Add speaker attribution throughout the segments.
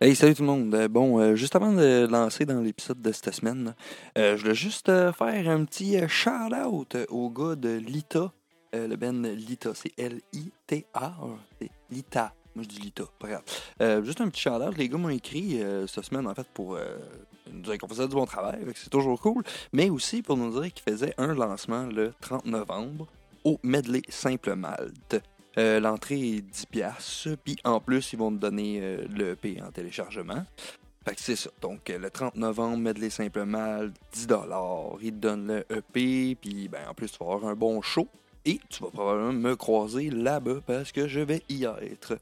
Speaker 1: Hey, salut tout le monde. Euh, Bon, euh, juste avant de lancer dans l'épisode de cette semaine, là, euh, je voulais juste euh, faire un petit euh, shout-out euh, au gars de Lita, euh, le ben Lita, c'est L-I-T-A, c'est Lita. Moi, je dis Lita, pas grave. Euh, juste un petit shout-out, les gars m'ont écrit euh, cette semaine, en fait, pour euh, nous dire qu'on faisait du bon travail, fait que c'est toujours cool, mais aussi pour nous dire qu'ils faisaient un lancement le 30 novembre au Medley Simple Malte. Euh, L'entrée est 10 piastres, puis en plus, ils vont te donner euh, le EP en téléchargement. Fait que c'est ça. Donc, euh, le 30 novembre, Medley Simple Mal, 10 Ils te donnent le EP, puis ben, en plus, tu vas avoir un bon show. Et tu vas probablement me croiser là-bas parce que je vais y être.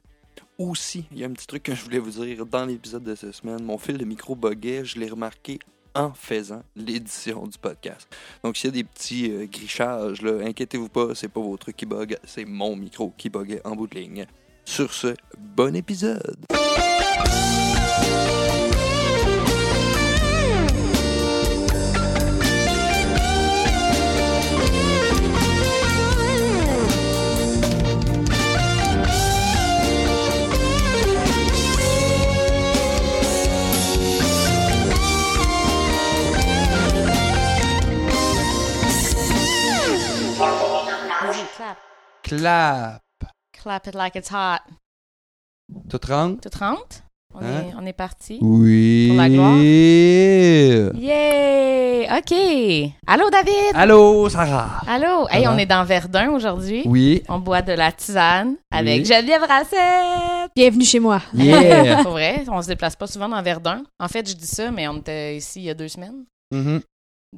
Speaker 1: Aussi, il y a un petit truc que je voulais vous dire dans l'épisode de cette semaine. Mon fil de micro buguait, je l'ai remarqué en faisant l'édition du podcast. Donc, s'il y a des petits euh, grichages, là, inquiétez-vous pas, c'est pas vos trucs qui bug, c'est mon micro qui buguait en bout de ligne. Sur ce, bon épisode!
Speaker 2: Clap.
Speaker 3: Clap.
Speaker 2: Clap it like it's hot.
Speaker 3: Tout rentre?
Speaker 2: Tout rentre? On,
Speaker 3: Hein?
Speaker 2: est, on est parti.
Speaker 3: Oui.
Speaker 2: Pour la Yay! OK. Allô, David?
Speaker 3: Allô, Sarah.
Speaker 2: Allô? Hey,
Speaker 3: va?
Speaker 2: on est dans Verdun aujourd'hui.
Speaker 3: Oui.
Speaker 2: On boit de la tisane avec
Speaker 3: Oui.
Speaker 2: Geneviève Rassette.
Speaker 4: Bienvenue chez moi.
Speaker 3: Yeah.
Speaker 2: Pour vrai, on se déplace pas souvent dans Verdun. En fait, je dis ça, mais on était ici il y a deux semaines.
Speaker 3: Mhm.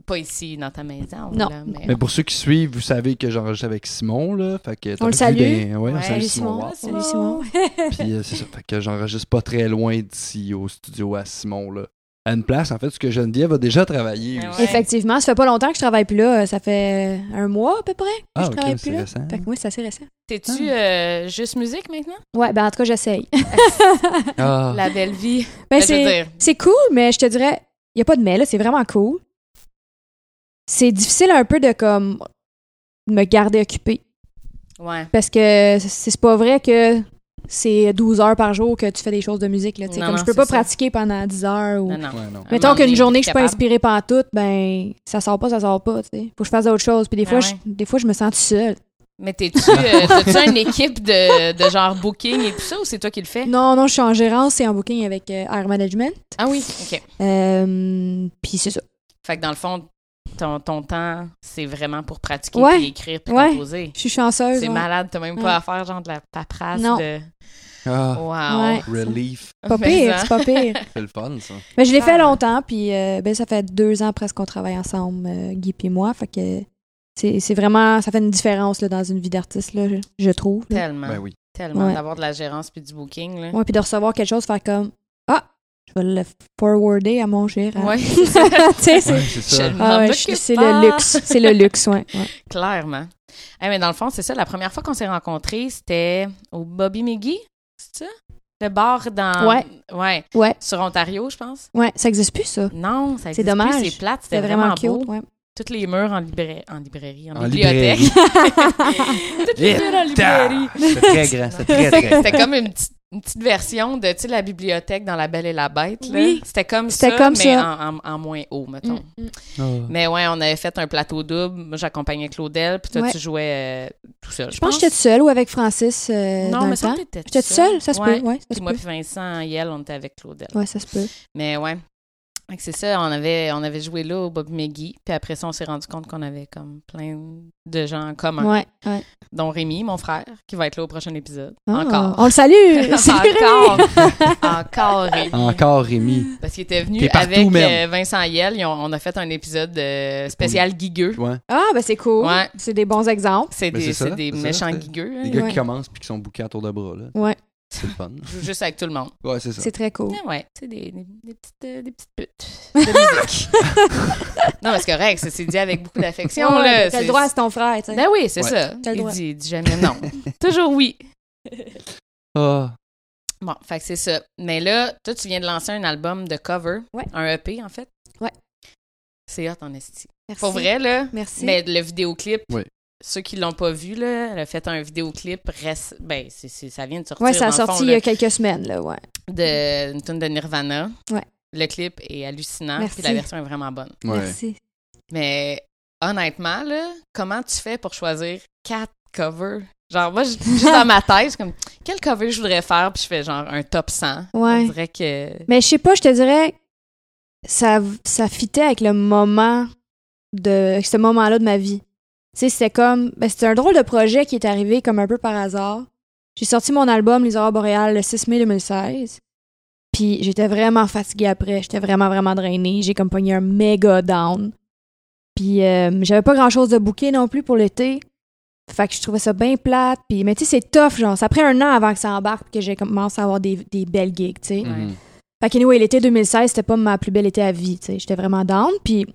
Speaker 2: Pas ici, dans ta maison.
Speaker 4: Non.
Speaker 2: là, mais...
Speaker 3: Mais pour ceux qui suivent, vous savez que j'enregistre avec Simon, là. Fait que t'as
Speaker 4: On le
Speaker 3: vu
Speaker 4: salue.
Speaker 3: des- Ouais, on
Speaker 2: Ouais.
Speaker 3: salue
Speaker 2: Salut,
Speaker 3: Simon. Ward.
Speaker 4: Salut Simon.
Speaker 3: Puis euh, c'est ça. Fait que j'enregistre pas très loin d'ici, au studio à Simon, là. À une place, en fait, ce que Geneviève a déjà travaillé.
Speaker 2: Ah
Speaker 3: aussi.
Speaker 2: ouais.
Speaker 4: Effectivement, ça fait pas longtemps que je travaille plus là. euh, Ça fait un mois à peu près que
Speaker 3: Ah,
Speaker 4: je
Speaker 3: ok,
Speaker 4: travaille
Speaker 3: c'est
Speaker 4: plus là.
Speaker 3: récent.
Speaker 4: Fait que oui, c'est assez récent.
Speaker 2: T'es-tu euh, juste musique maintenant?
Speaker 4: Ouais, ben en tout cas, j'essaye.
Speaker 3: Ah.
Speaker 2: La belle vie.
Speaker 4: Ben,
Speaker 2: Ben, je veux
Speaker 4: c'est,
Speaker 2: dire,
Speaker 4: c'est cool, mais je te dirais, il a pas de mais là, c'est vraiment cool. C'est difficile un peu de comme me garder occupée
Speaker 2: ouais.
Speaker 4: parce que c'est c'est pas vrai que c'est 12 heures par jour que tu fais des choses de musique. Là, tu sais.
Speaker 2: Non,
Speaker 4: comme
Speaker 2: non,
Speaker 4: je peux
Speaker 2: c'est
Speaker 4: pas
Speaker 2: ça.
Speaker 4: pratiquer pendant 10 heures. Ou...
Speaker 2: Non, non.
Speaker 3: Ouais, non.
Speaker 2: Un
Speaker 4: Mettons
Speaker 2: moment
Speaker 4: qu'une
Speaker 2: donné,
Speaker 4: journée que je
Speaker 2: t'es
Speaker 4: suis pas
Speaker 2: capable.
Speaker 4: inspirée pantoute, ben ça sort pas, ça sort pas, tu sais. Faut que je fasse d'autres choses. Puis des fois,
Speaker 2: Ah
Speaker 4: je,
Speaker 2: ouais.
Speaker 4: des fois je me sens toute seule.
Speaker 2: Mais t'es-tu euh, t'as-tu une équipe de, de genre booking et tout ça ou c'est toi qui le fais?
Speaker 4: Non, non, je suis en gérance et en booking avec euh, Air Management.
Speaker 2: Ah oui, ok.
Speaker 4: Euh, puis c'est ça.
Speaker 2: Fait que dans le fond, ton, ton temps, c'est vraiment pour pratiquer,
Speaker 4: Ouais.
Speaker 2: puis écrire, puis
Speaker 4: Ouais.
Speaker 2: composer.
Speaker 4: Je suis chanceuse.
Speaker 2: C'est
Speaker 4: ouais.
Speaker 2: malade, t'as même
Speaker 4: Ouais.
Speaker 2: pas à faire genre de la paperasse
Speaker 4: Non.
Speaker 2: de...
Speaker 3: Ah.
Speaker 2: Wow!
Speaker 4: Ouais.
Speaker 3: Relief.
Speaker 4: Pas
Speaker 2: Mais
Speaker 4: pire,
Speaker 2: ça-
Speaker 4: c'est pas pire.
Speaker 3: C'est le fun, ça.
Speaker 4: Mais je l'ai
Speaker 2: Ah.
Speaker 4: fait longtemps, puis euh, ben, ça fait deux ans presque qu'on travaille ensemble, euh, Guy puis moi. Fait que c'est c'est vraiment, ça fait une différence là, dans une vie d'artiste, là, je, je trouve. là.
Speaker 2: Tellement,
Speaker 3: Ben oui.
Speaker 2: tellement.
Speaker 4: Ouais.
Speaker 2: D'avoir de la gérance puis du booking, là.
Speaker 4: Ouais, puis de recevoir quelque chose, faire comme Ah, je vais le forwarder à mon gérant.
Speaker 2: Ouais.
Speaker 4: tu sais, c'est-
Speaker 3: Ouais, c'est
Speaker 2: Je
Speaker 3: ça.
Speaker 4: Ah
Speaker 2: m'en
Speaker 4: ouais,
Speaker 2: occupe
Speaker 4: je- c'est
Speaker 2: pas.
Speaker 4: le luxe. C'est le luxe, ouais. ouais.
Speaker 2: Clairement. Eh, mais dans le fond, c'est ça, la première fois qu'on s'est rencontrés, c'était au Bobby McGee, c'est ça? Le bar dans...
Speaker 4: Ouais.
Speaker 2: Ouais.
Speaker 4: Ouais.
Speaker 2: Sur Ontario, je pense.
Speaker 4: Ouais, ça existe plus, ça.
Speaker 2: Non, ça
Speaker 4: C'est
Speaker 2: existe plus,
Speaker 4: dommage.
Speaker 2: C'est plate, c'était
Speaker 4: C'était vraiment,
Speaker 2: vraiment,
Speaker 4: cute.
Speaker 2: beau.
Speaker 4: Ouais.
Speaker 2: Toutes les murs en, libra- en librairie, en,
Speaker 3: En
Speaker 2: bibliothèque.
Speaker 3: librairie.
Speaker 2: Toutes les murs en librairie.
Speaker 3: C'est très grand. C'est très, très grand.
Speaker 2: C'était comme une petite, une petite version de, tu sais, la bibliothèque dans La Belle et la Bête. là.
Speaker 4: Oui.
Speaker 2: C'était comme
Speaker 4: C'était
Speaker 2: ça,
Speaker 4: comme
Speaker 2: mais
Speaker 4: ça.
Speaker 2: En, en- en moins haut, mettons.
Speaker 4: Mm, mm.
Speaker 3: Ah.
Speaker 2: Mais ouais, on avait fait un plateau double. Moi, j'accompagnais Claudel, puis toi,
Speaker 4: Ouais.
Speaker 2: tu jouais euh, tout seul.
Speaker 4: Je pense que j'étais toute seule ou avec Francis euh,
Speaker 2: Non,
Speaker 4: dans
Speaker 2: mais
Speaker 4: le
Speaker 2: ça,
Speaker 4: temps.
Speaker 2: t'étais
Speaker 4: J'étais toute seule, ça se
Speaker 2: Ouais.
Speaker 4: peut. Ouais, ça
Speaker 2: Puis
Speaker 4: se
Speaker 2: moi,
Speaker 4: peut.
Speaker 2: puis Vincent, Yel, on était avec Claudel.
Speaker 4: Ouais, ça se peut.
Speaker 2: Mais ouais. Fait que C'est ça, on avait, on avait joué là au Bob McGee, puis après ça, on s'est rendu compte qu'on avait comme plein de gens en commun,
Speaker 4: Ouais, ouais.
Speaker 2: dont Rémi, mon frère, qui va être là au prochain épisode.
Speaker 4: Ah,
Speaker 2: Encore.
Speaker 4: On le salue! c'est vrai.
Speaker 2: Encore. Encore Rémi.
Speaker 3: Encore Rémi.
Speaker 2: Parce qu'il était venu
Speaker 3: Ah. T'es partout
Speaker 2: avec
Speaker 3: même.
Speaker 2: euh, Vincent Yel. Ils ont- on a fait un épisode euh, spécial guigueux.
Speaker 3: Ouais.
Speaker 4: Ah, ben c'est cool.
Speaker 2: Ouais.
Speaker 4: C'est des bons exemples.
Speaker 2: C'est
Speaker 3: Ben,
Speaker 2: des,
Speaker 3: c'est ça,
Speaker 2: c'est des
Speaker 3: c'est ça,
Speaker 2: méchants
Speaker 3: c'est-
Speaker 2: guigueux.
Speaker 3: Les
Speaker 2: hein.
Speaker 3: gars
Speaker 4: Ouais.
Speaker 3: qui commencent puis qui sont bouqués à tour de bras, là.
Speaker 4: Ouais,
Speaker 3: C'est le fun.
Speaker 2: Ils jouent juste avec tout le monde.
Speaker 3: Ouais, c'est ça.
Speaker 4: Oh. c'est très cool.
Speaker 2: Mais ouais, c'est des, des, des petites, euh, des petites putes de musique. non, mais c'est correct. ça, C'est dit avec beaucoup d'affection.
Speaker 4: Ouais,
Speaker 2: là.
Speaker 4: T'as
Speaker 2: C'est-
Speaker 4: le droit, c'est ton frère, tu sais.
Speaker 2: Ben oui, c'est
Speaker 3: Ouais.
Speaker 2: ça.
Speaker 4: T'as le
Speaker 2: Il
Speaker 4: droit.
Speaker 2: dit, il dit jamais non. Toujours oui.
Speaker 3: Ah.
Speaker 2: Bon, fait que c'est ça. Mais là, toi, tu viens de lancer un album de cover.
Speaker 4: Ouais.
Speaker 2: Un EP, en fait.
Speaker 4: Ouais.
Speaker 2: C'est hot en esti.
Speaker 4: Merci.
Speaker 2: Pour vrai, là.
Speaker 4: Merci.
Speaker 2: Mais le vidéoclip,
Speaker 3: Oui.
Speaker 2: ceux qui l'ont pas vu, là, elle a fait un vidéoclip. Reste... Ben, c'est- c'est- ça vient de sortir.
Speaker 4: Ouais, ça a
Speaker 2: dans le fond,
Speaker 4: sorti il y
Speaker 2: là,
Speaker 4: a quelques semaines, là, ouais.
Speaker 2: de une tune de Nirvana.
Speaker 4: Ouais.
Speaker 2: Le clip est hallucinant,
Speaker 4: Merci.
Speaker 2: puis la version est vraiment bonne.
Speaker 3: Ouais.
Speaker 4: Merci.
Speaker 2: Mais honnêtement, là, comment tu fais pour choisir quatre covers? Genre, moi, je- juste dans ma tête, je suis comme, quel cover je voudrais faire? Puis je fais genre un top 100.
Speaker 4: Ouais.
Speaker 2: On dirait que.
Speaker 4: Mais je sais pas, je te dirais, ça, ça fitait avec le moment de ce moment-là de ma vie. Tu sais, c'était comme, ben, c'était un drôle de projet qui est arrivé comme un peu par hasard. J'ai sorti mon album Les Aurores Boréales le 6 mai 2016. Puis j'étais vraiment fatiguée après, j'étais vraiment vraiment drainée, j'ai comme pogné un méga down. Puis euh, j'avais pas grand-chose de booké non plus pour l'été. Fait que je trouvais ça bien plate. Puis mais tu sais c'est tough genre, ça prend un an avant que ça embarque puis que j'ai commencé à avoir des, des belles gigs, tu sais.
Speaker 3: Mhm.
Speaker 4: Fait que anyway, l'été 2016, c'était pas ma plus belle été à vie, tu sais. J'étais vraiment down, puis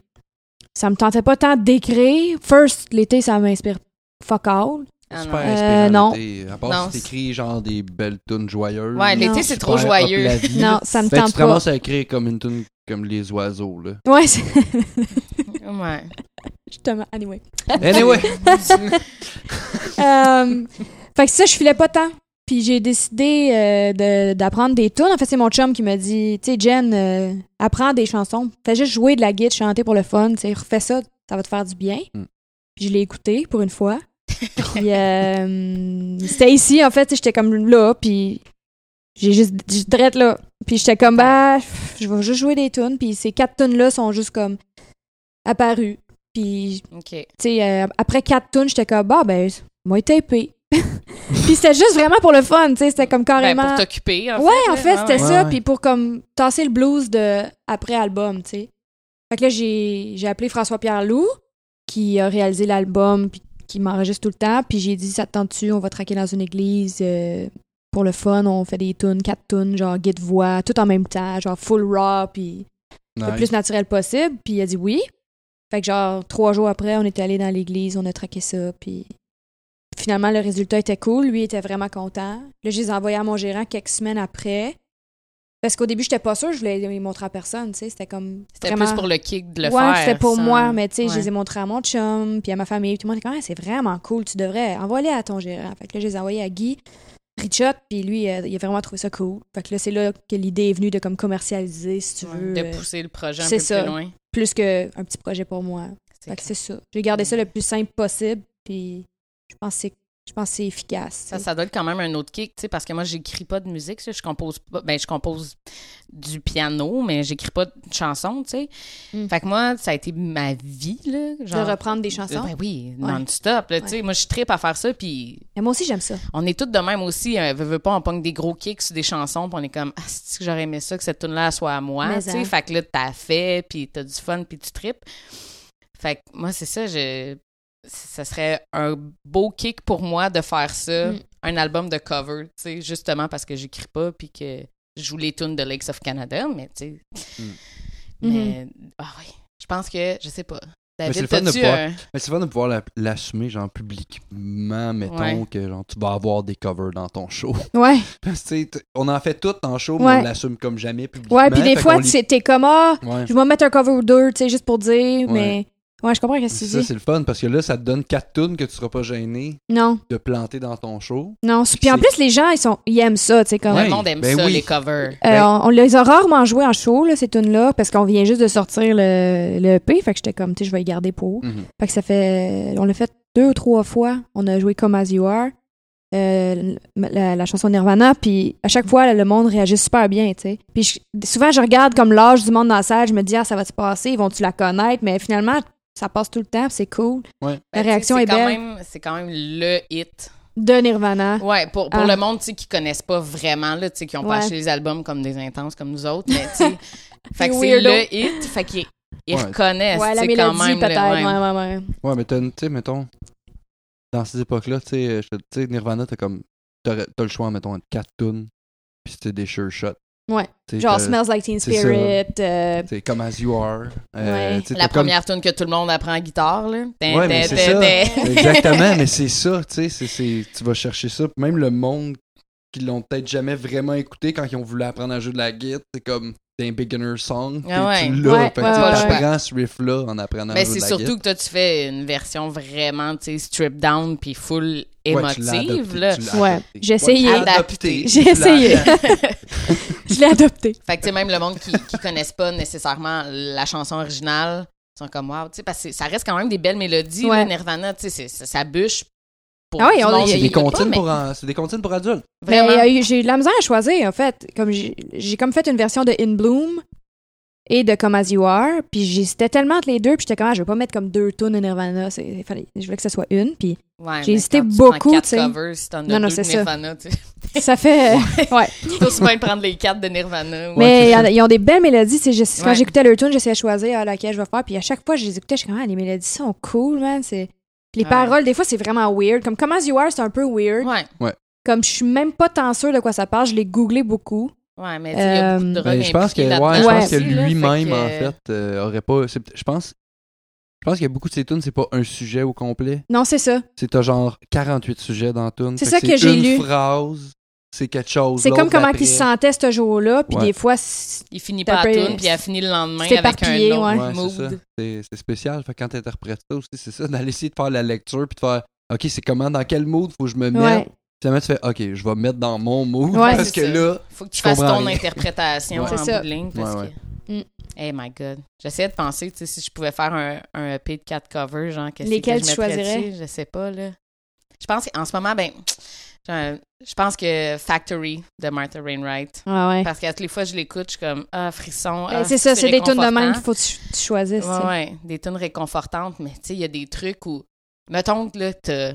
Speaker 4: ça me tentait pas tant d'écrire. First, l'été, ça m'inspire fuck all.
Speaker 2: Ah, non.
Speaker 3: Super
Speaker 4: Euh,
Speaker 3: inspirant,
Speaker 4: non.
Speaker 3: l'été. À
Speaker 2: Non,
Speaker 3: part si t'écris genre des belles tunes joyeuses.
Speaker 2: Ouais,
Speaker 4: Non.
Speaker 2: l'été, c'est trop
Speaker 3: super up
Speaker 2: joyeux.
Speaker 3: la vie,
Speaker 4: Non,
Speaker 3: là.
Speaker 4: ça me
Speaker 3: Fait que tu
Speaker 4: tente
Speaker 3: te
Speaker 4: pas.
Speaker 3: ramasses à écrire comme une tune comme les oiseaux, là.
Speaker 4: Ouais, c'est-
Speaker 2: ouais.
Speaker 4: justement, anyway.
Speaker 3: Anyway!
Speaker 4: Euh, fait que ça, je filais pas tant. Puis j'ai décidé euh, de- d'apprendre des tunes. En fait, c'est mon chum qui m'a dit, tu sais, Jen, euh, apprends des chansons. Fais juste jouer de la guitare, chanter pour le fun. Tu sais, refais ça, ça va te faire du bien.
Speaker 3: Mm.
Speaker 4: Puis je l'ai écouté pour une fois. puis euh, c'était ici, en fait, tu sais, j'étais comme là, puis j'ai juste, juste drette là. Puis j'étais comme, bah, pff, je vais juste jouer des tunes. Puis ces quatre tunes-là sont juste comme apparues. Puis
Speaker 2: OK. Ben,
Speaker 4: tu sais, euh, après quatre tunes, j'étais comme, bah, ben, moi, tapé. puis c'était juste vraiment pour le fun, tu sais, c'était comme
Speaker 2: Ben,
Speaker 4: carrément.
Speaker 2: pour t'occuper, en
Speaker 4: ouais,
Speaker 2: fait.
Speaker 4: en
Speaker 2: là.
Speaker 4: fait,
Speaker 2: Ah,
Speaker 4: c'était
Speaker 2: ouais.
Speaker 4: ça,
Speaker 3: Ouais, ouais.
Speaker 4: puis pour comme tasser le blues de après album, tu sais. Fait que là, j'ai j'ai appelé François-Pierre Loup, qui a réalisé l'album, puis qui m'enregistre tout le temps, puis j'ai dit, ça te tente-tu, on va traquer dans une église. euh, pour le fun, on fait des tunes, quatre tunes, genre guide-voix, tout en même temps, genre full raw, puis le plus naturel possible. Puis il a dit oui. Fait que genre, trois jours après, on est allé dans l'église, on a traqué ça, puis finalement, le résultat était cool. Lui était vraiment content. Là, je les ai envoyés à mon gérant quelques semaines après. Parce qu'au début, j'étais pas sûre, je voulais les montrer à personne, tu sais. C'était comme.
Speaker 2: C'était
Speaker 4: vraiment-
Speaker 2: plus pour le kick de le
Speaker 4: ouais,
Speaker 2: faire.
Speaker 4: c'était pour
Speaker 2: ça.
Speaker 4: moi, mais tu sais, je
Speaker 2: Ouais.
Speaker 4: les ai montrés à mon chum, puis à ma famille. Tout le monde était comme, Ah, c'est vraiment cool, tu devrais envoyer à ton gérant. Fait que là, je les ai envoyés à Guy Richot, puis lui, euh, il a vraiment trouvé ça cool. Fait que là, c'est là que l'idée est venue de comme commercialiser, si tu
Speaker 2: Ouais,
Speaker 4: veux. euh,
Speaker 2: De pousser le projet un
Speaker 4: c'est
Speaker 2: peu
Speaker 4: ça.
Speaker 2: plus loin.
Speaker 4: plus qu'un petit projet pour moi. Fait que c'est ça. J'ai gardé ça le plus simple possible, puis je pense que c'est- je pense que c'est efficace.
Speaker 2: Ça, ça donne quand même un autre kick, tu sais, parce que moi, j'écris pas de musique, ça, je compose pas. Ben, je compose du piano, mais j'écris pas de chansons, tu sais.
Speaker 4: Mm.
Speaker 2: Fait que moi, ça a été ma vie, là. Genre,
Speaker 4: de reprendre des chansons.
Speaker 2: Ben oui,
Speaker 4: Ouais.
Speaker 2: non-stop, là, tu sais. Moi, je tripe à faire ça, puis
Speaker 4: Mais moi aussi, j'aime ça.
Speaker 2: on est toutes de même aussi. euh, veux, veux pas, on pogne des gros kicks sur des chansons, puis on est comme, ah, c'est que j'aurais aimé ça, que cette tune-là soit à moi,
Speaker 4: Mais hein.
Speaker 2: tu
Speaker 4: en.
Speaker 2: sais. Fait que là, t'as fait, puis t'as du fun, puis tu tripes. Fait que moi, c'est ça, je... Ça serait un beau kick pour moi de faire ça,
Speaker 4: Mm.
Speaker 2: un album de cover, tu sais, justement parce que j'écris pas, puis que je joue les tunes de Lakes of Canada, mais tu sais...
Speaker 3: Mm.
Speaker 4: Mm-hmm.
Speaker 2: Mais, ah oui, je pense que, je sais pas.
Speaker 3: Mais c'est
Speaker 2: David,
Speaker 3: le fun de
Speaker 2: t'as-tu euh,
Speaker 3: pouvoir-
Speaker 2: un...
Speaker 3: Mais c'est fun de pouvoir la- l'assumer, genre publiquement, mettons,
Speaker 2: Ouais.
Speaker 3: que genre, tu vas avoir des covers dans ton show.
Speaker 4: Ouais.
Speaker 3: Parce que, tu sais, t- on en fait tout en show, mais
Speaker 4: Ouais.
Speaker 3: on l'assume comme jamais publiquement.
Speaker 4: Ouais, puis des
Speaker 3: Ben, fait
Speaker 4: fois,
Speaker 3: qu'on les-
Speaker 4: tu sais, t'es comme, ah,
Speaker 3: Ouais.
Speaker 4: je vais mettre un cover ou deux, tu sais, juste pour dire,
Speaker 3: Ouais.
Speaker 4: mais. Ouais, je comprends ce que tu
Speaker 3: Ça,
Speaker 4: dis.
Speaker 3: c'est le fun parce que là, ça te donne quatre tunes que tu seras pas gêné
Speaker 4: Non,
Speaker 3: de planter dans ton show.
Speaker 4: non. Puis en
Speaker 3: C'est-
Speaker 4: plus, les gens, ils, sont, ils aiment ça, tu sais, comme.
Speaker 2: Le
Speaker 3: Ouais,
Speaker 2: monde aime
Speaker 3: ben
Speaker 2: ça,
Speaker 3: oui.
Speaker 2: les covers.
Speaker 4: Euh,
Speaker 3: Ben-
Speaker 4: on, on les a rarement joués en show, là, ces tunes-là, parce qu'on vient juste de sortir le, le EP, fait que j'étais comme, tu sais, je vais les garder pour.
Speaker 3: Mhm.
Speaker 4: Fait que ça fait. On l'a fait deux ou trois fois. On a joué Come As You Are, euh, la, la chanson de Nirvana, puis à chaque fois, le monde réagit super bien, tu sais. Puis je- souvent, je regarde comme l'âge du monde dans la salle, je me dis, ah, ça va se passer, ils vont-tu la connaître? Mais finalement, ça passe tout le temps, puis c'est cool. La
Speaker 2: Ben, tu sais,
Speaker 4: réaction
Speaker 2: c'est
Speaker 4: est
Speaker 2: quand
Speaker 4: belle.
Speaker 2: même- C'est quand même le hit.
Speaker 4: De Nirvana.
Speaker 2: Ouais, pour, pour
Speaker 4: Ah.
Speaker 2: le monde tu sais, qui connaissent pas vraiment, là, tu sais, qui ont pas
Speaker 4: Ouais.
Speaker 2: acheté les albums comme des intenses comme nous autres, mais tu sais, fait que
Speaker 4: Les
Speaker 2: c'est
Speaker 4: weirdos.
Speaker 2: le hit, fait qu'ils ils
Speaker 3: Ouais.
Speaker 2: reconnaissent
Speaker 4: Ouais,
Speaker 2: tu
Speaker 4: la
Speaker 2: sais,
Speaker 4: mélodie,
Speaker 2: quand même.
Speaker 4: peut-être.
Speaker 2: là, ouais.
Speaker 4: Ouais, ouais, ouais.
Speaker 3: Ouais, mais t'as une- tu sais, mettons, dans ces époques-là, tu sais, euh, je- tu sais, Nirvana, t'as comme. T'as t'as le choix, mettons, entre quatre tunes, puis c'était des sure shots.
Speaker 4: Ouais.
Speaker 3: Tu sais,
Speaker 4: Genre
Speaker 3: t'as-
Speaker 4: Smells Like Teen
Speaker 3: c'est ça.
Speaker 4: Spirit. euh,
Speaker 3: C'est comme As You Are. Euh,
Speaker 4: Ouais.
Speaker 3: tu sais,
Speaker 2: La
Speaker 3: t'as comme-
Speaker 2: première tune que tout le monde apprend en guitare, là. Tin,
Speaker 3: Ouais, mais
Speaker 2: tin, tin,
Speaker 3: c'est ça.
Speaker 2: tin.
Speaker 3: Exactement, mais c'est ça, tu sais, c'est- c'est- tu vas chercher ça. Puis Même le monde qui l'ont peut-être jamais vraiment écouté quand ils ont voulu apprendre à jouer de la guitare, c'est comme d'un beginner song.
Speaker 2: Ah
Speaker 3: puis
Speaker 2: ouais.
Speaker 3: Tu l'as.
Speaker 4: Ouais,
Speaker 3: fait que
Speaker 4: ouais,
Speaker 3: tu
Speaker 2: ouais,
Speaker 3: apprends ce riff-là en apprenant
Speaker 2: Mais
Speaker 3: à
Speaker 2: c'est
Speaker 3: jouer de la
Speaker 2: surtout
Speaker 3: guitare.
Speaker 2: que toi, tu fais une version vraiment, tu sais, strip down puis full
Speaker 3: Ouais, tu l'as
Speaker 2: émotive.
Speaker 3: adopté,
Speaker 2: là.
Speaker 3: tu l'as
Speaker 4: Ouais.
Speaker 3: adopté.
Speaker 4: J'ai essayé.
Speaker 3: tu l'as adopté,
Speaker 4: J'ai
Speaker 3: tu l'as-
Speaker 4: essayé. Je l'ai adopté.
Speaker 2: Fait que, tu sais, même le monde qui, qui connaissent pas nécessairement la chanson originale, ils sont comme, wow, tu sais, parce que ça reste quand même des belles mélodies.
Speaker 4: Ouais.
Speaker 2: là, Nirvana, tu sais, c'est- ça, ça bûche. Pour
Speaker 4: Ah ouais,
Speaker 2: du
Speaker 4: on-
Speaker 2: monde
Speaker 4: il y a-
Speaker 3: C'est
Speaker 2: qui
Speaker 4: il
Speaker 3: des
Speaker 4: y a pas,
Speaker 2: l'écoute
Speaker 3: comptines
Speaker 2: mais
Speaker 3: pour en- c'est des comptines pour adultes.
Speaker 4: Ben,
Speaker 2: Vraiment.
Speaker 4: il y a eu- j'ai eu de la misère à choisir, en fait. Comme j'ai j'ai comme fait une version de In Bloom et de Come As You Are, puis j'hésitais tellement entre les deux, puis j'étais comme, ah, je vais pas mettre comme deux tunes de Nirvana, c'est- il fallait- je voulais que ce soit une, puis
Speaker 2: Ouais,
Speaker 4: j'ai
Speaker 2: mais
Speaker 4: hésité
Speaker 2: quand
Speaker 4: beaucoup,
Speaker 2: Tu prends
Speaker 4: tu
Speaker 2: quatre
Speaker 4: sais.
Speaker 2: covers, si t'en as
Speaker 4: Non, non,
Speaker 2: deux de
Speaker 4: c'est ça.
Speaker 2: Nirvana, tu sais.
Speaker 4: ça fait... ouais.
Speaker 2: C'est aussi bien de prendre les quatre de Nirvana.
Speaker 4: Mais il y en a- ils ont des belles mélodies, c'est juste- quand
Speaker 2: Ouais.
Speaker 4: j'écoutais leur tune, j'essayais de choisir ah, laquelle je vais faire, puis à chaque fois, je les écoutais, je suis comme, ah, les mélodies sont cool, man, c'est... Les
Speaker 2: Ouais.
Speaker 4: paroles, des fois, c'est vraiment weird. Comme Come As You Are, c'est un peu weird.
Speaker 2: Ouais,
Speaker 4: Comme je suis même pas tant sûre de quoi ça parle, je l'ai googlé beaucoup.
Speaker 2: ouais, mais tu sais, il y a beaucoup de
Speaker 4: Euh,
Speaker 2: drogue
Speaker 3: Ben, je pense
Speaker 2: impliquée
Speaker 3: que, ouais, je
Speaker 2: là-dedans
Speaker 3: pense que
Speaker 2: aussi, là, fait
Speaker 3: lui-même,
Speaker 2: que-
Speaker 3: en fait, euh, aurait pas. c'est- Je pense. Je pense qu'il y a beaucoup de ces tunes, c'est pas un sujet au complet.
Speaker 4: Non, c'est ça.
Speaker 3: C'est t'as genre 48 sujets dans la tune.
Speaker 4: C'est
Speaker 3: Fait
Speaker 4: ça que j'ai
Speaker 3: une
Speaker 4: lu.
Speaker 3: phrase, c'est quelque chose.
Speaker 4: C'est comme
Speaker 3: l'autre
Speaker 4: comment
Speaker 3: d'après.
Speaker 4: il se sentait ce jour-là, puis
Speaker 3: Ouais.
Speaker 4: des fois, c'est-
Speaker 2: Il finit
Speaker 4: T'as
Speaker 2: pas à
Speaker 4: peu-
Speaker 2: tune, puis elle finit le lendemain
Speaker 4: c'est
Speaker 2: avec un
Speaker 4: éparpillé,
Speaker 2: autre
Speaker 4: ouais.
Speaker 3: Ouais, c'est ça.
Speaker 2: mood.
Speaker 3: C'est c'est spécial. Fait que quand t'interprètes ça aussi, c'est ça, d'aller essayer de faire la lecture puis de faire OK, c'est comment, dans quel mood faut que je me mette.
Speaker 4: ouais.
Speaker 3: Finalement, tu fais OK, je vais me mettre dans mon mood
Speaker 4: Ouais,
Speaker 3: parce
Speaker 2: c'est ça.
Speaker 3: que là,
Speaker 2: Faut que tu
Speaker 3: Je
Speaker 2: fasses
Speaker 3: comprends
Speaker 2: ton
Speaker 3: rien.
Speaker 2: interprétation
Speaker 3: Ouais.
Speaker 2: en
Speaker 4: C'est ça.
Speaker 2: bout de ligne, parce
Speaker 3: Ouais, ouais.
Speaker 2: que...
Speaker 4: Mm.
Speaker 2: Hey my God. J'essayais de penser, tu sais, si je pouvais faire un, un EP de quatre covers, genre, qu'est-ce que
Speaker 4: Lesquels
Speaker 2: je
Speaker 4: tu
Speaker 2: mettrais
Speaker 4: choisirais?
Speaker 2: dessus? Je sais pas, là. Je pense qu'en ce moment, ben, j'ai un- je pense que Factory de Martha Rainwright.
Speaker 4: Ah ouais.
Speaker 2: Parce qu'à toutes les fois, je l'écoute, je suis comme, ah, frisson,
Speaker 4: Ben,
Speaker 2: ah,
Speaker 4: c'est ça, c'est des tunes de
Speaker 2: réconfortant.
Speaker 4: même qu'il faut que tu, tu choisisses. tu sais.
Speaker 2: Ouais, ouais, des tunes réconfortantes, mais tu sais, il y a des trucs où, mettons que là, t'as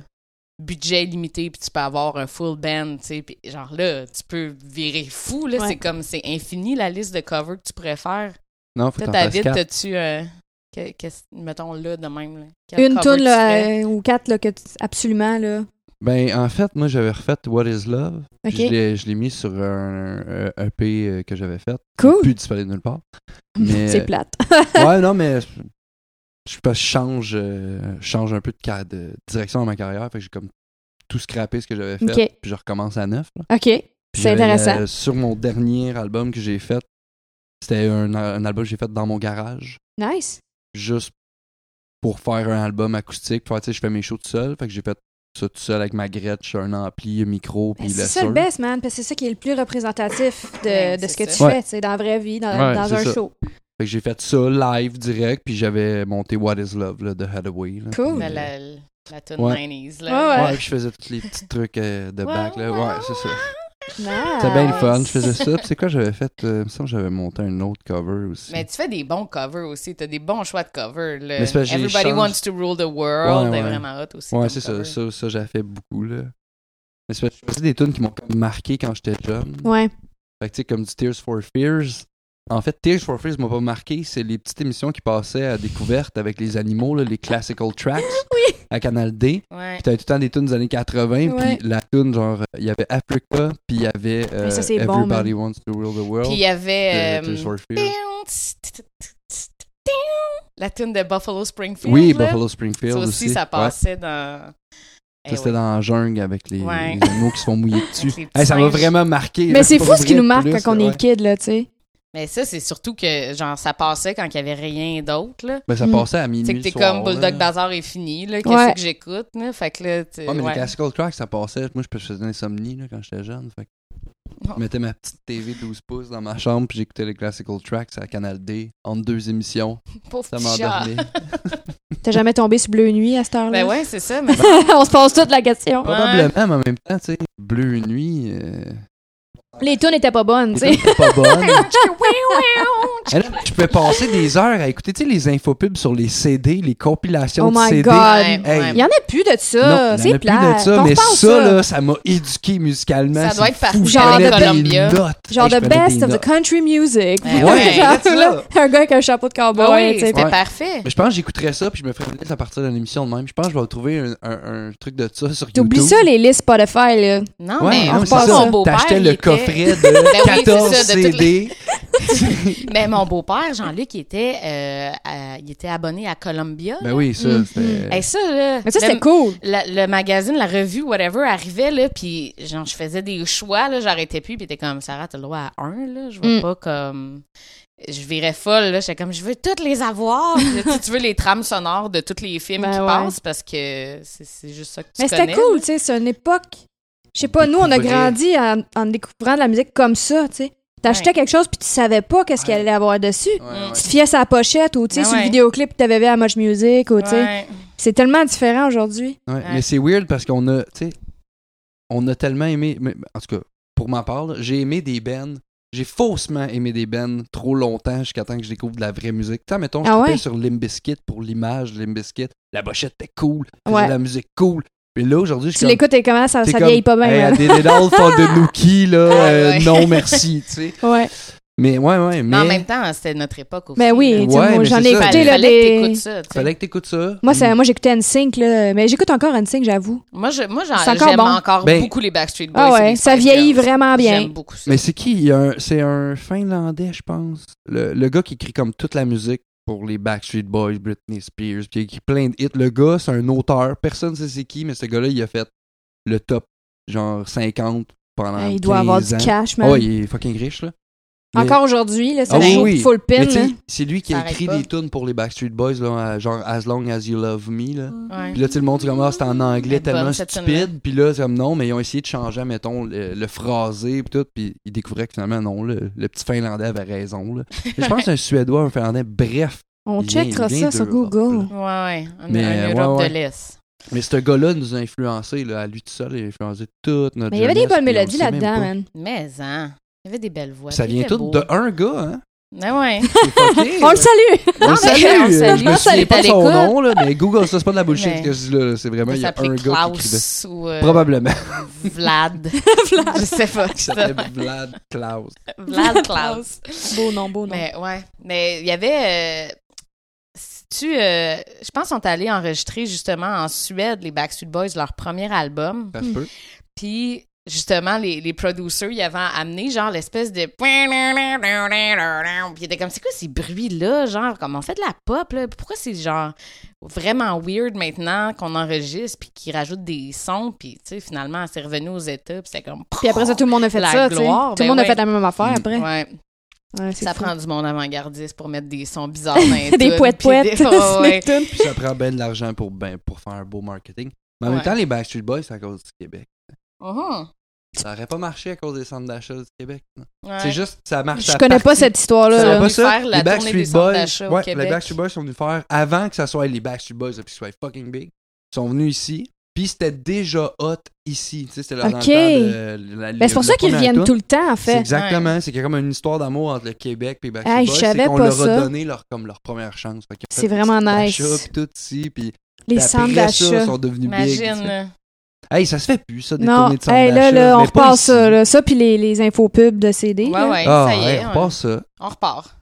Speaker 2: budget limité, puis tu peux avoir un full band, tu sais, puis genre là, tu peux virer fou, là,
Speaker 4: Ouais.
Speaker 2: c'est comme, c'est infini la liste de covers que tu pourrais faire.
Speaker 3: non, faut
Speaker 2: Toi,
Speaker 3: t'en fasses
Speaker 2: David,
Speaker 3: quatre.
Speaker 2: t'as-tu, euh, que- qu'est-ce- mettons là, de même, là, quel
Speaker 4: Une
Speaker 2: cover
Speaker 4: tune
Speaker 2: tu
Speaker 4: là,
Speaker 2: fais?
Speaker 4: euh, ou quatre là, que tu- absolument là.
Speaker 3: Ben, en fait, moi, j'avais refait What is Love.
Speaker 4: Ok.
Speaker 3: Je l'ai- Je l'ai mis sur un, un- un EP euh, que j'avais fait.
Speaker 4: Cool.
Speaker 3: Plus disponible nulle part. Mais- euh,
Speaker 4: c'est plate.
Speaker 3: ouais, non, mais je, je change, euh, je change un peu de, ca- de direction dans ma carrière. Fait que j'ai comme tout scrappé ce que j'avais fait.
Speaker 4: Ok.
Speaker 3: Puis je recommence à neuf. là.
Speaker 4: ok.
Speaker 3: Puis
Speaker 4: C'est
Speaker 3: j'avais,
Speaker 4: intéressant.
Speaker 3: euh, sur mon dernier album que j'ai fait, c'était un, un album que j'ai fait dans mon garage.
Speaker 4: Nice.
Speaker 3: Juste pour faire un album acoustique. Puis, tu sais, je fais mes shows tout seul. Fait que j'ai fait ça tout seul avec ma Gretsch, un ampli, un micro,
Speaker 4: Ben,
Speaker 3: puis
Speaker 4: c'est
Speaker 3: le
Speaker 4: ça le
Speaker 3: sur.
Speaker 4: best, man, parce que c'est ça qui est le plus représentatif de,
Speaker 2: Ouais,
Speaker 4: de
Speaker 2: c'est
Speaker 4: ce que
Speaker 2: ça.
Speaker 4: tu
Speaker 3: Ouais.
Speaker 4: fais, tu sais, dans la vraie vie, dans,
Speaker 3: Ouais,
Speaker 4: dans
Speaker 3: c'est
Speaker 4: un
Speaker 3: ça.
Speaker 4: show.
Speaker 3: Fait que j'ai fait ça live direct, puis j'avais monté What is Love là, de Hathaway. là. Puis,
Speaker 4: Cool.
Speaker 2: Ben,
Speaker 3: euh,
Speaker 2: la, la, tune
Speaker 3: Ouais.
Speaker 2: 90s, là.
Speaker 4: Ouais.
Speaker 3: Ouais, puis je faisais tous les petits trucs euh, de back, là. Ouais, c'est ça.
Speaker 4: Nice.
Speaker 3: C'était bien le fun, je faisais ça. Puis c'est quoi, j'avais fait, euh, il me semble que j'avais monté un autre cover aussi.
Speaker 2: Mais tu fais des bons covers aussi, t'as des bons choix de covers, là.
Speaker 3: Mais c'est parce que j'ai
Speaker 2: Everybody
Speaker 3: change-
Speaker 2: Wants to Rule the World,
Speaker 3: Ouais,
Speaker 2: est
Speaker 3: ouais.
Speaker 2: vraiment hot aussi.
Speaker 3: ouais,
Speaker 2: comme
Speaker 3: c'est ça,
Speaker 2: cover.
Speaker 3: ça, ça j'avais fait beaucoup, là. Mais c'est parce que je faisais des tunes qui m'ont comme marqué quand j'étais jeune.
Speaker 4: Ouais.
Speaker 3: Fait que tu sais, comme du Tears for Fears. En fait, Tears for Fears m'a pas marqué, c'est les petites émissions qui passaient à découverte avec les animaux, là, les classical tracks
Speaker 4: Oui.
Speaker 3: à Canal D.
Speaker 2: Ouais.
Speaker 3: Puis t'avais tout le temps des tunes des années 80,
Speaker 4: Ouais.
Speaker 3: puis la tune genre, euh, il y avait Africa, puis il y avait euh,
Speaker 4: Mais ça, c'est bon,
Speaker 3: Everybody Wants to Rule the World.
Speaker 2: Puis il y avait.
Speaker 3: de
Speaker 2: euh,
Speaker 3: Tears for Fears.
Speaker 2: La tune de Buffalo Springfield.
Speaker 3: Oui,
Speaker 2: là.
Speaker 3: Buffalo Springfield
Speaker 2: Ça
Speaker 3: aussi.
Speaker 2: aussi, ça
Speaker 3: ouais.
Speaker 2: passait dans. Eh
Speaker 3: Ça, c'était
Speaker 2: oui.
Speaker 3: dans la jungle avec les,
Speaker 2: Ouais.
Speaker 3: les animaux qui se font mouiller dessus.
Speaker 2: les petits
Speaker 3: Hey, ça m'a
Speaker 2: singes.
Speaker 3: vraiment marqué. là,
Speaker 4: Mais c'est
Speaker 3: pas
Speaker 4: fou ce qui
Speaker 3: vrai,
Speaker 4: nous marque
Speaker 3: plus,
Speaker 4: quand on
Speaker 3: ouais.
Speaker 4: est kid, là, tu sais.
Speaker 2: Mais ça, c'est surtout que, genre, ça passait quand il n'y avait rien d'autre, là.
Speaker 3: Ben, ça
Speaker 4: Mm.
Speaker 3: passait à minuit.
Speaker 2: Hmm. C'est que t'es
Speaker 3: le soir,
Speaker 2: comme Bulldog
Speaker 3: là.
Speaker 2: Bazaar est fini, là. Qu'est-ce
Speaker 4: Ouais.
Speaker 2: que j'écoute, là? Fait que là, tu.
Speaker 3: Ouais, mais
Speaker 2: ouais.
Speaker 3: les classical tracks, ça passait. Moi, je faisais de l'insomnie là, quand j'étais jeune. Fait que je mettais ma petite TV 12 pouces dans ma chambre puis j'écoutais les classical tracks à Canal D entre deux émissions.
Speaker 2: Pauvre
Speaker 3: Ça
Speaker 2: petit chat.
Speaker 3: m'endormait.
Speaker 4: T'as jamais tombé sur Bleu Nuit à cette heure-là?
Speaker 2: Ben ouais, c'est ça, mais
Speaker 4: On se pose toute la question.
Speaker 3: Ben Probablement, mais en même temps, tu sais, Bleu Nuit, euh,
Speaker 4: Les tunes étaient pas bonnes, tu sais.
Speaker 3: c'était pas bonne. Eh Mais là, je peux passer des heures à écouter tu sais, les infopubs sur les CD, les compilations
Speaker 4: Oh
Speaker 3: de
Speaker 4: my
Speaker 3: CD.
Speaker 4: God.
Speaker 2: Ouais,
Speaker 3: Hey.
Speaker 2: ouais.
Speaker 4: Il y en a plus de ça.
Speaker 3: Non, il y en
Speaker 4: C'est
Speaker 3: a plus
Speaker 4: plat.
Speaker 3: de ça, mais ça, là, ça m'a éduqué musicalement.
Speaker 2: Ça doit
Speaker 3: C'est
Speaker 2: être par-
Speaker 3: fou.
Speaker 4: Genre
Speaker 3: Je prenais
Speaker 4: de
Speaker 3: des
Speaker 2: Columbia.
Speaker 3: notes.
Speaker 4: Genre
Speaker 3: Hey, je
Speaker 4: the
Speaker 3: prenais
Speaker 4: best
Speaker 3: des
Speaker 4: of the
Speaker 3: notes.
Speaker 4: country music.
Speaker 2: Ouais.
Speaker 3: Ouais,
Speaker 4: Genre,
Speaker 3: c'est
Speaker 4: là,
Speaker 3: ça.
Speaker 4: un gars avec un chapeau de
Speaker 2: Ben
Speaker 4: cowboy,
Speaker 2: oui,
Speaker 4: Ah tu sais.
Speaker 2: c'était
Speaker 3: Ouais.
Speaker 2: parfait.
Speaker 3: Mais je pense que j'écouterais ça puis je me ferais une liste à partir d'une émission de même. Je pense que je vais trouver un, un- un truc de ça sur YouTube.
Speaker 4: T'oublies ça, les listes Spotify, là.
Speaker 2: Non,
Speaker 3: Ouais,
Speaker 2: mais
Speaker 3: non,
Speaker 2: on
Speaker 3: c'est
Speaker 2: passe
Speaker 3: ça.
Speaker 2: mon beau-père.
Speaker 3: T'achetais
Speaker 2: il
Speaker 3: le
Speaker 2: était-
Speaker 3: coffret de
Speaker 2: oui, c'est
Speaker 3: 14
Speaker 2: ça, de toutes les-
Speaker 3: CD
Speaker 2: Mais Ben, mon beau-père, Jean-Luc, il, était, euh, à- il était abonné à Columbia.
Speaker 3: Ben oui, ça,
Speaker 4: Mm.
Speaker 3: c'était.
Speaker 2: Et ça, là,
Speaker 4: Mais ça,
Speaker 2: le-
Speaker 4: c'était cool.
Speaker 2: la- le magazine, la revue, whatever, arrivait, là, puis genre, je faisais des choix, là, j'arrêtais plus, puis t'es comme, Sarah, t'as le droit à un, là, je vois
Speaker 4: Mm.
Speaker 2: pas comme... Je virais folle, là, j'étais comme, je veux toutes les avoir, Puis là, tu- tu veux les trames sonores de tous les films
Speaker 4: Ben
Speaker 2: qui
Speaker 4: ouais.
Speaker 2: passent, parce que c'est c'est juste ça que tu
Speaker 4: Mais
Speaker 2: connais.
Speaker 4: c'était cool, tu sais, c'est une époque. Je sais pas, nous, on a
Speaker 3: Découvrir.
Speaker 4: grandi en, en découvrant de la musique comme ça, tu sais. T'achetais
Speaker 2: Ouais.
Speaker 4: quelque chose puis tu savais pas qu'est-ce qu'il
Speaker 3: Ouais.
Speaker 4: allait avoir dessus.
Speaker 3: Ouais, ouais.
Speaker 4: Tu te fiais sa pochette ou, tu sais,
Speaker 2: Ben
Speaker 4: sur le
Speaker 2: ouais.
Speaker 4: vidéoclip, t'avais vu à Much Music ou, tu sais.
Speaker 2: Ouais.
Speaker 4: C'est tellement différent aujourd'hui.
Speaker 3: Ouais, Mais c'est weird parce qu'on a, tu sais, on a tellement aimé. mais- en tout cas, pour ma part, là, j'ai aimé des bands. J'ai faussement aimé des bands trop longtemps jusqu'à temps que je découvre de la vraie musique. Tu sais, mettons, je
Speaker 4: Ah
Speaker 3: tripais
Speaker 4: ouais?
Speaker 3: sur Limbiskit pour l'image de Limbiskit. La bochette était cool. faisait
Speaker 4: Ouais.
Speaker 3: de la musique cool. Mais là, aujourd'hui, je
Speaker 4: Tu
Speaker 3: suis comme.
Speaker 4: l'écoutes et comment ça,
Speaker 3: t'es
Speaker 4: ça
Speaker 3: comme,
Speaker 4: vieillit pas bien. hein.
Speaker 3: Hey,
Speaker 4: là.
Speaker 3: Adele font de Nookie, là. euh,
Speaker 2: Ah, ouais.
Speaker 3: Non, merci, tu sais.
Speaker 4: Ouais.
Speaker 3: Mais ouais, ouais, mais.
Speaker 2: Mais en même temps, c'était notre époque aussi.
Speaker 4: Ben oui, tu sais,
Speaker 3: Ouais,
Speaker 4: moi,
Speaker 3: mais
Speaker 4: j'en
Speaker 3: c'est
Speaker 4: ai
Speaker 3: ça.
Speaker 2: Fallait,
Speaker 4: écouté, là,
Speaker 2: fallait que
Speaker 4: des...
Speaker 2: t'écoutes ça, tu sais.
Speaker 3: Fallait que t'écoutes ça.
Speaker 4: Moi, ça, moi j'écoutais NSYNC, là, mais j'écoute encore NSYNC, j'avoue.
Speaker 2: Moi, je- moi, j'en-
Speaker 4: C'est encore
Speaker 2: j'aime
Speaker 4: bon.
Speaker 2: encore
Speaker 3: Ben-
Speaker 2: beaucoup les Backstreet Boys.
Speaker 4: Ah
Speaker 2: et
Speaker 4: ouais,
Speaker 2: les
Speaker 4: ça
Speaker 2: Spice
Speaker 4: vieillit
Speaker 2: Girls.
Speaker 4: vraiment bien.
Speaker 2: J'aime beaucoup ça.
Speaker 3: Mais c'est qui Il y a un- C'est un Finlandais, je pense. Le, le gars qui écrit comme toute la musique pour les Backstreet Boys, Britney Spears, puis qui écrit plein de hits. Le gars, c'est un auteur. Personne ne sait c'est qui, mais ce gars-là, il a fait le top, genre 50 pendant.
Speaker 4: Hey, il doit avoir
Speaker 3: 15
Speaker 4: du
Speaker 3: ans.
Speaker 4: cash, man.
Speaker 3: Oh, il est fucking riche, là. Mais-
Speaker 4: Encore hein? aujourd'hui, là, ça
Speaker 3: Ah oui,
Speaker 4: joue
Speaker 3: oui.
Speaker 4: full pin.
Speaker 3: mais tu sais,
Speaker 4: là.
Speaker 3: c'est lui qui
Speaker 2: Ça
Speaker 3: a
Speaker 2: arrête
Speaker 3: écrit
Speaker 2: pas.
Speaker 3: des tunes pour les Backstreet Boys, là, à- genre As Long As You Love Me. Là.
Speaker 2: Ouais.
Speaker 3: Puis là, tu sais, le monde, c'est comme, ah, c'est en anglais
Speaker 2: Elle est bonne,
Speaker 3: tellement
Speaker 2: cette tune-là.
Speaker 3: stupide. Puis là, c'est comme, non, mais ils ont essayé de changer, mettons, le, le phrasé, puis tout. Puis ils découvraient que finalement, non, le, le petit Finlandais avait raison. Là. Mais Je pense que c'est un Suédois, un Finlandais, bref.
Speaker 4: On
Speaker 3: il vient-
Speaker 4: checkera
Speaker 3: il vient
Speaker 4: ça sur
Speaker 3: d'Europe,
Speaker 4: Google.
Speaker 2: Ouais, ouais. En,
Speaker 3: Mais,
Speaker 2: en
Speaker 3: ouais,
Speaker 2: Europe
Speaker 3: ouais.
Speaker 2: de l'Est.
Speaker 3: Mais ce gars-là nous a influencés, là, à lui tout seul, il a influencé toute notre
Speaker 4: Mais il y avait des
Speaker 3: jeunesse,
Speaker 4: bonnes
Speaker 3: puis on
Speaker 4: mélodies
Speaker 3: le sait même
Speaker 4: là-dedans,
Speaker 3: pas.
Speaker 4: man.
Speaker 2: Mais, hein. Il y avait des belles voix.
Speaker 3: Ça
Speaker 2: puis
Speaker 3: vient
Speaker 2: il était
Speaker 3: tout
Speaker 2: beau.
Speaker 3: de un gars, hein?
Speaker 2: Ouais, ouais.
Speaker 3: C'est fucké,
Speaker 4: On
Speaker 3: là.
Speaker 4: le salue!
Speaker 3: On le salue!
Speaker 2: mais on le salue.
Speaker 3: Je me
Speaker 2: Ça, il
Speaker 3: souviens
Speaker 2: est
Speaker 3: pas
Speaker 2: à
Speaker 3: de son
Speaker 2: l'écoute.
Speaker 3: nom, là, mais Google, ça, c'est pas de la bullshit
Speaker 2: Mais-
Speaker 3: que je dis, là. C'est vraiment,
Speaker 2: Il
Speaker 3: il y a un
Speaker 2: s'appelait
Speaker 3: gars qui écrivait.
Speaker 2: Klaus ou euh,
Speaker 3: Probablement.
Speaker 2: Vlad. Je sais pas.
Speaker 3: Il s'appelait Vlad Klaus.
Speaker 2: Vlad Klaus.
Speaker 4: Beau nom, beau nom.
Speaker 2: Mais ouais, mais il y avait. euh, si tu, euh, je pense qu'on est allé enregistrer justement en Suède les Backstreet Boys leur premier album.
Speaker 3: Ça se peut.
Speaker 2: Puis justement les, les producers y avaient amené genre l'espèce de. Puis il était comme c'est quoi ces bruits là genre comme on fait de la pop là pourquoi c'est genre vraiment weird maintenant qu'on enregistre puis qu'ils rajoutent des sons puis tu sais finalement c'est revenu aux États puis c'est comme.
Speaker 4: Puis après ça, tout le monde a fait
Speaker 2: La
Speaker 4: ça, tu sais.
Speaker 2: gloire,
Speaker 4: Tout le
Speaker 2: ben
Speaker 4: monde a
Speaker 2: ouais.
Speaker 4: fait la même affaire après.
Speaker 2: Ouais.
Speaker 4: Ouais, c'est
Speaker 2: Ça
Speaker 4: fou.
Speaker 2: prend du monde avant-gardiste pour mettre des sons bizarres dans les tunes,
Speaker 4: des poètes
Speaker 2: puis
Speaker 4: poètes.
Speaker 2: des- ouais, ouais.
Speaker 3: Puis ça prend bien de l'argent pour, ben, pour faire un beau marketing. Mais en même
Speaker 2: Ouais.
Speaker 3: temps, les Backstreet Boys, c'est à cause du Québec.
Speaker 2: Mhm.
Speaker 3: Ça aurait pas marché à cause des centres d'achat du Québec. non.
Speaker 2: Ouais.
Speaker 3: C'est juste, ça marche.
Speaker 4: Je
Speaker 3: ça
Speaker 4: connais pas
Speaker 3: partie.
Speaker 4: cette histoire-là.
Speaker 3: Ça
Speaker 2: Ils
Speaker 4: là.
Speaker 3: va
Speaker 2: ont
Speaker 3: pas
Speaker 2: dû
Speaker 3: ça.
Speaker 2: faire la
Speaker 3: les
Speaker 2: tournée
Speaker 3: Backstreet
Speaker 2: des centres
Speaker 3: Boys,
Speaker 2: d'achat au
Speaker 3: ouais,
Speaker 2: Québec.
Speaker 3: les Backstreet Boys sont venus faire avant que ça soit les Backstreet Boys et qu'ils soient fucking big. Ils sont venus ici. Puis c'était déjà hot ici. Tu sais, c'était là dans
Speaker 4: Ok.
Speaker 3: le temps de la-
Speaker 4: Ben, c'est pour
Speaker 3: le
Speaker 4: ça qu'ils
Speaker 3: premier
Speaker 4: reviennent
Speaker 3: album.
Speaker 4: tout le temps, en
Speaker 3: C'est
Speaker 4: fait.
Speaker 3: exactement, c'est qu'il y a comme une histoire d'amour entre le Québec et les Backstreet
Speaker 4: Hey, je
Speaker 3: Boys.
Speaker 4: savais
Speaker 3: c'est qu'on
Speaker 4: pas
Speaker 3: leur
Speaker 4: ça.
Speaker 3: a donné leur, comme leur première chance. Fait qu'ils ont
Speaker 4: C'est
Speaker 3: fait des
Speaker 4: vraiment
Speaker 3: centres
Speaker 4: nice.
Speaker 3: d'achat, puis tout ici, puis
Speaker 4: Les
Speaker 3: Puis
Speaker 4: centres
Speaker 3: après ça,
Speaker 4: d'achat.
Speaker 3: sont devenus big, tu
Speaker 2: Imagine.
Speaker 3: sais.
Speaker 2: là.
Speaker 3: Hey, ça se fait plus, ça, des
Speaker 4: Non,
Speaker 3: tournées de centres
Speaker 4: hey, là,
Speaker 3: d'achat,
Speaker 4: là, on
Speaker 3: mais pas
Speaker 4: repasse
Speaker 3: ici.
Speaker 4: ça. Là. Ça, puis les, les infos pubs de CD.
Speaker 2: Ouais,
Speaker 4: là.
Speaker 2: ouais,
Speaker 3: Ah,
Speaker 2: ça y
Speaker 3: hey,
Speaker 2: est. hein.
Speaker 3: on
Speaker 2: on-
Speaker 3: repasse ça.
Speaker 2: On repart.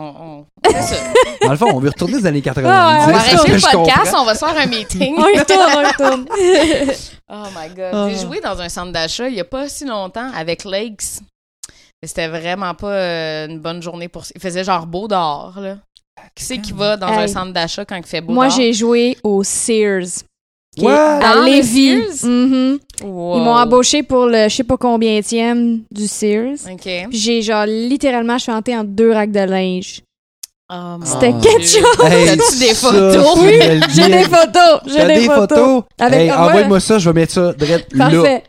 Speaker 2: On, on... C'est ça.
Speaker 3: Dans le fond, on veut retourner dans les années 90.
Speaker 4: Ah,
Speaker 2: on
Speaker 4: ouais,
Speaker 2: va
Speaker 4: ouais,
Speaker 3: c'est ce
Speaker 2: arrêter
Speaker 3: que
Speaker 2: le
Speaker 3: je
Speaker 2: podcast,
Speaker 3: comprends.
Speaker 2: on va se faire un meeting.
Speaker 4: On y retourne, on y retourne.
Speaker 2: Oh my God.
Speaker 4: Ah.
Speaker 2: J'ai joué dans un centre d'achat il n'y a pas si longtemps avec Lakes. Mais C'était vraiment pas euh, une bonne journée pour. Il faisait genre beau dehors, là. Qui c'est qui va dans un
Speaker 4: Hey.
Speaker 2: centre d'achat quand il fait beau
Speaker 4: Moi,
Speaker 2: dehors?
Speaker 4: j'ai joué au Sears. qui est
Speaker 3: What?
Speaker 4: À
Speaker 2: Dans le
Speaker 4: Lévis.
Speaker 2: Sears?
Speaker 4: Mhm.
Speaker 2: Wow.
Speaker 4: Ils m'ont embauché pour le je sais pas combien du Sears.
Speaker 2: OK.
Speaker 4: Puis J'ai genre littéralement chanté en deux racks de linge.
Speaker 2: Oh mon
Speaker 4: C'était
Speaker 3: Ah.
Speaker 4: quelque
Speaker 2: Dieu.
Speaker 4: chose.
Speaker 3: Hey,
Speaker 2: T'as-tu des
Speaker 3: ça,
Speaker 2: photos?
Speaker 3: tu
Speaker 2: Oui,
Speaker 3: me le
Speaker 4: J'ai
Speaker 3: dis.
Speaker 4: des photos. J'ai
Speaker 3: T'as
Speaker 4: des, photos. Avec
Speaker 3: Hey,
Speaker 4: moi, là.
Speaker 3: envoie-moi ça, je vais mettre ça direct là.
Speaker 4: Parfait.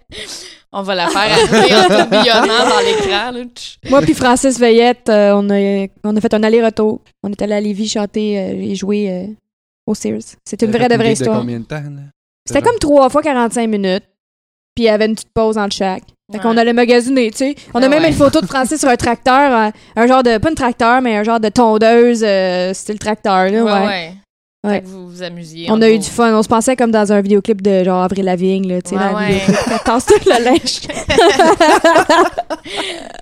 Speaker 2: On va la faire arriver en tourbillonnant dans l'écran. là. Tch.
Speaker 4: Moi puis Francis Veillette, euh, on, a, on a fait un aller-retour. On est allé à Lévis chanter euh, et jouer euh, au Sears. C'est une vraie de
Speaker 3: Une date Euh,
Speaker 4: vraie
Speaker 3: De
Speaker 4: histoire.
Speaker 3: combien de temps, là?
Speaker 4: C'était comme trois fois 45 minutes. Puis il y avait une petite pause entre chaque. Fait qu'on allait magasiner, tu sais. On a
Speaker 2: Ah
Speaker 4: même
Speaker 2: ouais.
Speaker 4: une photo de Francis sur un tracteur, un, un genre de, pas une tracteur, mais un genre de tondeuse, euh, style tracteur, là,
Speaker 2: Ouais,
Speaker 4: ouais.
Speaker 2: ouais.
Speaker 4: Ouais.
Speaker 2: Fait que vous vous amusiez.
Speaker 4: On
Speaker 2: en
Speaker 4: a eu
Speaker 2: gros.
Speaker 4: du fun. On se pensait comme dans un vidéoclip de genre Avril Lavigne, là, tu sais,
Speaker 2: Ouais,
Speaker 4: la
Speaker 2: ouais.
Speaker 4: vidéoclip. Elle tasse tout le linge.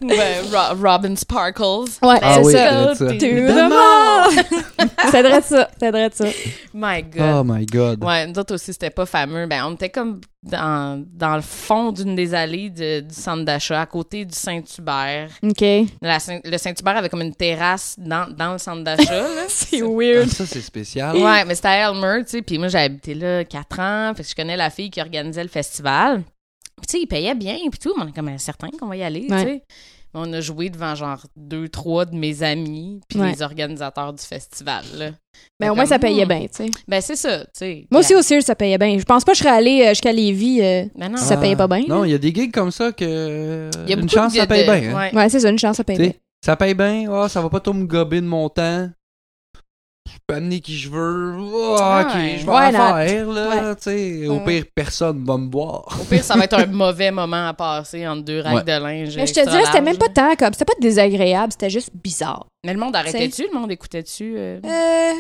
Speaker 2: Ouais, Ro- Robin Sparkles.
Speaker 4: ouais,
Speaker 3: Ah
Speaker 4: c'est
Speaker 3: oui,
Speaker 4: ça.
Speaker 3: c'est ça.
Speaker 4: Tu le demandes. C'est vrai de ça. C'est vrai de ça.
Speaker 2: My God.
Speaker 3: Oh my god.
Speaker 2: Ouais, nous autres aussi, c'était pas fameux. Ben, on était comme dans, dans le fond d'une des allées de- du centre d'achat, à côté du Saint-Hubert.
Speaker 4: OK.
Speaker 2: La Saint- le Saint-Hubert avait comme une terrasse dans, dans le centre d'achat. là.
Speaker 4: C'est
Speaker 3: Ah,
Speaker 4: weird.
Speaker 3: ça, c'est spécial.
Speaker 2: Ouais, mais c'était à Elmer, tu sais. Puis moi, j'ai habité là 4 ans. Fait que je connais la fille qui organisait le festival. Puis tu sais, ils payaient bien, puis tout. mais On est comme euh, certain qu'on va y aller,
Speaker 4: Ouais.
Speaker 2: tu sais. Mais On a joué devant genre deux, trois de mes amis, puis
Speaker 4: Ouais.
Speaker 2: les organisateurs du festival. là.
Speaker 4: Mais
Speaker 2: Fait
Speaker 4: au moins,
Speaker 2: comme,
Speaker 4: ça payait
Speaker 2: hmm.
Speaker 4: bien, tu sais.
Speaker 2: Ben, c'est ça, tu sais.
Speaker 4: Moi aussi, au Sears, ça payait bien. Je pense pas que je serais allée euh, jusqu'à Lévis. euh.
Speaker 2: Ben non.
Speaker 4: Ça payait pas bien,
Speaker 3: Ah. Non,
Speaker 4: là.
Speaker 3: il y a des gigs comme ça que.
Speaker 2: Il y a
Speaker 3: une
Speaker 2: beaucoup
Speaker 3: chance,
Speaker 2: de-
Speaker 3: ça paye
Speaker 2: de-
Speaker 3: bien. hein.
Speaker 2: ouais.
Speaker 4: Ouais, c'est ça, une chance, ça payait
Speaker 3: Tu
Speaker 4: bien.
Speaker 3: sais, Ça paye bien. Ah, ça va pas tout me gober de mon temps. Je peux amener qui je veux. Ah,
Speaker 2: Ah
Speaker 3: ok,
Speaker 2: ouais.
Speaker 3: je vais
Speaker 4: Ouais,
Speaker 3: en
Speaker 4: là.
Speaker 3: faire, là. tu sais. Au pire, personne va me boire.
Speaker 2: Au pire, ça va être un mauvais moment à passer entre deux racks
Speaker 3: Ouais.
Speaker 2: de linge.
Speaker 4: Mais je te
Speaker 2: extra
Speaker 4: dirais, c'était
Speaker 2: large,
Speaker 4: même pas
Speaker 2: là.
Speaker 4: tant comme. C'était pas désagréable, c'était juste bizarre.
Speaker 2: Mais le monde arrêtait-tu? Le monde écoutait-tu? euh?
Speaker 4: Euh.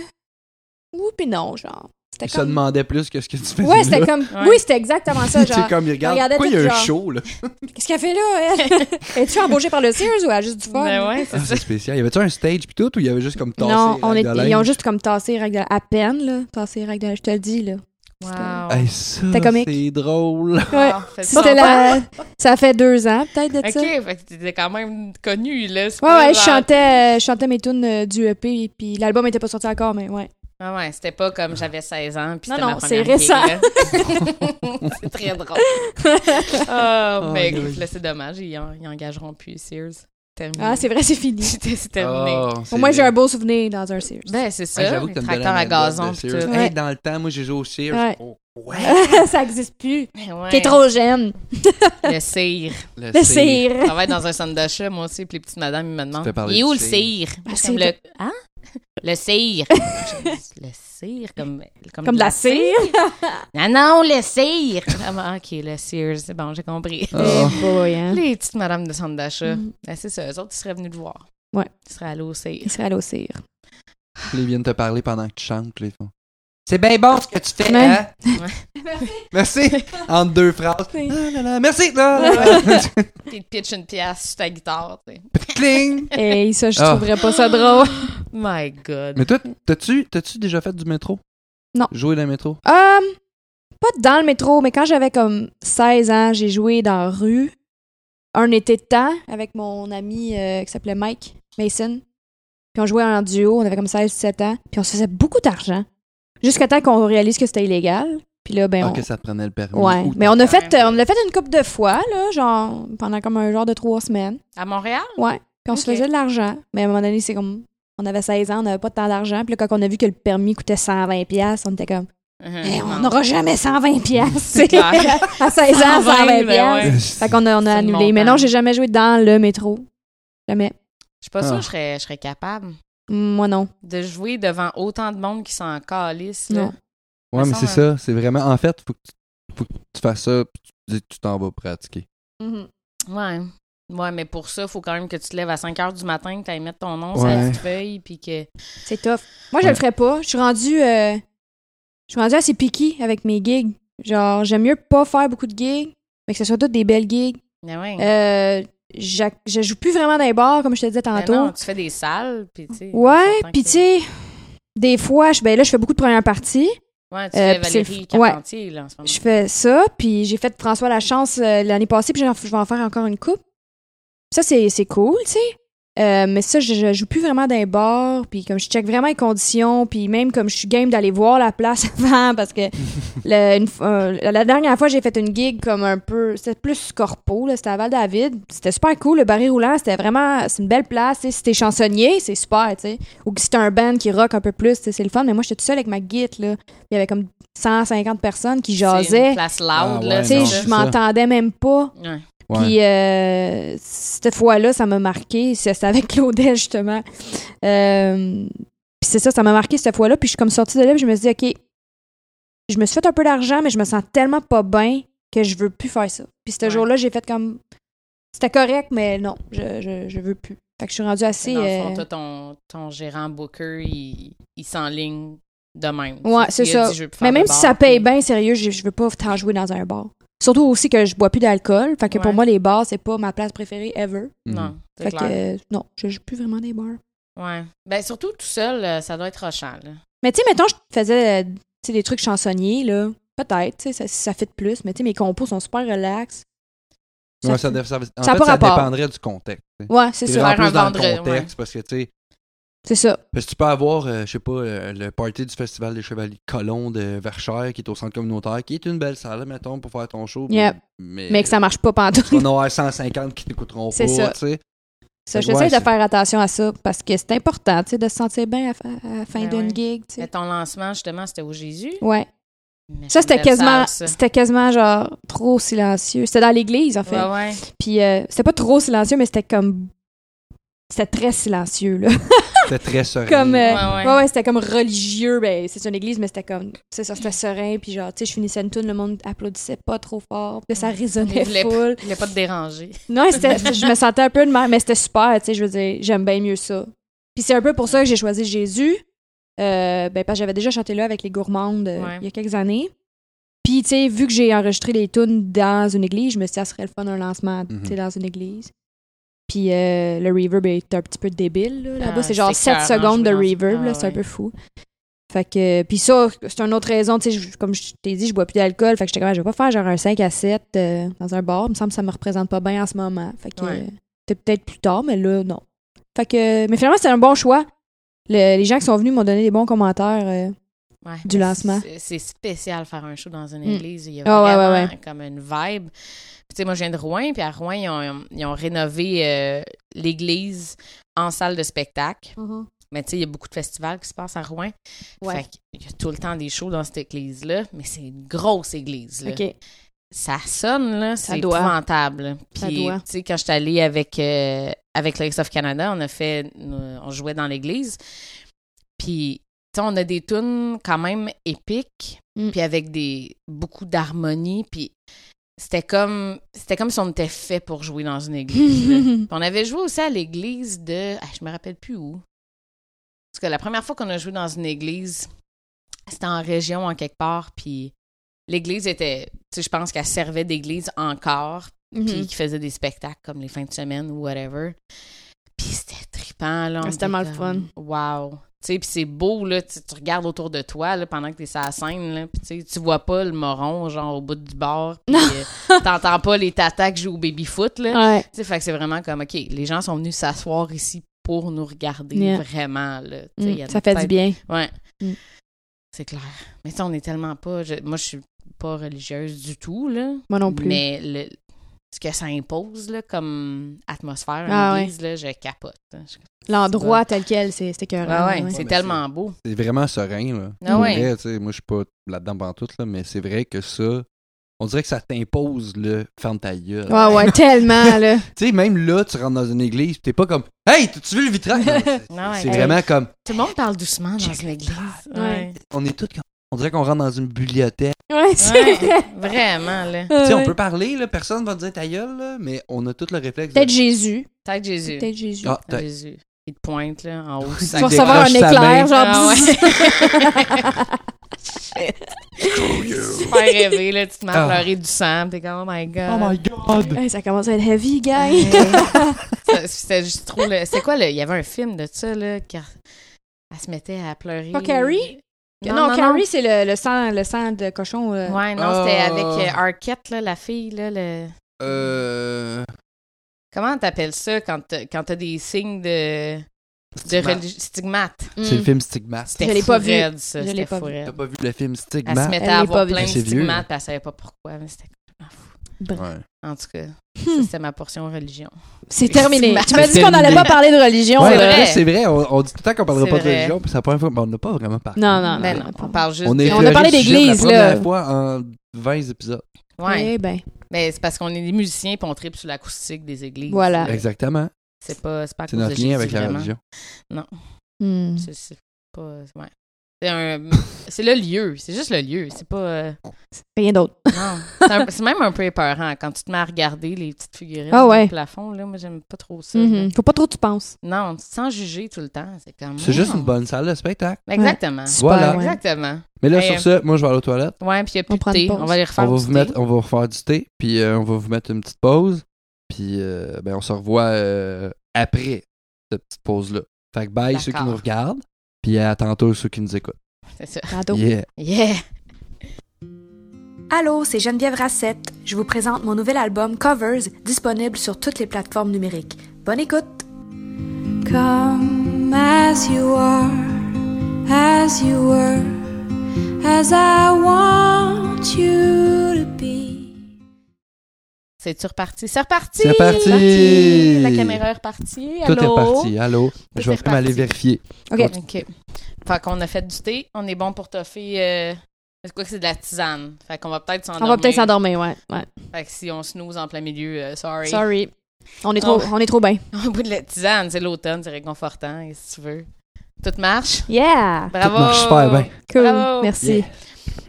Speaker 4: Oui, puis non, genre. C'était
Speaker 3: Ils se
Speaker 4: comme.
Speaker 3: demandaient plus que ce que tu faisais.
Speaker 4: Ouais, c'était comme.
Speaker 2: Ouais.
Speaker 4: Oui, c'était exactement ça,
Speaker 3: Tu sais,
Speaker 4: genre.
Speaker 3: comme, ils regardent,
Speaker 4: regardait
Speaker 3: pourquoi il y a
Speaker 4: tout
Speaker 3: un
Speaker 4: genre.
Speaker 3: show, là?
Speaker 4: Qu'est-ce qu'elle fait là, elle? Es-tu embauchée par le Sears ou elle a juste du fun?
Speaker 2: Ben ouais, c'est
Speaker 3: Ah,
Speaker 2: ça.
Speaker 3: c'est spécial. Y avait-tu un stage pis tout, ou y avait juste comme tassé
Speaker 4: non,
Speaker 3: les
Speaker 4: on
Speaker 3: racks
Speaker 4: est,
Speaker 3: de
Speaker 4: ils ont
Speaker 3: linge?
Speaker 4: juste comme tassé les règles de- à peine, là. Tassé les règles de- Je te le dis,
Speaker 2: Euh,
Speaker 4: là.
Speaker 2: Wow.
Speaker 3: Hey, ça,
Speaker 4: C'était comique.
Speaker 3: c'est drôle.
Speaker 4: Ouais.
Speaker 2: Ah, fait
Speaker 4: C'était
Speaker 2: longtemps.
Speaker 4: la... Ça fait deux ans, peut-être, de
Speaker 2: Ok,
Speaker 4: ça.
Speaker 2: fait que t'étais quand même connu, là. c'est
Speaker 4: Ouais,
Speaker 2: pas
Speaker 4: ouais, je
Speaker 2: genre-
Speaker 4: chantais, euh, je chantais mes tunes euh, du EP, puis l'album était pas sorti encore, mais ouais.
Speaker 2: Ah ouais, c'était pas comme j'avais 16 ans, puis
Speaker 4: Non,
Speaker 2: c'était ma
Speaker 4: non,
Speaker 2: première
Speaker 4: c'est récent.
Speaker 2: gig, là. c'est très drôle. Ah,
Speaker 3: Oh,
Speaker 2: mais
Speaker 3: oui.
Speaker 2: là, c'est dommage, ils, en- ils engageront plus Sears. Terminé.
Speaker 3: Mm.
Speaker 4: Ah, c'est vrai, c'est fini.
Speaker 2: C'était- c'est terminé.
Speaker 3: Ah,
Speaker 4: Au moins, j'ai un beau souvenir dans un Sears.
Speaker 2: Ben, c'est ça,
Speaker 3: Oh. Ouais, j'avoue
Speaker 2: les
Speaker 3: que t'as une belle
Speaker 2: tracteurs à
Speaker 3: anecdote
Speaker 2: gazon,
Speaker 3: de
Speaker 2: pis
Speaker 3: Sears.
Speaker 2: tout.
Speaker 4: Ouais.
Speaker 3: Hey, dans le temps, moi, j'ai joué au Sears.
Speaker 4: Ouais.
Speaker 3: Oh, ouais.
Speaker 4: ça existe plus.
Speaker 2: Ben ouais,
Speaker 4: T'es trop jeune.
Speaker 2: Le cire.
Speaker 3: Le
Speaker 4: Le
Speaker 3: Sears.
Speaker 4: Sears.
Speaker 2: Ça va être dans un centre d'achat, moi aussi, puis les petites madames, ils me
Speaker 3: Tu peux
Speaker 2: demandent.
Speaker 3: parler
Speaker 2: Il est où
Speaker 3: du
Speaker 2: le cire?
Speaker 4: Ah,
Speaker 2: Moi, je suis comme
Speaker 4: c'est
Speaker 2: le. Hein? Le cire. Je dis, le cire, comme.
Speaker 4: Comme de la cire.
Speaker 2: Non, non, le cire. Ah, bah, ok, le cire, c'est bon, j'ai compris.
Speaker 3: Oh.
Speaker 4: Eh boy, hein.
Speaker 2: Les petites madames de centre d'achat.
Speaker 4: Mm.
Speaker 2: Ben, c'est ça, eux autres, ils seraient venus te voir.
Speaker 4: Ouais.
Speaker 2: Ils seraient allés au cire.
Speaker 4: Il serait allé au Sears.
Speaker 3: Puis ils viennent te parler pendant que tu chantes. puis ils font, C'est bien bon ce que tu fais,
Speaker 4: Ouais.
Speaker 3: hein? Merci. Entre deux phrases.
Speaker 4: Oui.
Speaker 3: Ah, là, là, merci. Là, là, là.
Speaker 2: Puis ils te pitchent une pièce sur ta guitare, tu sais.
Speaker 3: Cling.
Speaker 4: Et ça, je
Speaker 3: Ah.
Speaker 4: trouverais pas ça drôle.
Speaker 2: My God.
Speaker 3: Mais toi, t'as-tu, t'as-tu déjà fait du métro?
Speaker 4: Non.
Speaker 3: Jouer dans le métro?
Speaker 4: Hum, pas dans le métro, mais quand j'avais comme 16 ans, j'ai joué dans la rue un été de temps avec mon ami euh, qui s'appelait Mike Mason. Puis on jouait en duo, on avait comme 16-17 ans. Puis on se faisait beaucoup d'argent. Jusqu'à temps qu'on réalise que c'était illégal. Puis là, ben,
Speaker 3: Ah,
Speaker 4: on...
Speaker 3: que ça te prenait le permis.
Speaker 4: Ouais,
Speaker 3: Ou
Speaker 4: mais on a
Speaker 2: quand
Speaker 4: fait,
Speaker 2: même.
Speaker 4: euh, on l'a fait une couple de fois, là, genre, pendant comme un genre de trois semaines.
Speaker 2: À Montréal?
Speaker 4: Ouais. Puis on se
Speaker 2: Ok.
Speaker 4: faisait de l'argent. Mais à un moment donné, c'est comme, on avait 16 ans, on n'avait pas tant d'argent. Puis là, quand on a vu que le permis coûtait 120$, piastres, on était comme, Eh, on n'aura jamais 100$. piastres,
Speaker 2: Euh, C'est
Speaker 4: tu sais.
Speaker 2: clair.
Speaker 4: à 16 ans,
Speaker 2: 120,
Speaker 4: 120$.
Speaker 2: ben
Speaker 3: Euh,
Speaker 2: ouais.
Speaker 4: piastres. Fait qu'on a,
Speaker 2: C'est
Speaker 4: on a
Speaker 2: le
Speaker 4: annulé. Mais
Speaker 2: montant.
Speaker 4: non, j'ai jamais joué dans le métro. Jamais.
Speaker 2: Je suis pas sûre
Speaker 3: Ah.
Speaker 2: que je serais, je serais capable
Speaker 4: Moi, non.
Speaker 2: de jouer devant autant de monde qui s'en calisse. là.
Speaker 4: Non.
Speaker 3: Ouais, mais
Speaker 2: façon,
Speaker 3: c'est ça. C'est vraiment. En fait, faut que tu, faut que tu fasses ça. Puis tu te dis que tu t'en vas pratiquer.
Speaker 2: Ouais. Ouais, mais pour ça, faut quand même que tu te lèves à 5 heures du matin, que tu ailles mettre ton nom sur
Speaker 3: Ouais.
Speaker 2: la petite feuille, puis que.
Speaker 4: C'est tough. Moi, je
Speaker 3: Ouais.
Speaker 4: le ferais pas. Je suis rendue. euh, je suis rendue assez picky avec mes gigs. Genre, j'aime mieux pas faire beaucoup de gigs, mais que ce soit toutes des belles gigs.
Speaker 2: Mais ouais.
Speaker 4: Euh, j'a- je joue plus vraiment dans les bars, comme je te disais
Speaker 2: Ben
Speaker 4: tantôt.
Speaker 2: non, tu fais des salles, puis tu sais.
Speaker 4: ouais,
Speaker 2: t'entends
Speaker 4: puis
Speaker 2: que-
Speaker 4: tu sais, des fois, je, ben là, je fais beaucoup de premières parties.
Speaker 2: Ouais, tu
Speaker 4: euh,
Speaker 2: fais
Speaker 4: puis c'est le
Speaker 2: Valérie
Speaker 4: f- ouais.
Speaker 2: Carpentier, là, en ce moment.
Speaker 4: Je fais ça, puis j'ai fait François Lachance euh, l'année passée, puis j'en- je vais en faire encore une coupe. Ça, c'est c'est cool, tu sais. Euh, mais ça, je, je joue plus vraiment dans les bars, puis comme je check vraiment les conditions, puis même comme je suis game d'aller voir la place avant, parce que le- une fois- euh, la dernière fois, j'ai fait une gig comme un peu, c'était plus corpo, là, c'était à Val-David, c'était super cool, le baril roulant, c'était vraiment, c'est une belle place, tu sais. si t'es chansonnier, c'est super, tu sais, ou que si t'as un band qui rock un peu plus, tu sais, c'est le fun, mais moi, j'étais toute seule avec ma guite, là, il y avait comme 150 personnes qui
Speaker 2: C'est une
Speaker 4: jasaient,
Speaker 2: place loud,
Speaker 3: Ah ouais,
Speaker 2: là.
Speaker 4: tu
Speaker 2: c'est
Speaker 3: non,
Speaker 4: sais, je
Speaker 2: ça.
Speaker 3: m'en-
Speaker 4: m'entendais même pas,
Speaker 2: Ouais.
Speaker 3: Ouais.
Speaker 4: puis euh, cette fois-là, ça m'a marqué. C'est- C'était avec Claudel, justement. Euh, puis c'est ça, ça m'a marqué cette fois-là. Puis je suis comme sortie de là, puis je me suis dit, OK, je me suis fait un peu d'argent, mais je me sens tellement pas bien que je veux plus faire ça. Puis ce
Speaker 2: Ouais.
Speaker 4: jour-là, j'ai fait comme. C'était correct, mais non, je, je, je veux plus. Fait que je suis rendue assez.
Speaker 2: Dans le fond,
Speaker 4: euh,
Speaker 2: toi, ton, ton gérant Booker, il, il s'enligne de même.
Speaker 4: Ouais,
Speaker 2: Tu sais,
Speaker 4: c'est
Speaker 2: il a
Speaker 4: ça.
Speaker 2: dit, Je veux plus
Speaker 4: mais
Speaker 2: faire de
Speaker 4: même si
Speaker 2: bar,
Speaker 4: ça paye
Speaker 2: puis-
Speaker 4: bien, sérieux, je, je veux pas tant jouer dans un bar. Surtout aussi que je bois plus d'alcool. Fait que
Speaker 2: Ouais.
Speaker 4: pour moi, les bars, c'est pas ma place préférée ever.
Speaker 3: Mhm.
Speaker 2: Non, c'est
Speaker 4: Fait que
Speaker 2: clair.
Speaker 4: euh, non, je joue plus vraiment des bars.
Speaker 2: Ouais. Ben, surtout tout seul, euh, ça doit être rochant, là.
Speaker 4: Mais tu sais, mettons, je faisais euh, tu sais, des trucs chansonniers, là. Peut-être, tu sais, ça, ça fit plus. Mais tu sais, mes compos sont super relax. Ça
Speaker 3: Ouais, ça,
Speaker 4: fit-
Speaker 3: dé- ça- en
Speaker 4: Ça a
Speaker 3: fait,
Speaker 4: pas
Speaker 3: ça
Speaker 4: rapport.
Speaker 3: dépendrait du contexte. tu sais.
Speaker 4: Ouais, c'est
Speaker 3: C'est
Speaker 4: ça.
Speaker 3: vraiment
Speaker 2: Faire un
Speaker 3: plus dans
Speaker 2: vendredi,
Speaker 3: le contexte parce que, tu sais,
Speaker 4: C'est ça.
Speaker 3: Parce que tu peux avoir, euh, je sais pas, euh, le party du Festival des Chevaliers Colons de Verchères qui est au centre communautaire, qui est une belle salle, mettons, pour faire ton show.
Speaker 4: Yep.
Speaker 3: Mais,
Speaker 4: Mais que ça marche pas pantoute.
Speaker 3: tu vas en avoir 150 qui t'écouteront pas,
Speaker 4: C'est
Speaker 3: tu
Speaker 4: ça.
Speaker 3: sais.
Speaker 4: Ça,
Speaker 3: Ouais,
Speaker 4: j'essaie de
Speaker 3: c'est-
Speaker 4: faire attention à ça parce que c'est important, tu sais, de se sentir bien à, fa- à la fin
Speaker 2: Ben
Speaker 4: d'une
Speaker 2: ouais.
Speaker 4: gig, tu
Speaker 2: Mais
Speaker 4: sais.
Speaker 2: ton lancement, justement, c'était au Jésus.
Speaker 4: Ouais.
Speaker 2: Mais c'est
Speaker 4: Ça,
Speaker 2: une
Speaker 4: c'était
Speaker 2: belle
Speaker 4: quasiment,
Speaker 2: salle, ça.
Speaker 4: c'était quasiment genre trop silencieux. C'était dans l'église, en fait.
Speaker 2: Ouais, ouais.
Speaker 4: Puis euh, c'était pas trop silencieux, mais c'était comme. C'était très silencieux, là.
Speaker 3: C'était très serein.
Speaker 4: Comme, euh,
Speaker 2: Ouais, ouais.
Speaker 4: Ouais, ouais, c'était comme religieux. Ben, c'est une église, mais c'était comme. C'est ça, c'était serein. Puis genre, tu sais, je finissais une tune, le monde applaudissait pas trop fort. Puis ça
Speaker 2: Il
Speaker 4: résonnait
Speaker 2: voulait pas-
Speaker 4: full.
Speaker 2: Il voulait pas te déranger.
Speaker 4: Non, c'était, c'était- je me sentais un peu de mal, mais c'était super, tu sais, je veux dire, j'aime bien mieux ça. Puis c'est un peu pour ça que j'ai choisi Jésus, euh, ben, parce que j'avais déjà chanté là avec les gourmandes euh,
Speaker 2: Ouais.
Speaker 4: il y a quelques années. Puis, tu sais, vu que j'ai enregistré les tunes dans une église, je me suis dit, ça serait le fun un lancement, tu sais,
Speaker 3: Mhm.
Speaker 4: dans une église. Puis euh, le reverb est un petit peu débile, là, là-bas.
Speaker 2: Ah,
Speaker 4: c'est genre
Speaker 2: c'est
Speaker 4: 7
Speaker 2: écœurant,
Speaker 4: secondes de
Speaker 2: je me lance-
Speaker 4: reverb,
Speaker 2: Ah,
Speaker 4: là, c'est un
Speaker 2: ouais.
Speaker 4: peu fou. Fait que, puis ça, c'est une autre raison, tu sais, je- comme je t'ai dit, je bois plus d'alcool, fait que j'étais comme, Ah, je vais pas faire genre un 5 à 7 euh, dans un bar, il me semble que ça me représente pas bien en ce moment. Fait que,
Speaker 2: Ouais.
Speaker 4: euh, c'était peut-être plus tard, mais là, non. Fait que, mais finalement, c'était un bon choix. Le- les gens qui sont venus m'ont donné des bons commentaires. euh.
Speaker 2: Ouais.
Speaker 4: Du lancement.
Speaker 2: C'est- C'est spécial faire un show dans une
Speaker 4: Mm.
Speaker 2: église. Il y a
Speaker 4: Ah, ouais,
Speaker 2: vraiment
Speaker 4: ouais,
Speaker 2: comme une vibe. Puis, tu sais, moi, je viens de Rouen, puis à Rouen, ils ont, ils ont rénové euh, l'église en salle de spectacle. Mais tu sais, il y a beaucoup de festivals qui se passent à Rouen.
Speaker 4: Mm-hmm. Ouais.
Speaker 2: Fait qu'il y a tout le temps des shows dans cette église-là, mais c'est une grosse église. Là.
Speaker 4: OK.
Speaker 2: Ça sonne, là,
Speaker 4: Ça
Speaker 2: c'est
Speaker 4: doit.
Speaker 2: épouvantable.
Speaker 4: Ça
Speaker 2: Puis,
Speaker 4: doit.
Speaker 2: tu sais, quand je suis allée avec, euh, avec Lights of Canada, on a fait, euh, on jouait dans l'église. Puis, tu sais, on a des tunes quand même épiques,
Speaker 4: Mm.
Speaker 2: puis avec des, beaucoup d'harmonie, puis c'était comme, c'était comme si on était fait pour jouer dans une église. là. Puis on avait joué aussi à l'église de. ah, je me rappelle plus où. Parce que la première fois qu'on a joué dans une église, c'était en région, en quelque part. Puis l'église était. Tu sais, je pense qu'elle servait d'église encore. Puis
Speaker 4: Mhm.
Speaker 2: qui faisait des spectacles comme les fins de semaine ou whatever. Puis c'était trippant, là. on
Speaker 4: Ah,
Speaker 2: était
Speaker 4: c'était tellement le
Speaker 2: comme, Wow. Tu sais, puis c'est beau, là. Tu, tu regardes autour de toi, là, pendant que t'es sur la scène, là. Puis tu sais, tu vois pas le moron, genre, au bout du bord. Puis euh, t'entends pas les tatas qui jouent au baby-foot, là.
Speaker 4: Ouais.
Speaker 2: Tu sais, fait euh, que c'est vraiment comme, OK, les gens sont venus s'asseoir ici pour nous regarder
Speaker 4: Yeah.
Speaker 2: vraiment, là. Tu sais, il y a
Speaker 4: Mm, Ça fait du
Speaker 2: peut-être-
Speaker 4: bien.
Speaker 2: Ouais.
Speaker 4: Mm.
Speaker 2: C'est clair. Mais ça, on est tellement pas... je- moi, je suis pas religieuse du tout, là.
Speaker 4: Moi non plus.
Speaker 2: Mais le- ce que ça impose, là, comme atmosphère, une
Speaker 4: Ah ouais.
Speaker 2: église, là, je capote. hein. Je-
Speaker 4: L'endroit tel quel, c'est c'était
Speaker 2: Ouais,
Speaker 4: écœurant.
Speaker 2: ouais,
Speaker 4: Ah ouais.
Speaker 2: c'est
Speaker 3: mais
Speaker 2: tellement beau.
Speaker 3: C'est vraiment serein, là.
Speaker 2: Ah
Speaker 3: Pour
Speaker 2: ouais.
Speaker 3: vrai, tu sais, moi, je suis pas là-dedans pendant tout, là, mais c'est vrai que ça, on dirait que ça t'impose le ferme ta gueule.
Speaker 4: Ouais, ouais, tellement, là.
Speaker 3: Tu sais, même là, tu rentres dans une église, pis t'es pas comme Hey, tu vu le vitrail? Non, c'est-
Speaker 2: Ah ouais.
Speaker 3: c'est vraiment comme
Speaker 2: Tout le monde parle doucement dans une église. Ouais.
Speaker 3: on est tous comme- on dirait qu'on rentre dans une bibliothèque.
Speaker 4: Ouais,
Speaker 2: Ouais,
Speaker 4: c'est vrai.
Speaker 2: Vraiment, là.
Speaker 3: Tu sais,
Speaker 4: Ouais.
Speaker 3: on peut parler, là, personne va te dire ta gueule, là, mais on a tout le réflexe. de-
Speaker 4: Peut-être Jésus.
Speaker 2: Peut-être Jésus.
Speaker 4: Peut-être Jésus.
Speaker 3: Ah,
Speaker 2: Peut-être
Speaker 3: t'as-
Speaker 2: Jésus. Il te pointe, là, en haut.
Speaker 4: tu
Speaker 3: Ça
Speaker 4: vas recevoir un
Speaker 3: décroche sa main.
Speaker 4: éclair, genre.
Speaker 2: Ah
Speaker 4: bzzz.
Speaker 2: ouais. Super rêvé, là, tu te mets à
Speaker 3: Ah.
Speaker 2: pleurer du sang, pis t'es comme, oh my god.
Speaker 3: Oh my god!
Speaker 4: Hey, ça commence à être heavy, gang.
Speaker 2: Ah, Ouais. Ça- C'était juste trop. le- C'est quoi, le... il y avait un film de ça, là, qui elle se mettait à pleurer.
Speaker 4: Pas Carrie?
Speaker 2: Non,
Speaker 4: Non,
Speaker 2: non, non.
Speaker 4: Carrie, c'est le, le sang, le sang de cochon. euh.
Speaker 2: Ouais, non, c'était
Speaker 3: Oh.
Speaker 2: avec euh, Arquette, là, la fille, là. Le...
Speaker 3: Euh.
Speaker 2: Comment t'appelles ça quand t'as quand t'as des signes de, de
Speaker 3: Stigmate.
Speaker 2: religion? Stigmate.
Speaker 4: Mm.
Speaker 3: C'est le film Stigmate.
Speaker 2: C'était
Speaker 4: Je l'ai
Speaker 2: fou
Speaker 4: pas vu.
Speaker 2: raide, ça.
Speaker 4: Je l'ai
Speaker 2: C'était
Speaker 4: pas
Speaker 2: fou
Speaker 4: vu.
Speaker 2: raide.
Speaker 3: T'as pas vu le film
Speaker 2: Elle se
Speaker 3: Stigmate?
Speaker 2: mettait
Speaker 4: Elle
Speaker 2: à
Speaker 4: l'est
Speaker 2: avoir
Speaker 4: pas
Speaker 2: plein de
Speaker 4: vue.
Speaker 3: C'est vieux.
Speaker 2: stigmates, puis elle savait pas pourquoi, mais c'était complètement fou.
Speaker 3: Ouais.
Speaker 2: En tout cas,
Speaker 4: Hmm.
Speaker 2: ça, c'était ma portion religion.
Speaker 4: C'est terminé.
Speaker 2: C'est
Speaker 4: Tu m'as dit
Speaker 3: terminé.
Speaker 4: qu'on n'allait pas parler de religion.
Speaker 3: Ouais,
Speaker 2: C'est
Speaker 4: là.
Speaker 2: vrai.
Speaker 3: là, c'est vrai, on, on dit tout le temps qu'on parlera
Speaker 2: C'est
Speaker 3: pas de
Speaker 2: vrai.
Speaker 3: religion, puis c'est la première fois. ben, on n'a pas vraiment parlé.
Speaker 4: Non, non,
Speaker 2: Ben
Speaker 4: Ah, non.
Speaker 2: non, on parle juste
Speaker 3: On,
Speaker 2: de-
Speaker 3: est
Speaker 4: on a parlé
Speaker 3: effleuré le sujet
Speaker 4: d'église,
Speaker 3: pour La
Speaker 4: là.
Speaker 3: première fois en 20 épisodes.
Speaker 2: Ouais.
Speaker 4: Eh ben,
Speaker 2: Mais c'est parce qu'on est des musiciens et on tripe sur l'acoustique des églises.
Speaker 4: Voilà.
Speaker 2: Euh,
Speaker 3: Exactement.
Speaker 2: C'est pas, c'est pas à
Speaker 3: C'est
Speaker 2: cause
Speaker 3: notre
Speaker 2: de
Speaker 3: lien
Speaker 2: Jésus,
Speaker 3: avec la
Speaker 2: vraiment.
Speaker 3: religion.
Speaker 4: hmm.
Speaker 2: C'est, c'est pas. Ouais. C'est un. C'est le lieu. C'est juste le lieu. C'est pas. euh,
Speaker 4: rien d'autre.
Speaker 2: non. C'est, un- c'est même un peu épeurant quand tu te mets à regarder les petites figurines
Speaker 4: Ah ouais.
Speaker 2: au plafond. Là, moi, j'aime pas trop ça.
Speaker 4: Mhm. Faut pas trop que tu penses.
Speaker 2: là. Non, sans juger tout le temps. C'est comme.
Speaker 3: C'est juste
Speaker 2: non.
Speaker 3: une bonne salle de spectacle.
Speaker 2: Exactement.
Speaker 3: Voilà.
Speaker 4: ouais.
Speaker 2: Exactement.
Speaker 3: Mais là,
Speaker 2: Hey, euh,
Speaker 3: sur ça, moi, je vais aller aux toilettes.
Speaker 2: Ouais, puis il y a plus
Speaker 4: On
Speaker 2: de
Speaker 4: prend une
Speaker 2: thé.
Speaker 4: pause.
Speaker 2: On va les refaire.
Speaker 3: on va
Speaker 2: du thé.
Speaker 3: vous mettre, on va refaire du thé, puis euh, on va vous mettre une petite pause, puis euh, ben on se revoit euh, après cette petite pause là. Fait que bye ceux qui
Speaker 2: D'accord.
Speaker 3: nous regardent, puis euh, à tantôt ceux qui nous écoutent.
Speaker 2: C'est ça.
Speaker 4: Tantôt.
Speaker 3: Yeah.
Speaker 2: Yeah!
Speaker 5: Allô, c'est Geneviève Rassette. Je vous présente mon nouvel album Covers, disponible sur toutes les plateformes numériques. Bonne écoute!
Speaker 6: Come as you are, as you were, as I want you to be.
Speaker 2: C'est-tu reparti? C'est reparti!
Speaker 3: C'est parti!
Speaker 2: Reparti! La caméra est repartie.
Speaker 3: Tout
Speaker 2: Allô?
Speaker 3: est parti. Allô?
Speaker 2: Tout
Speaker 3: je vais
Speaker 2: est
Speaker 3: même aller
Speaker 2: reparti.
Speaker 3: vérifier.
Speaker 4: OK.
Speaker 2: OK. Fait qu'on a fait du thé. On est bon pour toffer. euh, C'est quoi que c'est de la tisane? Fait qu'on va peut-être s'endormir.
Speaker 4: On va peut-être s'endormir, ouais. ouais.
Speaker 2: Fait que si on snooze en plein milieu, euh, sorry.
Speaker 4: Sorry. On est trop,
Speaker 2: Oh.
Speaker 4: on est trop bien.
Speaker 2: Au bout de la tisane, c'est l'automne, c'est réconfortant, et si tu veux. Tout marche.
Speaker 4: Yeah!
Speaker 2: Bravo!
Speaker 3: Tout marche super bien.
Speaker 4: Cool.
Speaker 2: Bravo.
Speaker 4: Merci.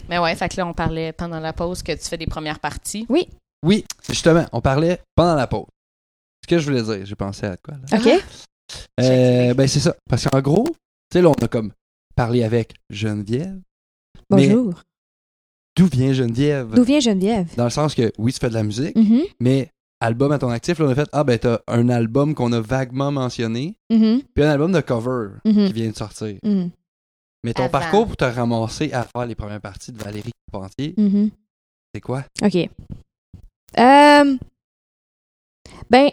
Speaker 2: Mais ouais, fait que là, on parlait pendant la pause que tu fais des premières parties.
Speaker 3: Oui, justement, on parlait pendant la pause. Ce que je voulais dire, j'ai pensé à quoi?
Speaker 2: Ah,
Speaker 3: là?
Speaker 2: Uh-huh.
Speaker 4: OK?
Speaker 3: Euh, ben c'est ça. Parce qu'en gros, tu sais, là, on a comme parlé avec Geneviève. Mais
Speaker 4: Bonjour.
Speaker 3: d'où vient Geneviève?
Speaker 4: D'où vient Geneviève?
Speaker 3: Dans le sens que, oui, tu fais de la musique,
Speaker 4: Mhm.
Speaker 3: mais album à ton actif, là, on a fait, ah ben t'as un album qu'on a vaguement mentionné,
Speaker 4: Mhm.
Speaker 3: puis un album de cover
Speaker 4: Mhm.
Speaker 3: qui vient de sortir.
Speaker 4: Mhm.
Speaker 3: Mais ton
Speaker 2: Avant.
Speaker 3: parcours pour te ramasser à faire les premières parties de Valérie Carpentier,
Speaker 4: Mhm.
Speaker 3: c'est quoi?
Speaker 4: OK. Euh, ben,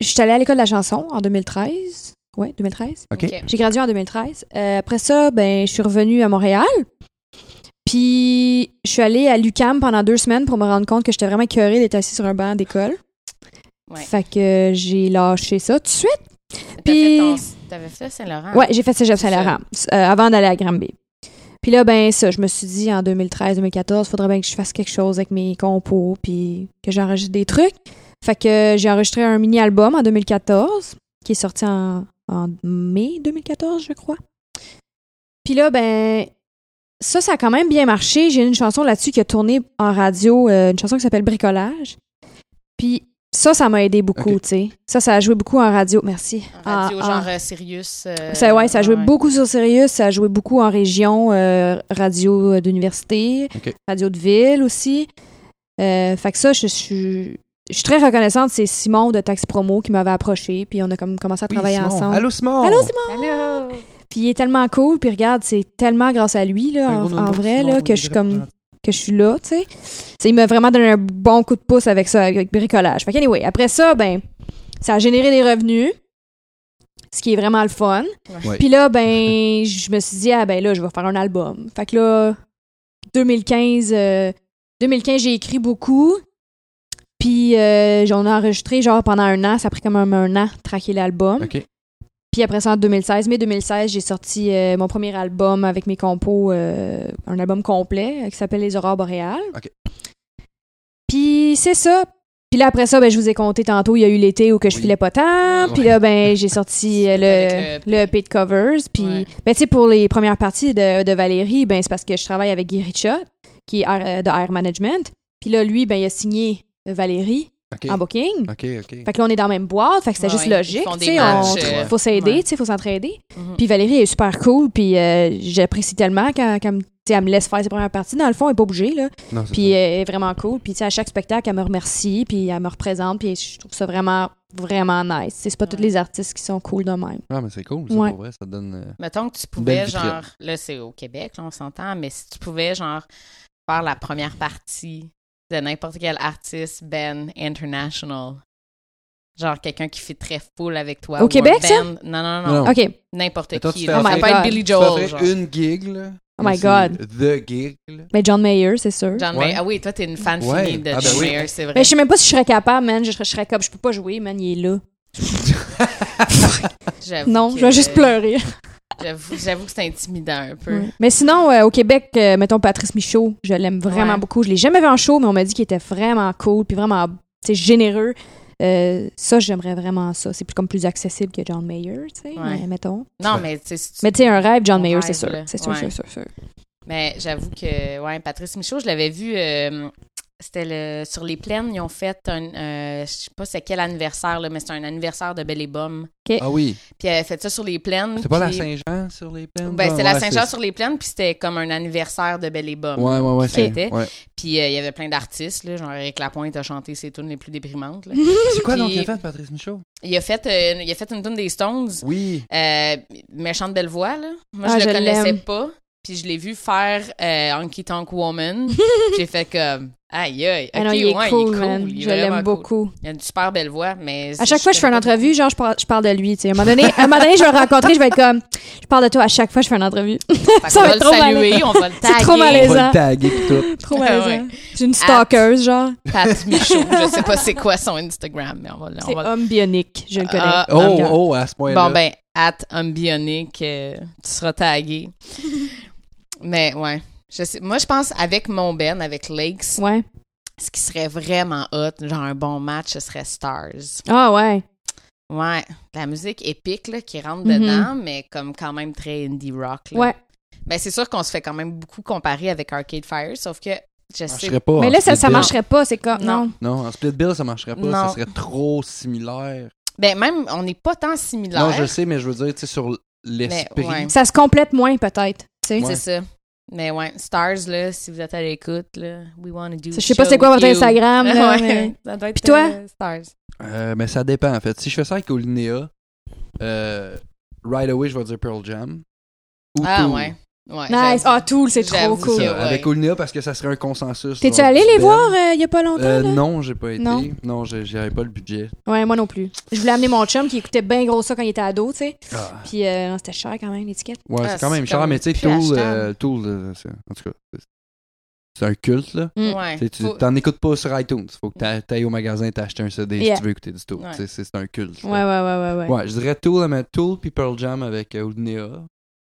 Speaker 4: je suis allée à l'école de la chanson en 2013. Ouais, 2013.
Speaker 3: OK.
Speaker 4: J'ai gradué en 2013. Euh, après ça, ben, je suis revenue à Montréal. Puis, je suis allée à l'UCAM pendant deux semaines pour me rendre compte que j'étais vraiment curée d'être assise sur un banc d'école.
Speaker 2: Ouais.
Speaker 4: Fait que j'ai lâché ça tout de suite.
Speaker 2: T'as fait
Speaker 4: Puis-
Speaker 2: ton- T'avais fait ça, Saint-Laurent?
Speaker 4: Ouais, j'ai fait Cégep
Speaker 2: C'est ça.
Speaker 4: Saint-Laurent euh, avant d'aller à Granby. Puis là, ben ça, je me suis dit en 2013-2014, faudrait bien que je fasse quelque chose avec mes compos puis que j'enregistre des trucs. Fait que euh, j'ai enregistré un mini-album en 2014 qui est sorti en, en mai 2014, je crois. Puis là, ben ça, ça a quand même bien marché. J'ai une chanson là-dessus qui a tourné en radio, euh, une chanson qui s'appelle Bricolage. Puis ça, ça m'a aidé beaucoup,
Speaker 3: Ok.
Speaker 4: tu sais. Ça, ça a joué beaucoup en radio. Merci.
Speaker 2: En radio,
Speaker 4: En- en-
Speaker 2: genre euh, Sirius. euh,
Speaker 4: Ah, ça, ouais, ça a joué
Speaker 2: ouais.
Speaker 4: beaucoup sur Sirius, ça a joué beaucoup en région, euh, radio euh, d'université,
Speaker 3: Ok.
Speaker 4: radio de ville aussi. Euh, fait que ça, je suis. Je suis très reconnaissante, c'est Simon de Taxi Promo qui m'avait approché, puis on a comme commencé à
Speaker 3: Oui,
Speaker 4: travailler
Speaker 3: Simon.
Speaker 4: ensemble.
Speaker 3: Allô Simon!
Speaker 4: Allô, Simon!
Speaker 2: Allô?
Speaker 4: Puis il est tellement cool, puis regarde, c'est tellement grâce à lui, là, en, en vrai, là, que je suis comme que je suis là, tu sais. C'est- Il m'a vraiment donné un bon coup de pouce avec ça, avec bricolage. Fait que anyway, après ça, ben, ça a généré des revenus, ce qui est vraiment le fun.
Speaker 3: Ouais.
Speaker 4: Puis là, ben, je me suis dit, ah ben là, je vais faire un album. Fait que là, 2015, euh, 2015 j'ai écrit beaucoup. Puis euh, j'en ai enregistré genre pendant un an. Ça a pris quand même un an de traquer l'album.
Speaker 3: OK.
Speaker 4: Puis après ça, en 2016, mai 2016, j'ai sorti euh, mon premier album avec mes compos, euh, un album complet euh, qui s'appelle Les Aurores boréales.
Speaker 3: OK.
Speaker 4: Puis c'est ça. Puis là, après ça, ben, je vous ai compté tantôt, il y a eu l'été où que je
Speaker 3: Oui.
Speaker 4: filais pas tant. Puis
Speaker 3: Ouais.
Speaker 4: là, ben, j'ai sorti euh, le,
Speaker 2: Avec le
Speaker 4: le EP de covers. Puis,
Speaker 2: Ouais.
Speaker 4: ben, tu sais, pour les premières parties de, de Valérie, ben, c'est parce que je travaille avec Guy Richard, qui est air- euh, de Air Management. Puis là, lui, ben, il a signé Valérie
Speaker 3: OK.
Speaker 4: en booking.
Speaker 3: OK, OK.
Speaker 4: Ah Fait que là, on est dans la même boîte. Fait que c'est
Speaker 2: Ouais,
Speaker 4: juste
Speaker 2: ouais.
Speaker 4: logique.
Speaker 2: Ils font des
Speaker 4: tu sais,
Speaker 2: matchs,
Speaker 4: on-
Speaker 3: euh,
Speaker 4: faut s'aider,
Speaker 2: ouais.
Speaker 4: tu sais, faut s'entraider.
Speaker 2: Mhm.
Speaker 4: Puis Valérie est super cool, puis euh, j'apprécie tellement quand, quand tu sais, elle me laisse faire ses premières parties. Dans le fond, elle n'est pas bougée, là.
Speaker 3: Non, c'est
Speaker 4: Puis euh,
Speaker 3: ça.
Speaker 4: elle est vraiment cool. Puis tu sais, à chaque spectacle, elle me remercie, puis elle me représente, puis je trouve ça vraiment, vraiment nice. Tu sais, C'est pas tous les artistes qui sont cool de même.
Speaker 3: Ah, mais c'est cool, ça,
Speaker 4: Ouais.
Speaker 3: pour vrai, ça donne... euh,
Speaker 2: Mettons que tu pouvais,
Speaker 3: Belle vitrine.
Speaker 2: genre, là, c'est au Québec, là, on s'entend, mais si tu pouvais, genre, faire la première partie de n'importe quel artiste, Ben International, genre quelqu'un qui fait très full avec toi.
Speaker 4: Au
Speaker 2: ou un
Speaker 4: Québec, ça? Ah,
Speaker 2: band- Non, non, non,
Speaker 3: Non, non.
Speaker 4: OK.
Speaker 2: n'importe
Speaker 3: Mettons,
Speaker 2: qui.
Speaker 3: tu fais
Speaker 2: là.
Speaker 4: un
Speaker 2: ça peut
Speaker 4: truc-
Speaker 2: être Billy
Speaker 3: Tu
Speaker 2: Joel,
Speaker 3: ferais
Speaker 2: genre.
Speaker 3: une gig, là.
Speaker 4: Oh
Speaker 3: mais
Speaker 4: my
Speaker 3: c'est
Speaker 4: God.
Speaker 3: The gig, là.
Speaker 4: Mais John Mayer, c'est sûr.
Speaker 2: John
Speaker 3: Ouais.
Speaker 2: Mayer. Ah oui, toi, t'es une fan
Speaker 3: Ouais.
Speaker 2: finie de
Speaker 3: Ah ben
Speaker 2: John
Speaker 3: oui.
Speaker 2: Mayer, c'est vrai.
Speaker 4: Mais je sais même pas si je serais capable, man. Je serais, je serais comme, je peux pas jouer, man, il est là. Ah
Speaker 2: J'avoue
Speaker 4: Non,
Speaker 2: que-
Speaker 4: je vais juste pleurer.
Speaker 2: J'avoue j'avoue que c'est intimidant un peu.
Speaker 4: Ouais. Mais sinon, euh, au Québec, euh, mettons Patrice Michaud, je l'aime vraiment
Speaker 2: Ouais.
Speaker 4: beaucoup. Je l'ai jamais vu en show, mais on m'a dit qu'il était vraiment cool, puis vraiment tu sais, généreux. Euh, ça, j'aimerais vraiment ça. C'est plus comme plus accessible que John Mayer, tu sais,
Speaker 2: Ouais.
Speaker 4: mais mettons.
Speaker 2: Non, mais tu sais, si tu-
Speaker 4: Mais tu sais, un rêve, John
Speaker 2: Un
Speaker 4: Mayer,
Speaker 2: rêve,
Speaker 4: c'est sûr.
Speaker 2: là.
Speaker 4: C'est sûr,
Speaker 2: Ouais.
Speaker 4: sûr, sûr, sûr.
Speaker 2: Mais j'avoue que, ouais, Patrice Michaud, je l'avais vu, euh, C'était le, sur les plaines, ils ont fait un. euh, je sais pas c'est quel anniversaire, là, mais c'était un anniversaire de Belle et Bomme.
Speaker 3: Ah oui.
Speaker 2: Puis elle avait fait ça sur les plaines.
Speaker 3: C'est pas la
Speaker 2: puis-
Speaker 3: Saint-Jean sur les plaines?
Speaker 2: Ben, c'était la
Speaker 3: Ouais,
Speaker 2: Saint-Jean
Speaker 3: c'est-
Speaker 2: sur les plaines, puis c'était comme un anniversaire de Belle et Bomme.
Speaker 3: Ouais, ouais, ouais. c'est-
Speaker 2: était.
Speaker 3: ouais.
Speaker 2: Puis euh, il y avait plein d'artistes, là, genre Eric Lapointe a chanté ses tunes les plus déprimantes. là.
Speaker 3: C'est quoi donc
Speaker 2: Puis-
Speaker 3: qu'il a fait, Patrice Michaud?
Speaker 2: Il a fait, euh, il a fait une tune des Stones,
Speaker 3: Oui.
Speaker 2: euh, méchante belle voix là. Moi
Speaker 4: Ah,
Speaker 2: je
Speaker 4: je
Speaker 2: le connaissais
Speaker 4: l'aime.
Speaker 2: pas, puis je l'ai vu faire euh, Honky Tonk Woman. J'ai fait comme aïe aïe,
Speaker 4: Ah non,
Speaker 2: ok,
Speaker 4: il est
Speaker 2: ouais,
Speaker 4: cool, man.
Speaker 2: il est
Speaker 4: Je
Speaker 2: vraiment cool.
Speaker 4: l'aime beaucoup.
Speaker 2: Il a une super belle voix, mais
Speaker 4: À chaque fois que je fais une
Speaker 2: connais pas-
Speaker 4: entrevue, genre, je parle, je parle de lui. tu sais. À un moment donné, à un moment donné, je vais le rencontrer, je vais être comme, je parle de toi à chaque fois que je fais une entrevue.
Speaker 2: Fait
Speaker 4: ça
Speaker 2: qu'on
Speaker 4: va
Speaker 2: va
Speaker 4: être
Speaker 2: le
Speaker 4: trop
Speaker 2: saluer,
Speaker 4: malaisant.
Speaker 2: on va le
Speaker 4: C'est
Speaker 2: taguer.
Speaker 4: trop
Speaker 3: On
Speaker 4: malaisant.
Speaker 3: va le taguer pis tout.
Speaker 4: Trop
Speaker 2: malaisant.
Speaker 4: malaisant. J'ai une stalkeuse, genre.
Speaker 2: Pat Michaud, je sais pas c'est quoi son Instagram, mais on va, le- on
Speaker 4: C'est
Speaker 2: va le-
Speaker 4: homme bionique, je le connais.
Speaker 2: Ah,
Speaker 3: Oh,
Speaker 4: God.
Speaker 3: oh, à ce point-là.
Speaker 2: Bon, ben, at Ambionic, euh, tu seras tagué. Mais ouais. Je sais, moi, je pense avec mon Ben, avec Lakes,
Speaker 4: Ouais.
Speaker 2: ce qui serait vraiment hot, genre un bon match, ce serait Stars.
Speaker 4: Ah, ouais.
Speaker 2: Ouais. La musique épique là, qui rentre
Speaker 4: Mhm.
Speaker 2: dedans, mais comme quand même très indie rock. Là.
Speaker 4: Ouais.
Speaker 2: Ben, c'est sûr qu'on se fait quand même beaucoup comparer avec Arcade Fire, sauf
Speaker 3: Ah,
Speaker 2: que je
Speaker 3: Ça
Speaker 2: sais
Speaker 3: marcherait pas.
Speaker 4: Mais
Speaker 3: en
Speaker 4: là, ça,
Speaker 3: split
Speaker 4: ça
Speaker 3: bill.
Speaker 4: marcherait pas. C'est comme,
Speaker 2: Non.
Speaker 4: non.
Speaker 3: Non, en split bill, ça marcherait pas. Ça
Speaker 2: Non.
Speaker 3: serait trop similaire.
Speaker 2: Ben, même, on n'est pas tant similaires.
Speaker 3: Non, je sais, mais je veux dire, tu sais, sur l'esprit.
Speaker 2: Mais ouais.
Speaker 4: Ça se complète moins, peut-être. Tu sais.
Speaker 3: Ouais.
Speaker 2: C'est ça. Mais ouais, Stars, là, si vous êtes à l'écoute, là, we wanna do
Speaker 4: Je sais pas c'est quoi votre Instagram, là, mais-
Speaker 2: Puis
Speaker 4: Puis toi?
Speaker 2: Stars.
Speaker 3: Euh, mais ça dépend, en fait. Si je fais ça avec Olinéa, euh, right away, je vais dire Pearl Jam. Ou
Speaker 2: Ah
Speaker 3: Tool.
Speaker 2: ouais. ouais
Speaker 4: Nice. Ah,
Speaker 2: j'avoue.
Speaker 4: Tool, c'est trop
Speaker 2: J'avoue.
Speaker 3: C'est ça,
Speaker 4: cool.
Speaker 2: Ouais.
Speaker 3: Avec Olinéa, parce que ça serait un consensus.
Speaker 4: T'es-tu
Speaker 3: genre,
Speaker 4: allé
Speaker 3: du
Speaker 4: les
Speaker 3: band.
Speaker 4: voir euh, il y a pas longtemps?
Speaker 3: Euh,
Speaker 4: là?
Speaker 3: non, j'ai pas été.
Speaker 4: Non.
Speaker 3: Non, j'ai- j'avais pas le budget.
Speaker 4: Ouais, moi non plus. Je voulais amener mon chum qui écoutait bien gros ça quand il était ado, tu sais.
Speaker 3: Ah.
Speaker 4: Puis euh, non, c'était cher quand même, l'étiquette.
Speaker 3: Ouais,
Speaker 2: Ah,
Speaker 3: c'est quand même
Speaker 2: c'est
Speaker 3: cher,
Speaker 2: comme
Speaker 3: mais tu sais,
Speaker 2: plus
Speaker 3: Tool,
Speaker 2: achetable.
Speaker 3: euh, Tool, euh, c'est- en tout cas, c'est- c'est un culte, là.
Speaker 4: Mm.
Speaker 2: Ouais.
Speaker 3: Tu sais, tu-
Speaker 2: Faut-
Speaker 3: T'en écoutes pas sur iTunes. Faut que t'a- t'ailles au magasin t'achètes un CD
Speaker 4: Yeah.
Speaker 3: si tu veux écouter du Tool.
Speaker 2: Ouais.
Speaker 3: Tu sais, C'est c'est un culte. là.
Speaker 4: Ouais, ouais, ouais, ouais. ouais.
Speaker 3: Ouais, je dirais Tool, euh, mais Tool puis Pearl Jam avec euh, Olinéa.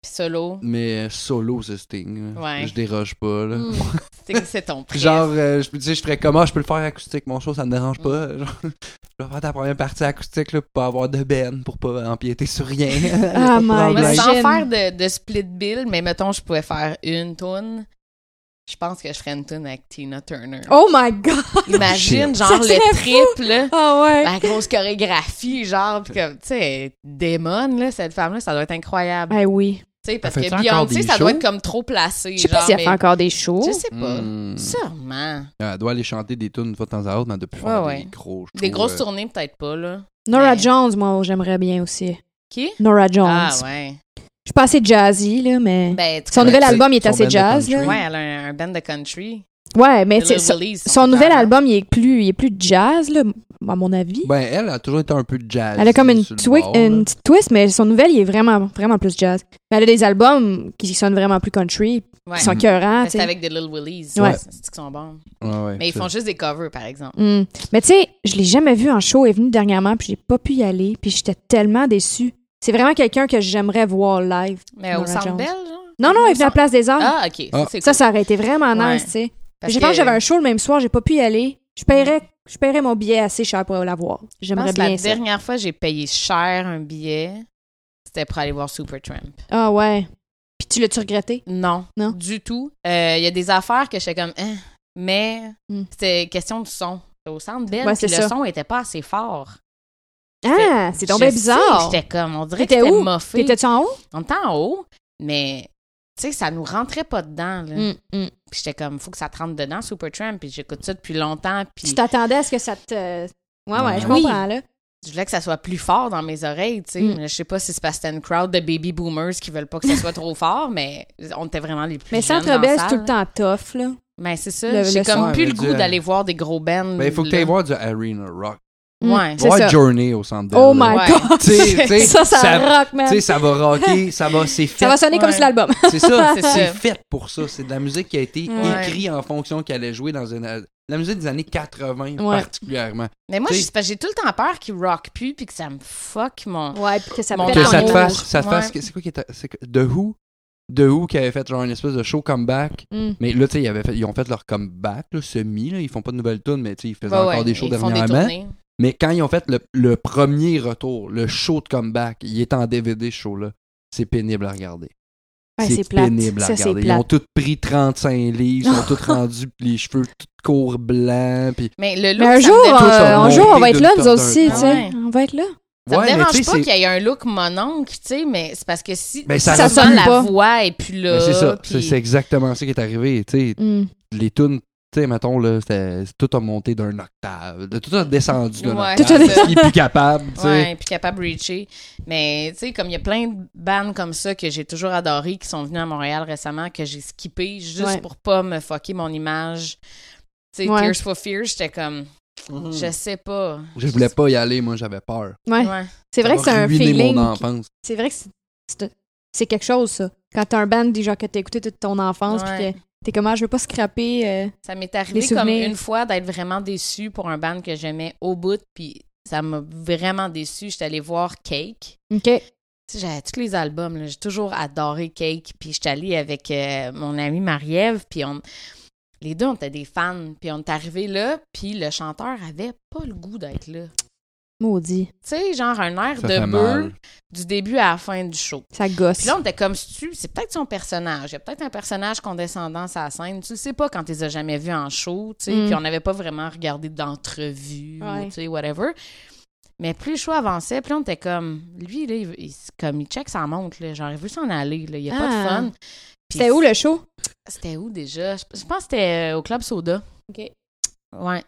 Speaker 2: Puis solo.
Speaker 3: Mais euh, solo, c'est Sting. là.
Speaker 2: Ouais.
Speaker 3: Je déroge pas, là.
Speaker 2: Mm. C'est- C'est ton prix.
Speaker 3: Genre, euh, je, tu sais, je ferais comment je peux le faire acoustique, mon show, ça me dérange
Speaker 2: Mm.
Speaker 3: pas. Genre, je vais faire ta première partie acoustique là, pour pas avoir de benne, pour pas empiéter sur rien.
Speaker 4: Ah, my
Speaker 2: Moi,
Speaker 3: Like-
Speaker 2: sans
Speaker 4: Imagine.
Speaker 2: faire de, de split bill, mais mettons, je pouvais faire une toune. Je pense que je ferais une toune avec Tina Turner.
Speaker 4: Oh my god!
Speaker 2: Imagine,
Speaker 3: Shit.
Speaker 2: genre,
Speaker 4: Ça serait
Speaker 2: le triple, là.
Speaker 4: Ah ouais!
Speaker 2: La grosse chorégraphie, genre, pis comme, tu sais, démon, là, cette femme-là, ça doit être incroyable.
Speaker 4: Ben oui.
Speaker 2: Tu sais, parce
Speaker 3: Elle
Speaker 2: que
Speaker 3: fait-tu encore
Speaker 2: Beyoncé,
Speaker 3: des
Speaker 2: ça doit
Speaker 3: shows?
Speaker 2: être comme trop placé.
Speaker 4: Je sais pas
Speaker 2: genre,
Speaker 4: si elle
Speaker 2: mais-
Speaker 4: fait encore des shows.
Speaker 2: Je sais pas.
Speaker 3: Hmm.
Speaker 2: Sûrement.
Speaker 3: Euh, Elle doit aller chanter des tunes une fois de temps à autre, mais depuis
Speaker 2: Ouais, ouais.
Speaker 3: des gros shows,
Speaker 2: Des grosses
Speaker 3: euh,
Speaker 2: tournées, peut-être pas, là.
Speaker 4: Nora
Speaker 2: Ouais.
Speaker 4: Jones, moi, j'aimerais bien aussi.
Speaker 2: Qui?
Speaker 4: Nora Jones.
Speaker 2: ben Ah, ouais.
Speaker 4: Je suis pas assez jazzy, là, mais.
Speaker 2: Ben, tu
Speaker 4: son
Speaker 3: ben,
Speaker 4: nouvel
Speaker 3: tu sais,
Speaker 4: album, il est
Speaker 3: son band
Speaker 4: assez
Speaker 3: de
Speaker 4: jazz, là.
Speaker 3: country.
Speaker 2: Ouais, elle a un, un band de country.
Speaker 4: Ouais, mais
Speaker 2: The
Speaker 4: tu sais,
Speaker 2: Little
Speaker 4: Eh, son,
Speaker 2: Willies,
Speaker 4: son nouvel
Speaker 2: frère, là.
Speaker 4: album, il est plus, il est plus jazz, là, à mon avis.
Speaker 3: Ben, elle a toujours été un peu jazz.
Speaker 4: elle a comme une,
Speaker 3: sur le
Speaker 4: twi-
Speaker 3: bord, là.
Speaker 4: une petite twist, mais son nouvel, il est vraiment, vraiment plus jazz. Mais elle a des albums qui sonnent vraiment plus country,
Speaker 2: Ouais.
Speaker 3: Mhm.
Speaker 4: qui sont cœurants,
Speaker 2: Mais
Speaker 4: tu
Speaker 2: C'est
Speaker 4: sais.
Speaker 2: avec des Little Willies.
Speaker 4: Ah, Ouais.
Speaker 2: Ouais. C'est qu'ils sont bons.
Speaker 3: Ouais, ouais,
Speaker 2: Mais ils
Speaker 3: ça.
Speaker 2: font juste des covers, par exemple.
Speaker 4: Mm. Mais tu sais, je l'ai jamais vu en show. Elle est venue dernièrement, puis j'ai pas pu y aller, puis j'étais tellement déçue. C'est vraiment quelqu'un que j'aimerais voir live.
Speaker 2: Mais au
Speaker 4: Nora
Speaker 2: Centre
Speaker 4: Jones.
Speaker 2: Bell, genre?
Speaker 4: Non, non, elle est venue
Speaker 2: Au
Speaker 4: à la Place des Arts.
Speaker 2: Ah, OK.
Speaker 3: Ah.
Speaker 2: Ça, c'est
Speaker 4: ça,
Speaker 2: cool.
Speaker 4: ça aurait été vraiment nice,
Speaker 2: Ouais.
Speaker 4: tu sais.
Speaker 2: Parce
Speaker 4: je
Speaker 2: que
Speaker 4: pense que j'avais un show le même soir, j'ai pas pu y aller. Je paierais, je paierais mon billet assez cher pour la voir.
Speaker 2: je pense
Speaker 4: J'aimerais
Speaker 2: que la
Speaker 4: bien ça.
Speaker 2: dernière fois, j'ai payé cher un billet. C'était pour aller voir Supertramp.
Speaker 4: Ah ouais. Puis tu l'as-tu regretté?
Speaker 2: Non,
Speaker 4: Non.
Speaker 2: du tout. Euh, Il y a des affaires que j'étais comme, Hein, mais
Speaker 4: Mm.
Speaker 2: c'était question du son. Au centre Bell,
Speaker 4: Ouais,
Speaker 2: puis
Speaker 4: c'est
Speaker 2: le
Speaker 4: ça.
Speaker 2: son était pas assez fort.
Speaker 4: Ah, c'est tombé
Speaker 2: Je sais,
Speaker 4: bizarre.
Speaker 2: J'étais comme, on dirait que
Speaker 4: T'étais
Speaker 2: c'était
Speaker 4: où?
Speaker 2: moffé.
Speaker 4: T'étais-tu en haut?
Speaker 2: On était en haut, mais tu sais, ça nous rentrait pas dedans. Là.
Speaker 4: Hmm.
Speaker 2: Puis j'étais comme, faut que ça te rentre dedans, Supertramp. Puis j'écoute ça depuis longtemps. Puis
Speaker 4: Tu t'attendais à ce que ça te. Ouais, ouais, je
Speaker 2: Ah Oui.
Speaker 4: comprends, là.
Speaker 2: je voulais que ça soit plus fort dans mes oreilles, tu sais.
Speaker 4: Mm.
Speaker 2: Mais Je sais pas si c'est parce que c'était une crowd de baby boomers qui veulent pas que ça soit trop fort, mais on était vraiment les plus
Speaker 4: Mais
Speaker 2: jeunes
Speaker 4: Centre
Speaker 2: dans
Speaker 4: Bell, c'est
Speaker 2: la
Speaker 4: tout
Speaker 2: salle.
Speaker 4: le temps tough, là.
Speaker 2: Mais c'est ça.
Speaker 4: Le- le
Speaker 2: J'ai
Speaker 4: son.
Speaker 2: comme
Speaker 3: Ouais,
Speaker 2: plus le
Speaker 3: mais
Speaker 2: goût
Speaker 3: du-
Speaker 2: d'aller voir des gros bands.
Speaker 3: Ben, il faut que
Speaker 2: là.
Speaker 3: tu ailles voir du Arena Rock.
Speaker 4: Mm,
Speaker 2: Ouais.
Speaker 4: C'est
Speaker 3: Voir
Speaker 4: ça.
Speaker 3: Journey au centre Bell,
Speaker 4: Oh
Speaker 3: là.
Speaker 4: my
Speaker 2: Ouais.
Speaker 4: god!
Speaker 3: Tu sais, tu sais,
Speaker 4: ça, ça,
Speaker 3: ça-
Speaker 4: rock, man.
Speaker 3: Tu sais, ça va rocker, ça va, c'est fait.
Speaker 4: Ça va sonner comme
Speaker 2: Ouais.
Speaker 4: sur l'album.
Speaker 3: C'est ça,
Speaker 2: C'est
Speaker 3: c'est
Speaker 2: ça.
Speaker 3: fait pour ça. C'est de la musique qui a été
Speaker 2: Ouais.
Speaker 3: écrite en fonction qu'elle allait jouer dans une. euh, La musique des années 80
Speaker 4: Ouais.
Speaker 3: particulièrement.
Speaker 2: Mais moi,
Speaker 3: Tu sais-
Speaker 2: j'ai parce que j'ai tout le temps peur qu'ils rock plus puis que ça me fuck mon.
Speaker 4: Ouais, puis que ça
Speaker 2: Mon
Speaker 4: pète
Speaker 2: Dieu,
Speaker 3: que
Speaker 4: en
Speaker 3: ça te
Speaker 4: haut.
Speaker 3: fasse. Ça te
Speaker 2: Ouais.
Speaker 3: fasse c'est quoi qui était. c'est quoi- The Who The Who qui avait fait genre une espèce de show comeback.
Speaker 4: Mm.
Speaker 3: Mais là, tu sais, ils, avaient fait- ils ont fait leur comeback, là, semi. Là. Ils font pas de nouvelles tunes, mais tu sais, ils faisaient
Speaker 2: Ouais,
Speaker 3: encore
Speaker 2: ouais,
Speaker 3: des shows
Speaker 2: ils font des
Speaker 3: dernièrement.
Speaker 2: tournées.
Speaker 3: Mais quand ils ont fait le, le premier retour, le show de comeback, il est en DVD ce show-là. C'est pénible à regarder.
Speaker 4: Ouais, c'est
Speaker 3: c'est
Speaker 4: plate.
Speaker 3: pénible à
Speaker 4: Ça, c'est
Speaker 3: regarder. Ils
Speaker 4: plate.
Speaker 3: ont tous pris 35 livres, ils sont tous rendus les cheveux tout courts blancs. Puis...
Speaker 2: Mais le look,
Speaker 4: Mais un
Speaker 2: ça
Speaker 4: jour,
Speaker 2: me dérange,
Speaker 3: dérange
Speaker 4: euh,
Speaker 3: pas.
Speaker 4: un jour, on va être là,
Speaker 3: Monter
Speaker 4: nous
Speaker 3: d'une
Speaker 4: autres aussi,
Speaker 2: top
Speaker 4: tu
Speaker 2: d'un.
Speaker 4: sais. On va être là.
Speaker 2: ça me
Speaker 3: Ouais, mais
Speaker 2: dérange
Speaker 3: tu sais,
Speaker 2: pas
Speaker 3: c'est-
Speaker 2: qu'il y ait un look mononcle, tu sais, mais c'est parce que si
Speaker 3: Ben, ça
Speaker 2: souvent,
Speaker 4: ressemble
Speaker 2: la
Speaker 4: pas.
Speaker 2: voix est plus là.
Speaker 3: Mais Ben, c'est ça,
Speaker 2: puis-
Speaker 3: c'est c'est exactement ça qui est arrivé. tu sais.
Speaker 4: Mm.
Speaker 3: les tunes, tu sais, mettons, là, c'était- tout a monté d'un octave. de- Tout a descendu d'un
Speaker 2: Ouais,
Speaker 3: octave.
Speaker 4: Tout a
Speaker 3: parce qu'il est plus capable, tu sais.
Speaker 2: Ouais, puis capable de reacher. Mais tu sais, comme il y a plein de bands comme ça que j'ai toujours adoré qui sont venus à Montréal récemment que j'ai skippé juste
Speaker 4: Ouais.
Speaker 2: pour pas me fucker mon image. Tu sais,
Speaker 4: Ouais.
Speaker 2: Tears for Fears, j'étais comme,
Speaker 3: Mm.
Speaker 2: je sais pas.
Speaker 3: Je voulais pas y aller, moi, j'avais peur.
Speaker 4: Ouais.
Speaker 2: Ouais.
Speaker 4: C'est
Speaker 3: Ça
Speaker 4: vrai que c'est
Speaker 3: m'a
Speaker 4: un
Speaker 3: ruiné
Speaker 4: feeling.
Speaker 3: mon
Speaker 4: qui-
Speaker 3: enfance.
Speaker 4: C'est vrai que c'est- c'est- c'est quelque chose, ça. Quand t'as un band des gens que t'as écouté toute ton enfance,
Speaker 2: Ouais.
Speaker 4: puis que t'es comme, ah, je veux pas scraper. euh,
Speaker 2: Ça m'est arrivé
Speaker 4: Les
Speaker 2: comme
Speaker 4: souvenirs.
Speaker 2: une fois d'être vraiment déçue pour un band que j'aimais au bout, puis ça m'a vraiment déçue. J'étais allée voir Cake.
Speaker 4: OK.
Speaker 2: Tu sais, J'avais tous les albums, là. j'ai toujours adoré Cake, puis j'étais allée avec euh, mon amie Marie-Ève, puis on... les deux, on était des fans, puis on est arrivés là, puis le chanteur avait pas le goût d'être là. Tu
Speaker 4: Maudit.
Speaker 2: sais, genre un air
Speaker 3: Ça
Speaker 2: de
Speaker 3: fait
Speaker 2: bœuf
Speaker 3: mal.
Speaker 2: du début à la fin du show.
Speaker 4: Ça gosse.
Speaker 2: Puis là, on était comme, c'est-tu- c'est peut-être son personnage. Il y a peut-être un personnage condescendant à la scène. Tu le sais pas quand tu les as jamais vus en show, tu sais.
Speaker 4: Mm.
Speaker 2: Puis on n'avait pas vraiment regardé d'entrevue,
Speaker 4: Ouais.
Speaker 2: ou, tu sais, whatever. Mais plus le show avançait, plus on était comme, lui, là, il, il- comme, il check sa montre, là. Genre, il veut s'en aller, là. Il y a pas de
Speaker 4: Ah.
Speaker 2: fun. Puis
Speaker 4: C'était où le show?
Speaker 2: C'était où déjà? Je, je pense que c'était euh, au Club Soda.
Speaker 4: OK.
Speaker 2: Ouais.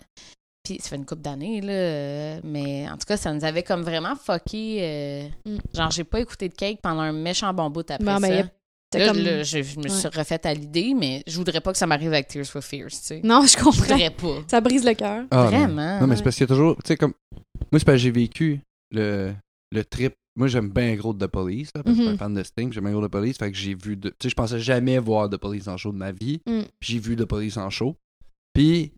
Speaker 2: Puis ça fait une couple d'années, là. euh, Mais en tout cas, ça nous avait comme vraiment fucké. euh,
Speaker 4: Mm.
Speaker 2: Genre, j'ai pas écouté de cake pendant un méchant bon bout après
Speaker 4: Bon, ben,
Speaker 2: ça.
Speaker 4: y a- C'était
Speaker 2: Là,
Speaker 4: comme-
Speaker 2: là, je, je me suis refaite à l'idée, mais je voudrais pas que ça m'arrive avec Tears for Fears, tu sais.
Speaker 4: Non, je
Speaker 2: Je
Speaker 4: comprends.
Speaker 2: voudrais pas.
Speaker 4: Ça brise le cœur.
Speaker 3: Ah, mais-
Speaker 2: Vraiment.
Speaker 3: Non, mais c'est parce qu'il y a toujours. Tu sais, comme. Moi, c'est parce que j'ai vécu le, le trip. Moi, j'aime bien gros de The Police, là, parce que je suis
Speaker 4: Mhm.
Speaker 3: un fan de Sting, j'aime bien gros de The Police. Fait que j'ai vu. de- Tu sais, je pensais jamais voir de Police en show de ma vie.
Speaker 4: Mm.
Speaker 3: J'ai vu de Police en show. Puis,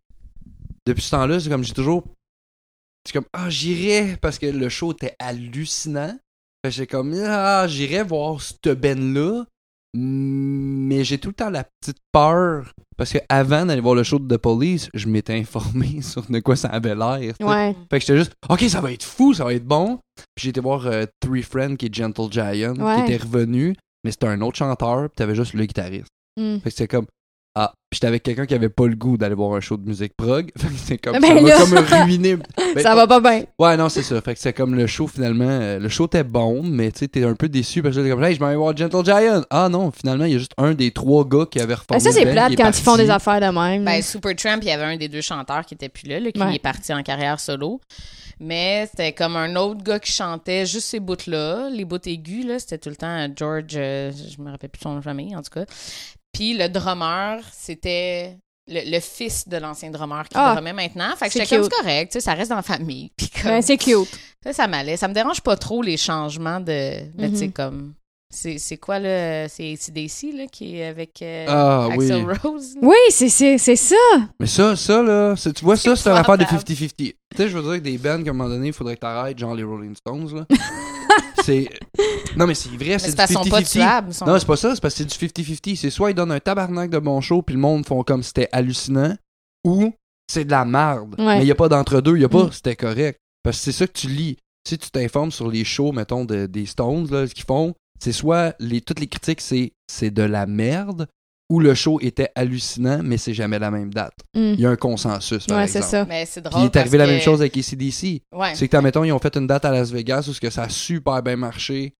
Speaker 3: depuis ce temps-là, c'est comme j'ai toujours. C'est comme, ah, j'irais, parce que le show était hallucinant. Fait que j'ai comme, ah, j'irais voir cette ben-là. Mais j'ai tout le temps la petite peur parce que avant d'aller voir le show de The Police, je m'étais informé sur de quoi ça avait l'air. tu sais.
Speaker 4: Hmm, Ouais.
Speaker 3: Fait que j'étais juste, OK, ça va être fou, ça va être bon. Puis j'ai été voir euh, Three Friends, qui est Gentle Giant,
Speaker 4: Ouais.
Speaker 3: qui était revenu, mais c'était un autre chanteur, puis t'avais juste le guitariste.
Speaker 4: Mm.
Speaker 3: Fait que c'était comme, ah, puis j'étais avec quelqu'un qui avait pas le goût d'aller voir un show de musique prog. Fait que c'était comme,
Speaker 4: Ben
Speaker 3: ça
Speaker 4: là!
Speaker 3: m'a comme ruiné. Ben,
Speaker 4: ça va pas bien.
Speaker 3: Ouais, non, c'est ça. Fait que c'est comme le show, finalement. euh, le show était bon, mais tu sais, t'es un peu déçu parce que t'es comme, hey, je m'en vais voir Gentle Giant. Ah non, finalement, il y a juste un des trois gars qui avait reformé.
Speaker 4: Ben, Ah, ça, c'est
Speaker 3: le band,
Speaker 4: plate
Speaker 3: il est
Speaker 4: quand ils font
Speaker 3: parti.
Speaker 4: des affaires de même.
Speaker 2: Ben, Supertramp, il y avait un des deux chanteurs qui était plus là, là, qui
Speaker 4: Mm. Ouais.
Speaker 2: est parti en carrière solo. Mais c'était comme un autre gars qui chantait juste ces bouts-là, les bouts aigus, là, c'était tout le temps George, euh, je me rappelle plus son nom de famille, en tout cas. Puis le drummer, c'était le, le fils de l'ancien drummer qui
Speaker 4: Ah.
Speaker 2: drummait maintenant. Fait que
Speaker 4: C'est
Speaker 2: j'étais comme,
Speaker 4: cute.
Speaker 2: c'est correct, tu sais, ça reste dans la famille. Puis comme-
Speaker 4: Ben, c'est cute.
Speaker 2: Ça, ça m'allait. Ça me dérange pas trop les changements de. Mais tu sais, comme. C'est c'est quoi, là? C'est ACDC, là, qui est avec euh,
Speaker 3: Ah oui.
Speaker 2: Axel Rose? là?
Speaker 4: Oui, c'est- c'est c'est ça.
Speaker 3: Mais ça, ça, là, c'est- tu vois, ça, c'est une affaire
Speaker 4: hein.
Speaker 2: épouvantable.
Speaker 3: de 50-50. Tu sais, je veux dire que des bands, qu'à un moment donné, il faudrait que t'arrêtes, genre les Rolling Stones, là. c'est. Non, mais c'est vrai,
Speaker 2: Mais c'est
Speaker 3: c'est du
Speaker 2: parce qu'ils sont pas
Speaker 3: 50-50.
Speaker 2: tuables. ils sont-
Speaker 3: Non, c'est pas ça, c'est parce que c'est du 50-50. C'est soit ils donnent un tabarnak de bon show, puis le monde font comme c'était hallucinant, ou c'est de la marde.
Speaker 4: Ouais.
Speaker 3: Mais il n'y a pas d'entre-deux, il n'y a pas
Speaker 4: Mm.
Speaker 3: c'était correct. Parce que c'est ça que tu lis. Si tu t'informes sur les shows, mettons, de- des Stones, là, ce qu'ils font, c'est soit les, toutes les critiques, c'est c'est de la merde, ou le show était hallucinant, mais c'est jamais la même date
Speaker 4: Mm.
Speaker 3: il y a un consensus, par
Speaker 4: Ouais, c'est
Speaker 3: exemple.
Speaker 4: ça.
Speaker 2: Mais c'est drôle.
Speaker 3: Puis il est arrivé
Speaker 2: parce
Speaker 3: la même
Speaker 2: que-
Speaker 3: chose avec ACDC.
Speaker 2: Ouais.
Speaker 3: C'est que, admettons, ils ont fait une date à Las Vegas où ce que ça a super bien marché.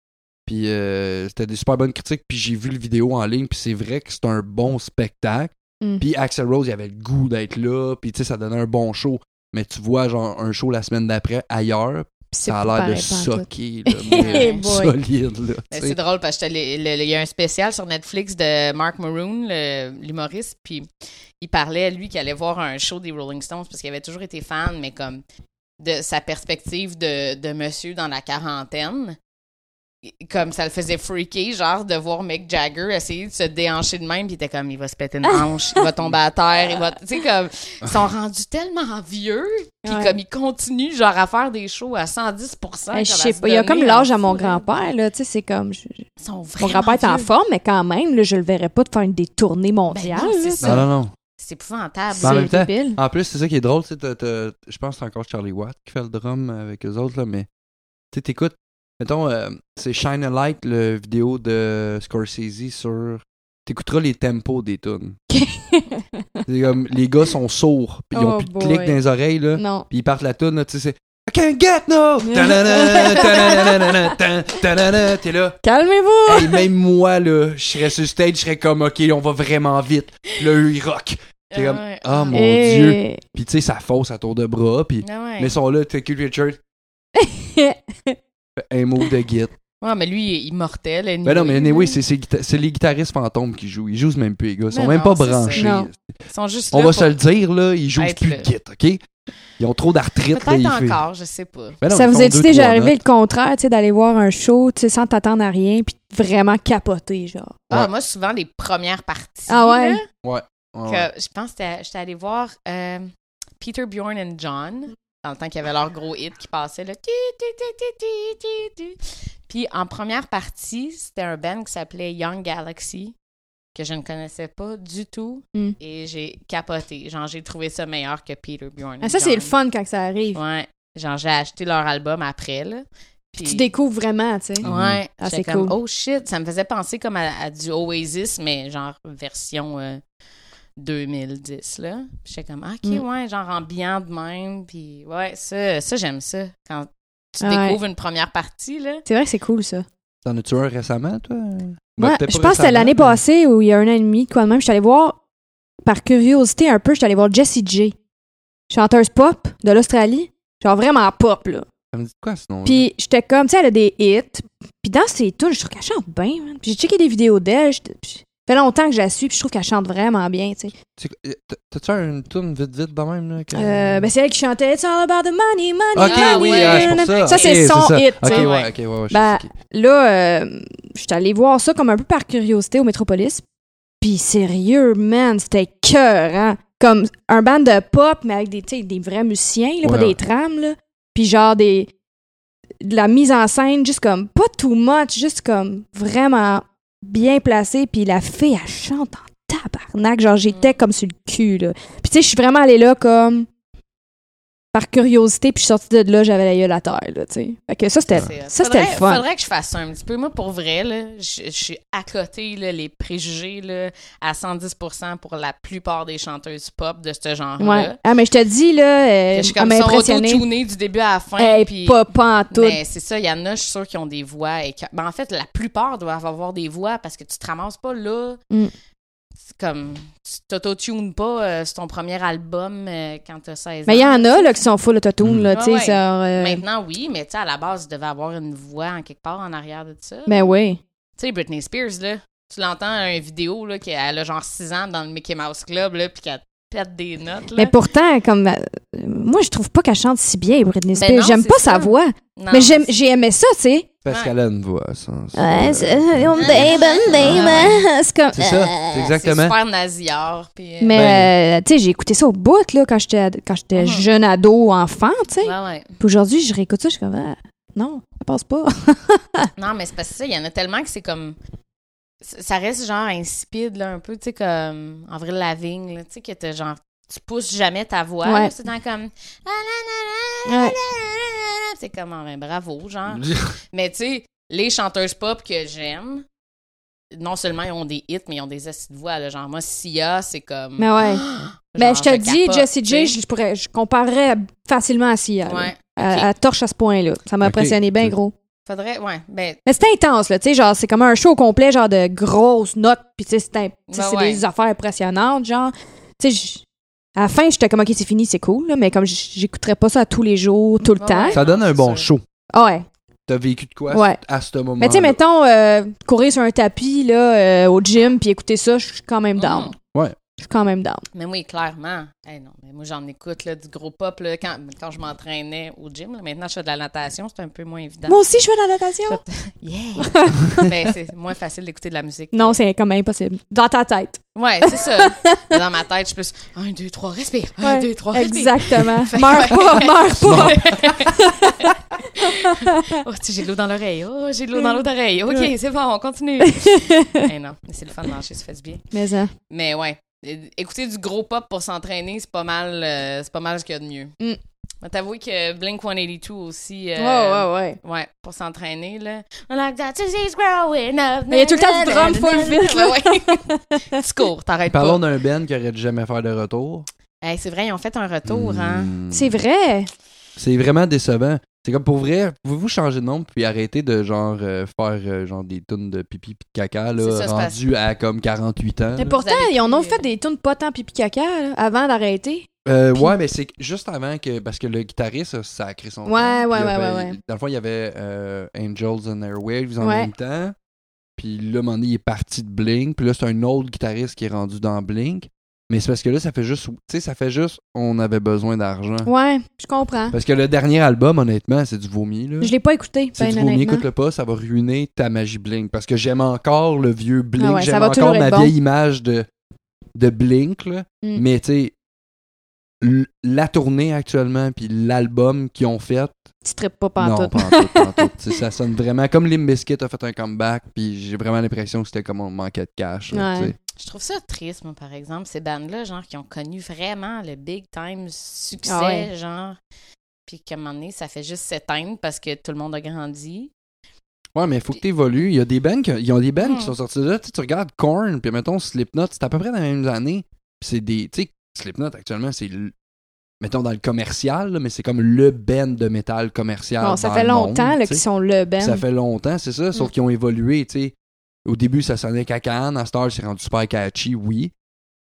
Speaker 3: Puis euh, c'était des super bonnes critiques. Puis j'ai vu le vidéo en ligne. Puis c'est vrai que c'est un bon spectacle.
Speaker 4: Mm.
Speaker 3: Puis Axel Rose, il avait le goût d'être là. Puis tu sais, ça donnait un bon show. Mais tu vois, genre, un show la semaine d'après ailleurs.
Speaker 4: C'est
Speaker 3: Ça a
Speaker 4: pas
Speaker 3: l'air de
Speaker 4: pareil pantoute.
Speaker 3: soquer, là. mais
Speaker 4: Eh boy. Ben,
Speaker 3: solide,
Speaker 2: Mais
Speaker 3: là. tu sais.
Speaker 2: Ben, C'est drôle parce que j'étais allée- le- le- il y a un spécial sur Netflix de Mark Maroon, le- l'humoriste, puis il parlait, lui, qu'il allait voir un show des Rolling Stones parce qu'il avait toujours été fan, mais comme de sa perspective de, de monsieur dans la quarantaine. Comme ça le faisait freaker, genre, de voir Mick Jagger essayer de se déhancher de même, puis il était comme, il va se péter une
Speaker 4: Ah!
Speaker 2: hanche, il va tomber à terre, il va. Tu sais, comme, ils sont rendus tellement vieux, puis
Speaker 4: Ouais.
Speaker 2: comme ils continuent, genre, à faire des shows à 110
Speaker 4: Ben, je sais pas. Il y a comme l'âge à mon grand-père, là. Tu sais, c'est comme. je- je-
Speaker 2: Ils sont
Speaker 4: Mon
Speaker 2: vraiment
Speaker 4: grand-père est en
Speaker 2: vieux.
Speaker 4: forme, mais quand même, là, je le verrais pas de faire une des tournées mondiales.
Speaker 2: Ben non, c'est
Speaker 4: là.
Speaker 2: ça.
Speaker 3: Non, non, non.
Speaker 2: C'est épouvantable.
Speaker 3: Ben, en même temps,
Speaker 4: débile.
Speaker 3: En plus, c'est ça qui est drôle, tu sais, t'as- t'as- je pense que c'est encore Charlie Watt qui fait le drum avec eux autres, là, mais tu sais, t'écoutes Mettons, euh, c'est Shine a Light, le vidéo de Scorsese sur. T'écouteras les tempos des tunes. C'est comme, les gars sont sourds, puis ils ont
Speaker 4: Oh
Speaker 3: plus de
Speaker 4: boy.
Speaker 3: clics dans les oreilles, là.
Speaker 4: Non.
Speaker 3: Puis ils partent la tune, là, tu sais, c'est. I can't get no! Ta-da-da, ta-da-da-da-da, ta- ta-da-da. T'es là.
Speaker 4: Calmez-vous!
Speaker 3: Hey, même moi, là, je serais sur stage, je serais comme, OK, on va vraiment vite. Là, eux, ils rock. T'es comme,
Speaker 2: Ouais,
Speaker 3: ah,
Speaker 2: ouais.
Speaker 3: mon
Speaker 4: Eh,
Speaker 3: Dieu. Ben Puis, tu sais, ça fausse à tour de bras. Puis,
Speaker 2: Ah ouais.
Speaker 3: mais ils sont là, t'es cute Richard. Un mot de git.
Speaker 2: Ouais, mais lui, il est immortel. anyway.
Speaker 3: Ben non, mais anyway, c'est, c'est, guita- c'est les guitaristes fantômes qui jouent. Ils jouent même plus, les gars. Ils sont
Speaker 2: Mais
Speaker 3: même
Speaker 2: non,
Speaker 3: pas
Speaker 2: c'est ça.
Speaker 3: branchés.
Speaker 4: Non.
Speaker 2: Ils sont juste
Speaker 3: On
Speaker 2: là
Speaker 3: va
Speaker 2: pour-
Speaker 3: se le dire, là, ils jouent
Speaker 2: Être
Speaker 3: plus
Speaker 2: là.
Speaker 3: de git, OK? Ils ont trop d'arthrite, là, ils
Speaker 2: Peut-être
Speaker 3: fait-
Speaker 2: encore, je sais pas.
Speaker 3: Ben non,
Speaker 4: ça
Speaker 3: ils
Speaker 4: vous
Speaker 3: font
Speaker 4: est-tu
Speaker 3: deux,
Speaker 4: déjà
Speaker 3: trois
Speaker 4: arrivé
Speaker 3: notes.
Speaker 4: le contraire, tu sais, d'aller voir un show, tu sais, sans t'attendre à rien, puis vraiment capoter, genre.
Speaker 2: Ah,
Speaker 3: Ouais.
Speaker 2: moi, souvent, les premières parties.
Speaker 4: Ah ouais?
Speaker 2: là,
Speaker 3: Ouais, Ah ouais.
Speaker 2: que je pense que c'était- j'étais allée voir euh, Peter, Bjorn and John dans le temps qu'il y avait leur gros hit qui passait. Là. Tu, tu, tu, tu, tu, tu, tu. Puis en première partie, c'était un band qui s'appelait Young Galaxy que je ne connaissais pas du tout
Speaker 4: Mm.
Speaker 2: et j'ai capoté. Genre, j'ai trouvé ça meilleur que Peter, Bjorn and
Speaker 4: Ah, ça, c'est
Speaker 2: John.
Speaker 4: le fun quand ça arrive.
Speaker 2: Ouais. Genre, j'ai acheté leur album après. Là. Puis,
Speaker 4: Tu découvres vraiment, tu sais.
Speaker 2: Ouais.
Speaker 4: Ah,
Speaker 2: J'étais
Speaker 4: c'est
Speaker 2: comme,
Speaker 4: cool.
Speaker 2: Oh shit, ça me faisait penser comme à, à du Oasis, mais genre version euh, 2010, là. Puis J'étais comme, ah, ok,
Speaker 4: Mm.
Speaker 2: ouais, genre ambiant de même. Puis ouais, ça, ça j'aime ça. Quand tu
Speaker 4: Ouais.
Speaker 2: découvres une première partie, là.
Speaker 4: C'est vrai que c'est cool, ça.
Speaker 3: T'en as-tu un récemment, toi? Ben,
Speaker 4: Moi,
Speaker 3: peut-être
Speaker 4: je
Speaker 3: pas
Speaker 4: pense que c'était
Speaker 3: récemment,
Speaker 4: l'année
Speaker 3: mais-
Speaker 4: passée ou il y a un an et demi, quand même, je suis allée voir, par curiosité un peu, je suis allée voir Jessie J, chanteuse pop de l'Australie. Genre vraiment pop, là.
Speaker 3: Ça me dit de quoi, ce nom-là?
Speaker 4: Puis j'étais comme, tu sais, elle a des hits. Puis dans ses tunes, je trouve qu'elle chante bien. man. Puis j'ai checké des vidéos d'elle. j'étais- puis Ça fait longtemps que je la suis, puis je trouve qu'elle chante vraiment bien, tu sais.
Speaker 3: Tu- t'as- T'as-tu une tourne vite vite de même? Là, que-
Speaker 4: Euh, ben c'est elle qui chantait It's all about the money, money,
Speaker 3: ok,
Speaker 2: Ah,
Speaker 4: money.
Speaker 3: oui,
Speaker 2: ouais.
Speaker 3: ah, c'est pour ça.
Speaker 4: Ça, c'est
Speaker 3: Ok,
Speaker 4: son hit,
Speaker 3: Ok,
Speaker 4: tu
Speaker 2: sais.
Speaker 3: ouais, ok, ouais, ouais, je
Speaker 4: Ben,
Speaker 3: sais, ok.
Speaker 4: Là, euh, je suis allée voir ça comme un peu par curiosité au Métropolis. Puis sérieux, man, c'était cœur, hein. Comme un band de pop, mais avec des, tu sais, des vrais musiciens, là,
Speaker 3: Ouais,
Speaker 4: pas
Speaker 3: ouais.
Speaker 4: des trames, là. Puis genre des... de la mise en scène, juste comme pas too much, juste comme vraiment bien placé. Puis la fille, elle chante en tabarnak. Genre,
Speaker 2: Mm.
Speaker 4: j'étais comme sur le cul, là. Puis tu sais, je suis vraiment allée là comme... Par curiosité, puis je suis sortie de là, j'avais la gueule à terre, là, tu sais. Fait que ça, c'était
Speaker 2: c'est- euh,
Speaker 4: ça, c'était le
Speaker 2: faudrait-
Speaker 4: fun.
Speaker 2: Faudrait que je fasse ça un petit peu. Moi, pour vrai, là, je je suis à côté, là, les préjugés, là, à 110% pour la plupart des chanteuses pop de ce genre-là.
Speaker 4: Ouais. Ah, mais je te dis, là, euh,
Speaker 2: Que Je suis comme
Speaker 4: elle m'a
Speaker 2: son
Speaker 4: impressionnée.
Speaker 2: auto-tunée du début à la fin.
Speaker 4: Elle est
Speaker 2: puis-
Speaker 4: pas, pas en tout.
Speaker 2: Mais c'est ça, il y en a, je suis sûre, qui ont des voix. Et que- ben, en fait, la plupart doivent avoir des voix parce que tu te ramasses pas là.
Speaker 4: Mm.
Speaker 2: C'est comme, tu t'auto-tunes pas euh, sur ton premier album euh, quand t'as 16 ans.
Speaker 4: Mais il y en a, là, qui sont full autotune,
Speaker 3: Mm.
Speaker 4: là,
Speaker 2: Ouais,
Speaker 4: tu sais,
Speaker 2: ouais.
Speaker 4: genre, euh,
Speaker 2: Maintenant, oui, mais tu sais, à la base, tu devais avoir une voix en quelque part en arrière de ça.
Speaker 4: Ben oui.
Speaker 2: Tu sais, Britney Spears, là, tu l'entends dans une vidéo, là, qu'elle a genre 6 ans dans le Mickey Mouse Club, là, puis qu'elle pète des notes, là.
Speaker 4: Mais pourtant, comme. euh, moi, je trouve pas qu'elle chante si bien, Britney
Speaker 2: Ben
Speaker 4: Spears.
Speaker 2: non,
Speaker 4: J'aime
Speaker 2: c'est
Speaker 4: pas
Speaker 2: ça.
Speaker 4: sa voix.
Speaker 2: Non,
Speaker 4: mais j'aime- j'ai aimé ça, tu sais.
Speaker 3: Parce
Speaker 2: ouais.
Speaker 3: qu'elle a une voix, ça. c'est-
Speaker 4: Ouais, c'est
Speaker 2: Ah,
Speaker 4: on ben,
Speaker 2: ouais. Ah,
Speaker 4: babe, on babe, hein. C'est comme.
Speaker 3: C'est ça, c'est
Speaker 4: euh,
Speaker 2: c'est
Speaker 3: exactement.
Speaker 2: super nasillard, puis... euh,
Speaker 4: Mais,
Speaker 3: Ben-
Speaker 4: euh, tu sais, j'ai écouté ça au bout, là, quand j'étais ad- quand j'étais
Speaker 2: Mhm.
Speaker 4: jeune ado, enfant, tu sais.
Speaker 2: ouais, ouais.
Speaker 4: Puis aujourd'hui, je réécoute ça, je suis comme. ah, non, ça passe pas.
Speaker 2: Mm. Non, mais c'est parce que ça, il y en a tellement que c'est comme. c- Ça reste genre insipide, là, un peu, tu sais, comme. En vrai, Lavigne, là, tu sais, que t'as genre. Tu pousses jamais ta voix.
Speaker 4: Ouais.
Speaker 2: là, C'est dans comme.
Speaker 4: Ouais.
Speaker 2: C'est comme, ah, ben, bravo, genre. Mais tu sais, les chanteuses pop que j'aime, non seulement ils ont des hits, mais ils ont des acides de voix, là. Genre, moi, Sia, c'est comme.
Speaker 4: mais ouais.
Speaker 2: genre,
Speaker 4: Ben, je te dis,
Speaker 2: capote,
Speaker 4: Jessie J,
Speaker 2: tu
Speaker 4: je,
Speaker 2: sais.
Speaker 4: je pourrais, je comparerais facilement à Sia. là.
Speaker 2: Ouais.
Speaker 4: À,
Speaker 2: Ok.
Speaker 4: à torche à ce point-là. Ça m'a
Speaker 3: Ok.
Speaker 4: impressionné bien
Speaker 3: Tu-
Speaker 4: gros.
Speaker 2: Faudrait. Ouais. Ben,
Speaker 4: Mais c'était intense, là. Tu sais, genre, c'est comme un show au complet, genre de grosses notes. Puis, tu sais, c'est imp- tu sais,
Speaker 2: Ben
Speaker 4: c'est
Speaker 2: ouais.
Speaker 4: des affaires impressionnantes, genre. Tu sais, je- à la fin, j'étais comme, OK, c'est fini, c'est cool, là. Mais comme j- j'écouterais pas ça tous les jours, tout le
Speaker 2: Ouais,
Speaker 4: temps.
Speaker 2: Bah ouais.
Speaker 3: Ça donne un bon
Speaker 2: C'est
Speaker 3: show.
Speaker 4: Ah ouais.
Speaker 3: T'as vécu de quoi
Speaker 4: Ouais.
Speaker 3: à ce moment-là?
Speaker 4: Mais, tu sais, mettons, euh, courir sur un tapis, là, euh, au gym, puis écouter ça, je suis quand
Speaker 2: Mm.
Speaker 4: même down.
Speaker 3: Ouais.
Speaker 4: Je suis quand même down.
Speaker 2: Mais oui, clairement. Eh non, mais moi, j'en écoute là, du gros pop là, quand, quand je m'entraînais au gym. là. Maintenant, je fais de la natation, c'est un peu moins évident.
Speaker 4: Moi aussi, je fais de la natation.
Speaker 2: Yeah! mais c'est moins facile d'écouter de la musique.
Speaker 4: Non, c'est quand même impossible. Dans ta tête.
Speaker 2: Ouais, c'est ça. Dans ma tête, je suis plus 1, 2, 3, respire. 1,
Speaker 4: Ouais,
Speaker 2: 2, 3, respire.
Speaker 4: Exactement.
Speaker 2: Fait que-
Speaker 4: meurs pas, meurs pas.
Speaker 2: oh, tu sais, j'ai de l'eau dans l'oreille. Oh, j'ai de l'eau dans l'eau d'oreille. OK,
Speaker 4: Ouais.
Speaker 2: c'est bon, on continue. Eh non, mais c'est le fun de manger, ça fait du bien.
Speaker 4: Mais, hein.
Speaker 2: Mais ouais, é- écouter du gros pop pour s'entraîner, c'est pas mal euh, c'est pas mal ce qu'il y a de mieux.
Speaker 4: Mm.
Speaker 2: vais t'avouer que Blink 182 aussi. euh,
Speaker 4: Ouais, ouais, ouais.
Speaker 2: Ouais, pour s'entraîner, là. Like that, she's growing up.
Speaker 4: Mais il y a tout le temps du drum full vite, là.
Speaker 2: Ouais, ouais. tu cours, t'arrêtes pas.
Speaker 3: Parlons d'un Ben qui aurait dû jamais faire de retour.
Speaker 2: Hey, c'est vrai, ils ont fait un retour, hein.
Speaker 3: Hmm.
Speaker 4: C'est vrai.
Speaker 3: C'est vraiment décevant. C'est comme pour vrai, pouvez-vous changer de nom puis arrêter de genre euh, faire euh, genre des tunes de pipi pis de caca
Speaker 2: C'est
Speaker 3: là,
Speaker 2: ça, c'est
Speaker 3: rendu à comme 48 ans.
Speaker 4: Mais
Speaker 3: là.
Speaker 4: pourtant,
Speaker 2: avez
Speaker 4: ils en ont
Speaker 2: pu,
Speaker 4: fait
Speaker 2: euh,
Speaker 4: des tunes pas tant pipi caca là, avant d'arrêter.
Speaker 3: Euh,
Speaker 4: Puis-
Speaker 3: ouais, mais c'est que juste avant que. Parce que le guitariste a sacré son.
Speaker 4: Ouais,
Speaker 3: temps, puis
Speaker 4: ouais,
Speaker 3: il
Speaker 4: ouais,
Speaker 3: avait-
Speaker 4: ouais, ouais.
Speaker 3: Dans le fond, il y avait euh, Angels and Airwaves en
Speaker 4: Ouais.
Speaker 3: même temps. Puis là, à un moment donné, il est parti de Blink. Puis là, c'est un autre guitariste qui est rendu dans Blink. Mais c'est parce que là, ça fait juste. Tu sais, ça fait juste. On avait besoin d'argent.
Speaker 4: Ouais, je comprends.
Speaker 3: Parce que le dernier album, honnêtement, c'est du vomi. Là.
Speaker 4: Je l'ai pas écouté,
Speaker 3: C'est
Speaker 4: ben
Speaker 3: du vomi,
Speaker 4: honnêtement.
Speaker 3: écoute-le pas, ça va ruiner ta magie Blink. Parce que j'aime encore le vieux Blink,
Speaker 4: Ah ouais, ça
Speaker 3: j'aime
Speaker 4: va toujours
Speaker 3: encore ma
Speaker 4: être bon.
Speaker 3: vieille image de, de Blink, là.
Speaker 4: Mm.
Speaker 3: Mais tu sais, l- la tournée actuellement, puis l'album qu'ils ont fait,
Speaker 4: Tu tripes pas pantoute.
Speaker 3: non, pas en tout, pas en tout. Tu sais, ça sonne vraiment comme Limp Bizkit a fait un comeback, puis j'ai vraiment l'impression que c'était comme on manquait de cash. là,
Speaker 4: Ouais.
Speaker 3: tu sais.
Speaker 2: Je trouve ça triste, moi, par exemple, ces bandes-là, genre, qui ont connu vraiment le big time succès,
Speaker 4: Ah ouais.
Speaker 2: genre. Puis qu'à un moment donné, ça fait juste s'éteindre parce que tout le monde a grandi.
Speaker 3: Ouais, mais il faut que t'évolues. Il y a des bands, qui, ils ont des bands
Speaker 2: Mm.
Speaker 3: qui sont sortis de là. Tu, sais, tu regardes Korn, puis mettons Slipknot, c'est à peu près dans les mêmes années. Puis c'est des. Tu sais, Slipknot actuellement, c'est. le- Mettons dans le commercial, là, mais c'est comme le band de métal commercial.
Speaker 4: Bon, ça
Speaker 3: dans
Speaker 4: fait
Speaker 3: le monde,
Speaker 4: longtemps là,
Speaker 3: ben tu
Speaker 4: qu'ils
Speaker 3: sais.
Speaker 4: sont le Ben.
Speaker 3: Ça fait longtemps, c'est ça,
Speaker 4: Mm.
Speaker 3: sauf qu'ils ont évolué, tu sais. Au début, ça sonnait cacane, à Star, c'est rendu super catchy, oui.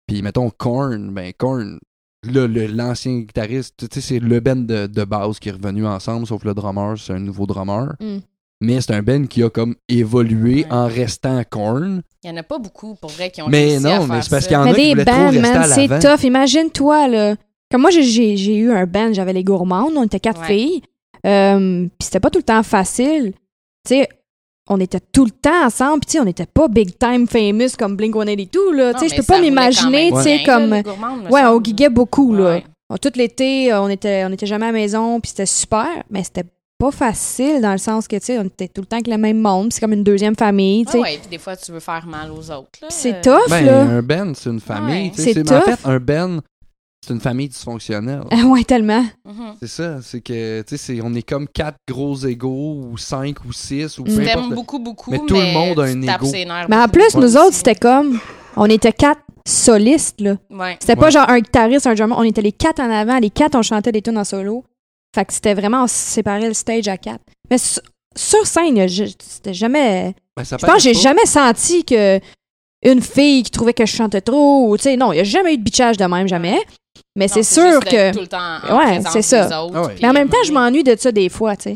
Speaker 3: Puis mettons Korn, ben Korn, là, le- l'ancien guitariste, tu sais, c'est le band de, de base qui est revenu ensemble, sauf le drummer, c'est un nouveau drummer.
Speaker 4: Mm.
Speaker 3: Mais c'est un band qui a comme évolué
Speaker 2: Ouais.
Speaker 3: en restant Korn.
Speaker 2: Il y en a pas beaucoup, pour vrai, qui ont
Speaker 3: Mais
Speaker 2: réussi à
Speaker 3: non, mais
Speaker 2: faire
Speaker 3: c'est parce
Speaker 2: ça.
Speaker 3: qu'il y en a
Speaker 4: Mais
Speaker 3: qui
Speaker 4: des
Speaker 3: voulaient trop
Speaker 4: bands,
Speaker 3: rester
Speaker 4: man,
Speaker 3: à
Speaker 4: c'est
Speaker 3: l'avant.
Speaker 4: tough. Imagine-toi, là. Comme moi, j'ai- j'ai j'ai eu un band, j'avais les gourmandes, on était quatre
Speaker 2: Ouais.
Speaker 4: filles. Euh, Puis c'était pas tout le temps facile. Tu sais, on était tout le temps ensemble. Puis tu sais, on était pas big time famous comme Blink-182, là. Tu sais,
Speaker 2: Non,
Speaker 4: je
Speaker 2: mais
Speaker 4: peux
Speaker 2: ça
Speaker 4: pas
Speaker 2: roulait quand
Speaker 4: m'imaginer, tu
Speaker 2: même
Speaker 4: sais,
Speaker 2: bien,
Speaker 4: comme...
Speaker 2: là, les gourmandes, me
Speaker 4: Ouais, on
Speaker 2: semble.
Speaker 4: giguait beaucoup, là.
Speaker 2: Ouais.
Speaker 4: Bon, Tout l'été, euh, on était, on était jamais à la maison, puis c'était super, mais c'était pas facile dans le sens que, tu sais, on était tout le temps avec le même monde, puis c'est comme une deuxième famille, tu
Speaker 2: Ah
Speaker 4: sais.
Speaker 2: ouais, puis des fois, tu veux faire mal aux autres. là.
Speaker 4: Puis c'est
Speaker 2: Euh,
Speaker 4: tough,
Speaker 3: Ben,
Speaker 4: là.
Speaker 3: un band, c'est une famille.
Speaker 2: Ouais.
Speaker 3: tu sais,
Speaker 4: C'est
Speaker 3: mais en
Speaker 4: tough.
Speaker 3: fait, un band, c'est une famille dysfonctionnelle.
Speaker 4: Ah ouais, tellement.
Speaker 2: mhm.
Speaker 3: C'est ça, c'est que, tu sais, c'est- on est comme quatre gros égaux, ou cinq, ou six, ou peu
Speaker 4: Mm.
Speaker 2: Tu
Speaker 3: importe
Speaker 2: t'aimes
Speaker 3: le-
Speaker 2: beaucoup, beaucoup,
Speaker 3: mais tout le monde a
Speaker 2: tu
Speaker 3: un
Speaker 2: tapes
Speaker 3: ego.
Speaker 2: ses nerfs
Speaker 4: Mais en
Speaker 2: beaucoup,
Speaker 4: plus,
Speaker 2: beaucoup
Speaker 4: nous
Speaker 2: aussi.
Speaker 4: autres, c'était comme, on était quatre solistes, là.
Speaker 2: Ouais.
Speaker 4: C'était pas
Speaker 3: Ouais.
Speaker 4: genre un guitariste, un drummer, on était les quatre en avant, les quatre, on chantait des tunes en solo. Fait que c'était vraiment, on se séparait le stage à quatre. Mais sur, sur scène, je- c'était jamais...
Speaker 3: Ben, ça
Speaker 4: Je pense que j'ai
Speaker 3: paraît pas.
Speaker 4: jamais senti que une fille qui trouvait que je chantais trop, ou tu sais, non, il n'y a jamais eu de bitchage de même, jamais. Mais
Speaker 2: Non,
Speaker 4: c'est sûr
Speaker 2: juste d'être
Speaker 4: que.
Speaker 2: Tout le temps en
Speaker 4: Ouais,
Speaker 2: présence
Speaker 4: c'est ça.
Speaker 2: des autres,
Speaker 3: Ah ouais.
Speaker 2: puis
Speaker 4: Mais en même temps, je
Speaker 2: euh,
Speaker 4: m'ennuie de ça des fois, tu sais.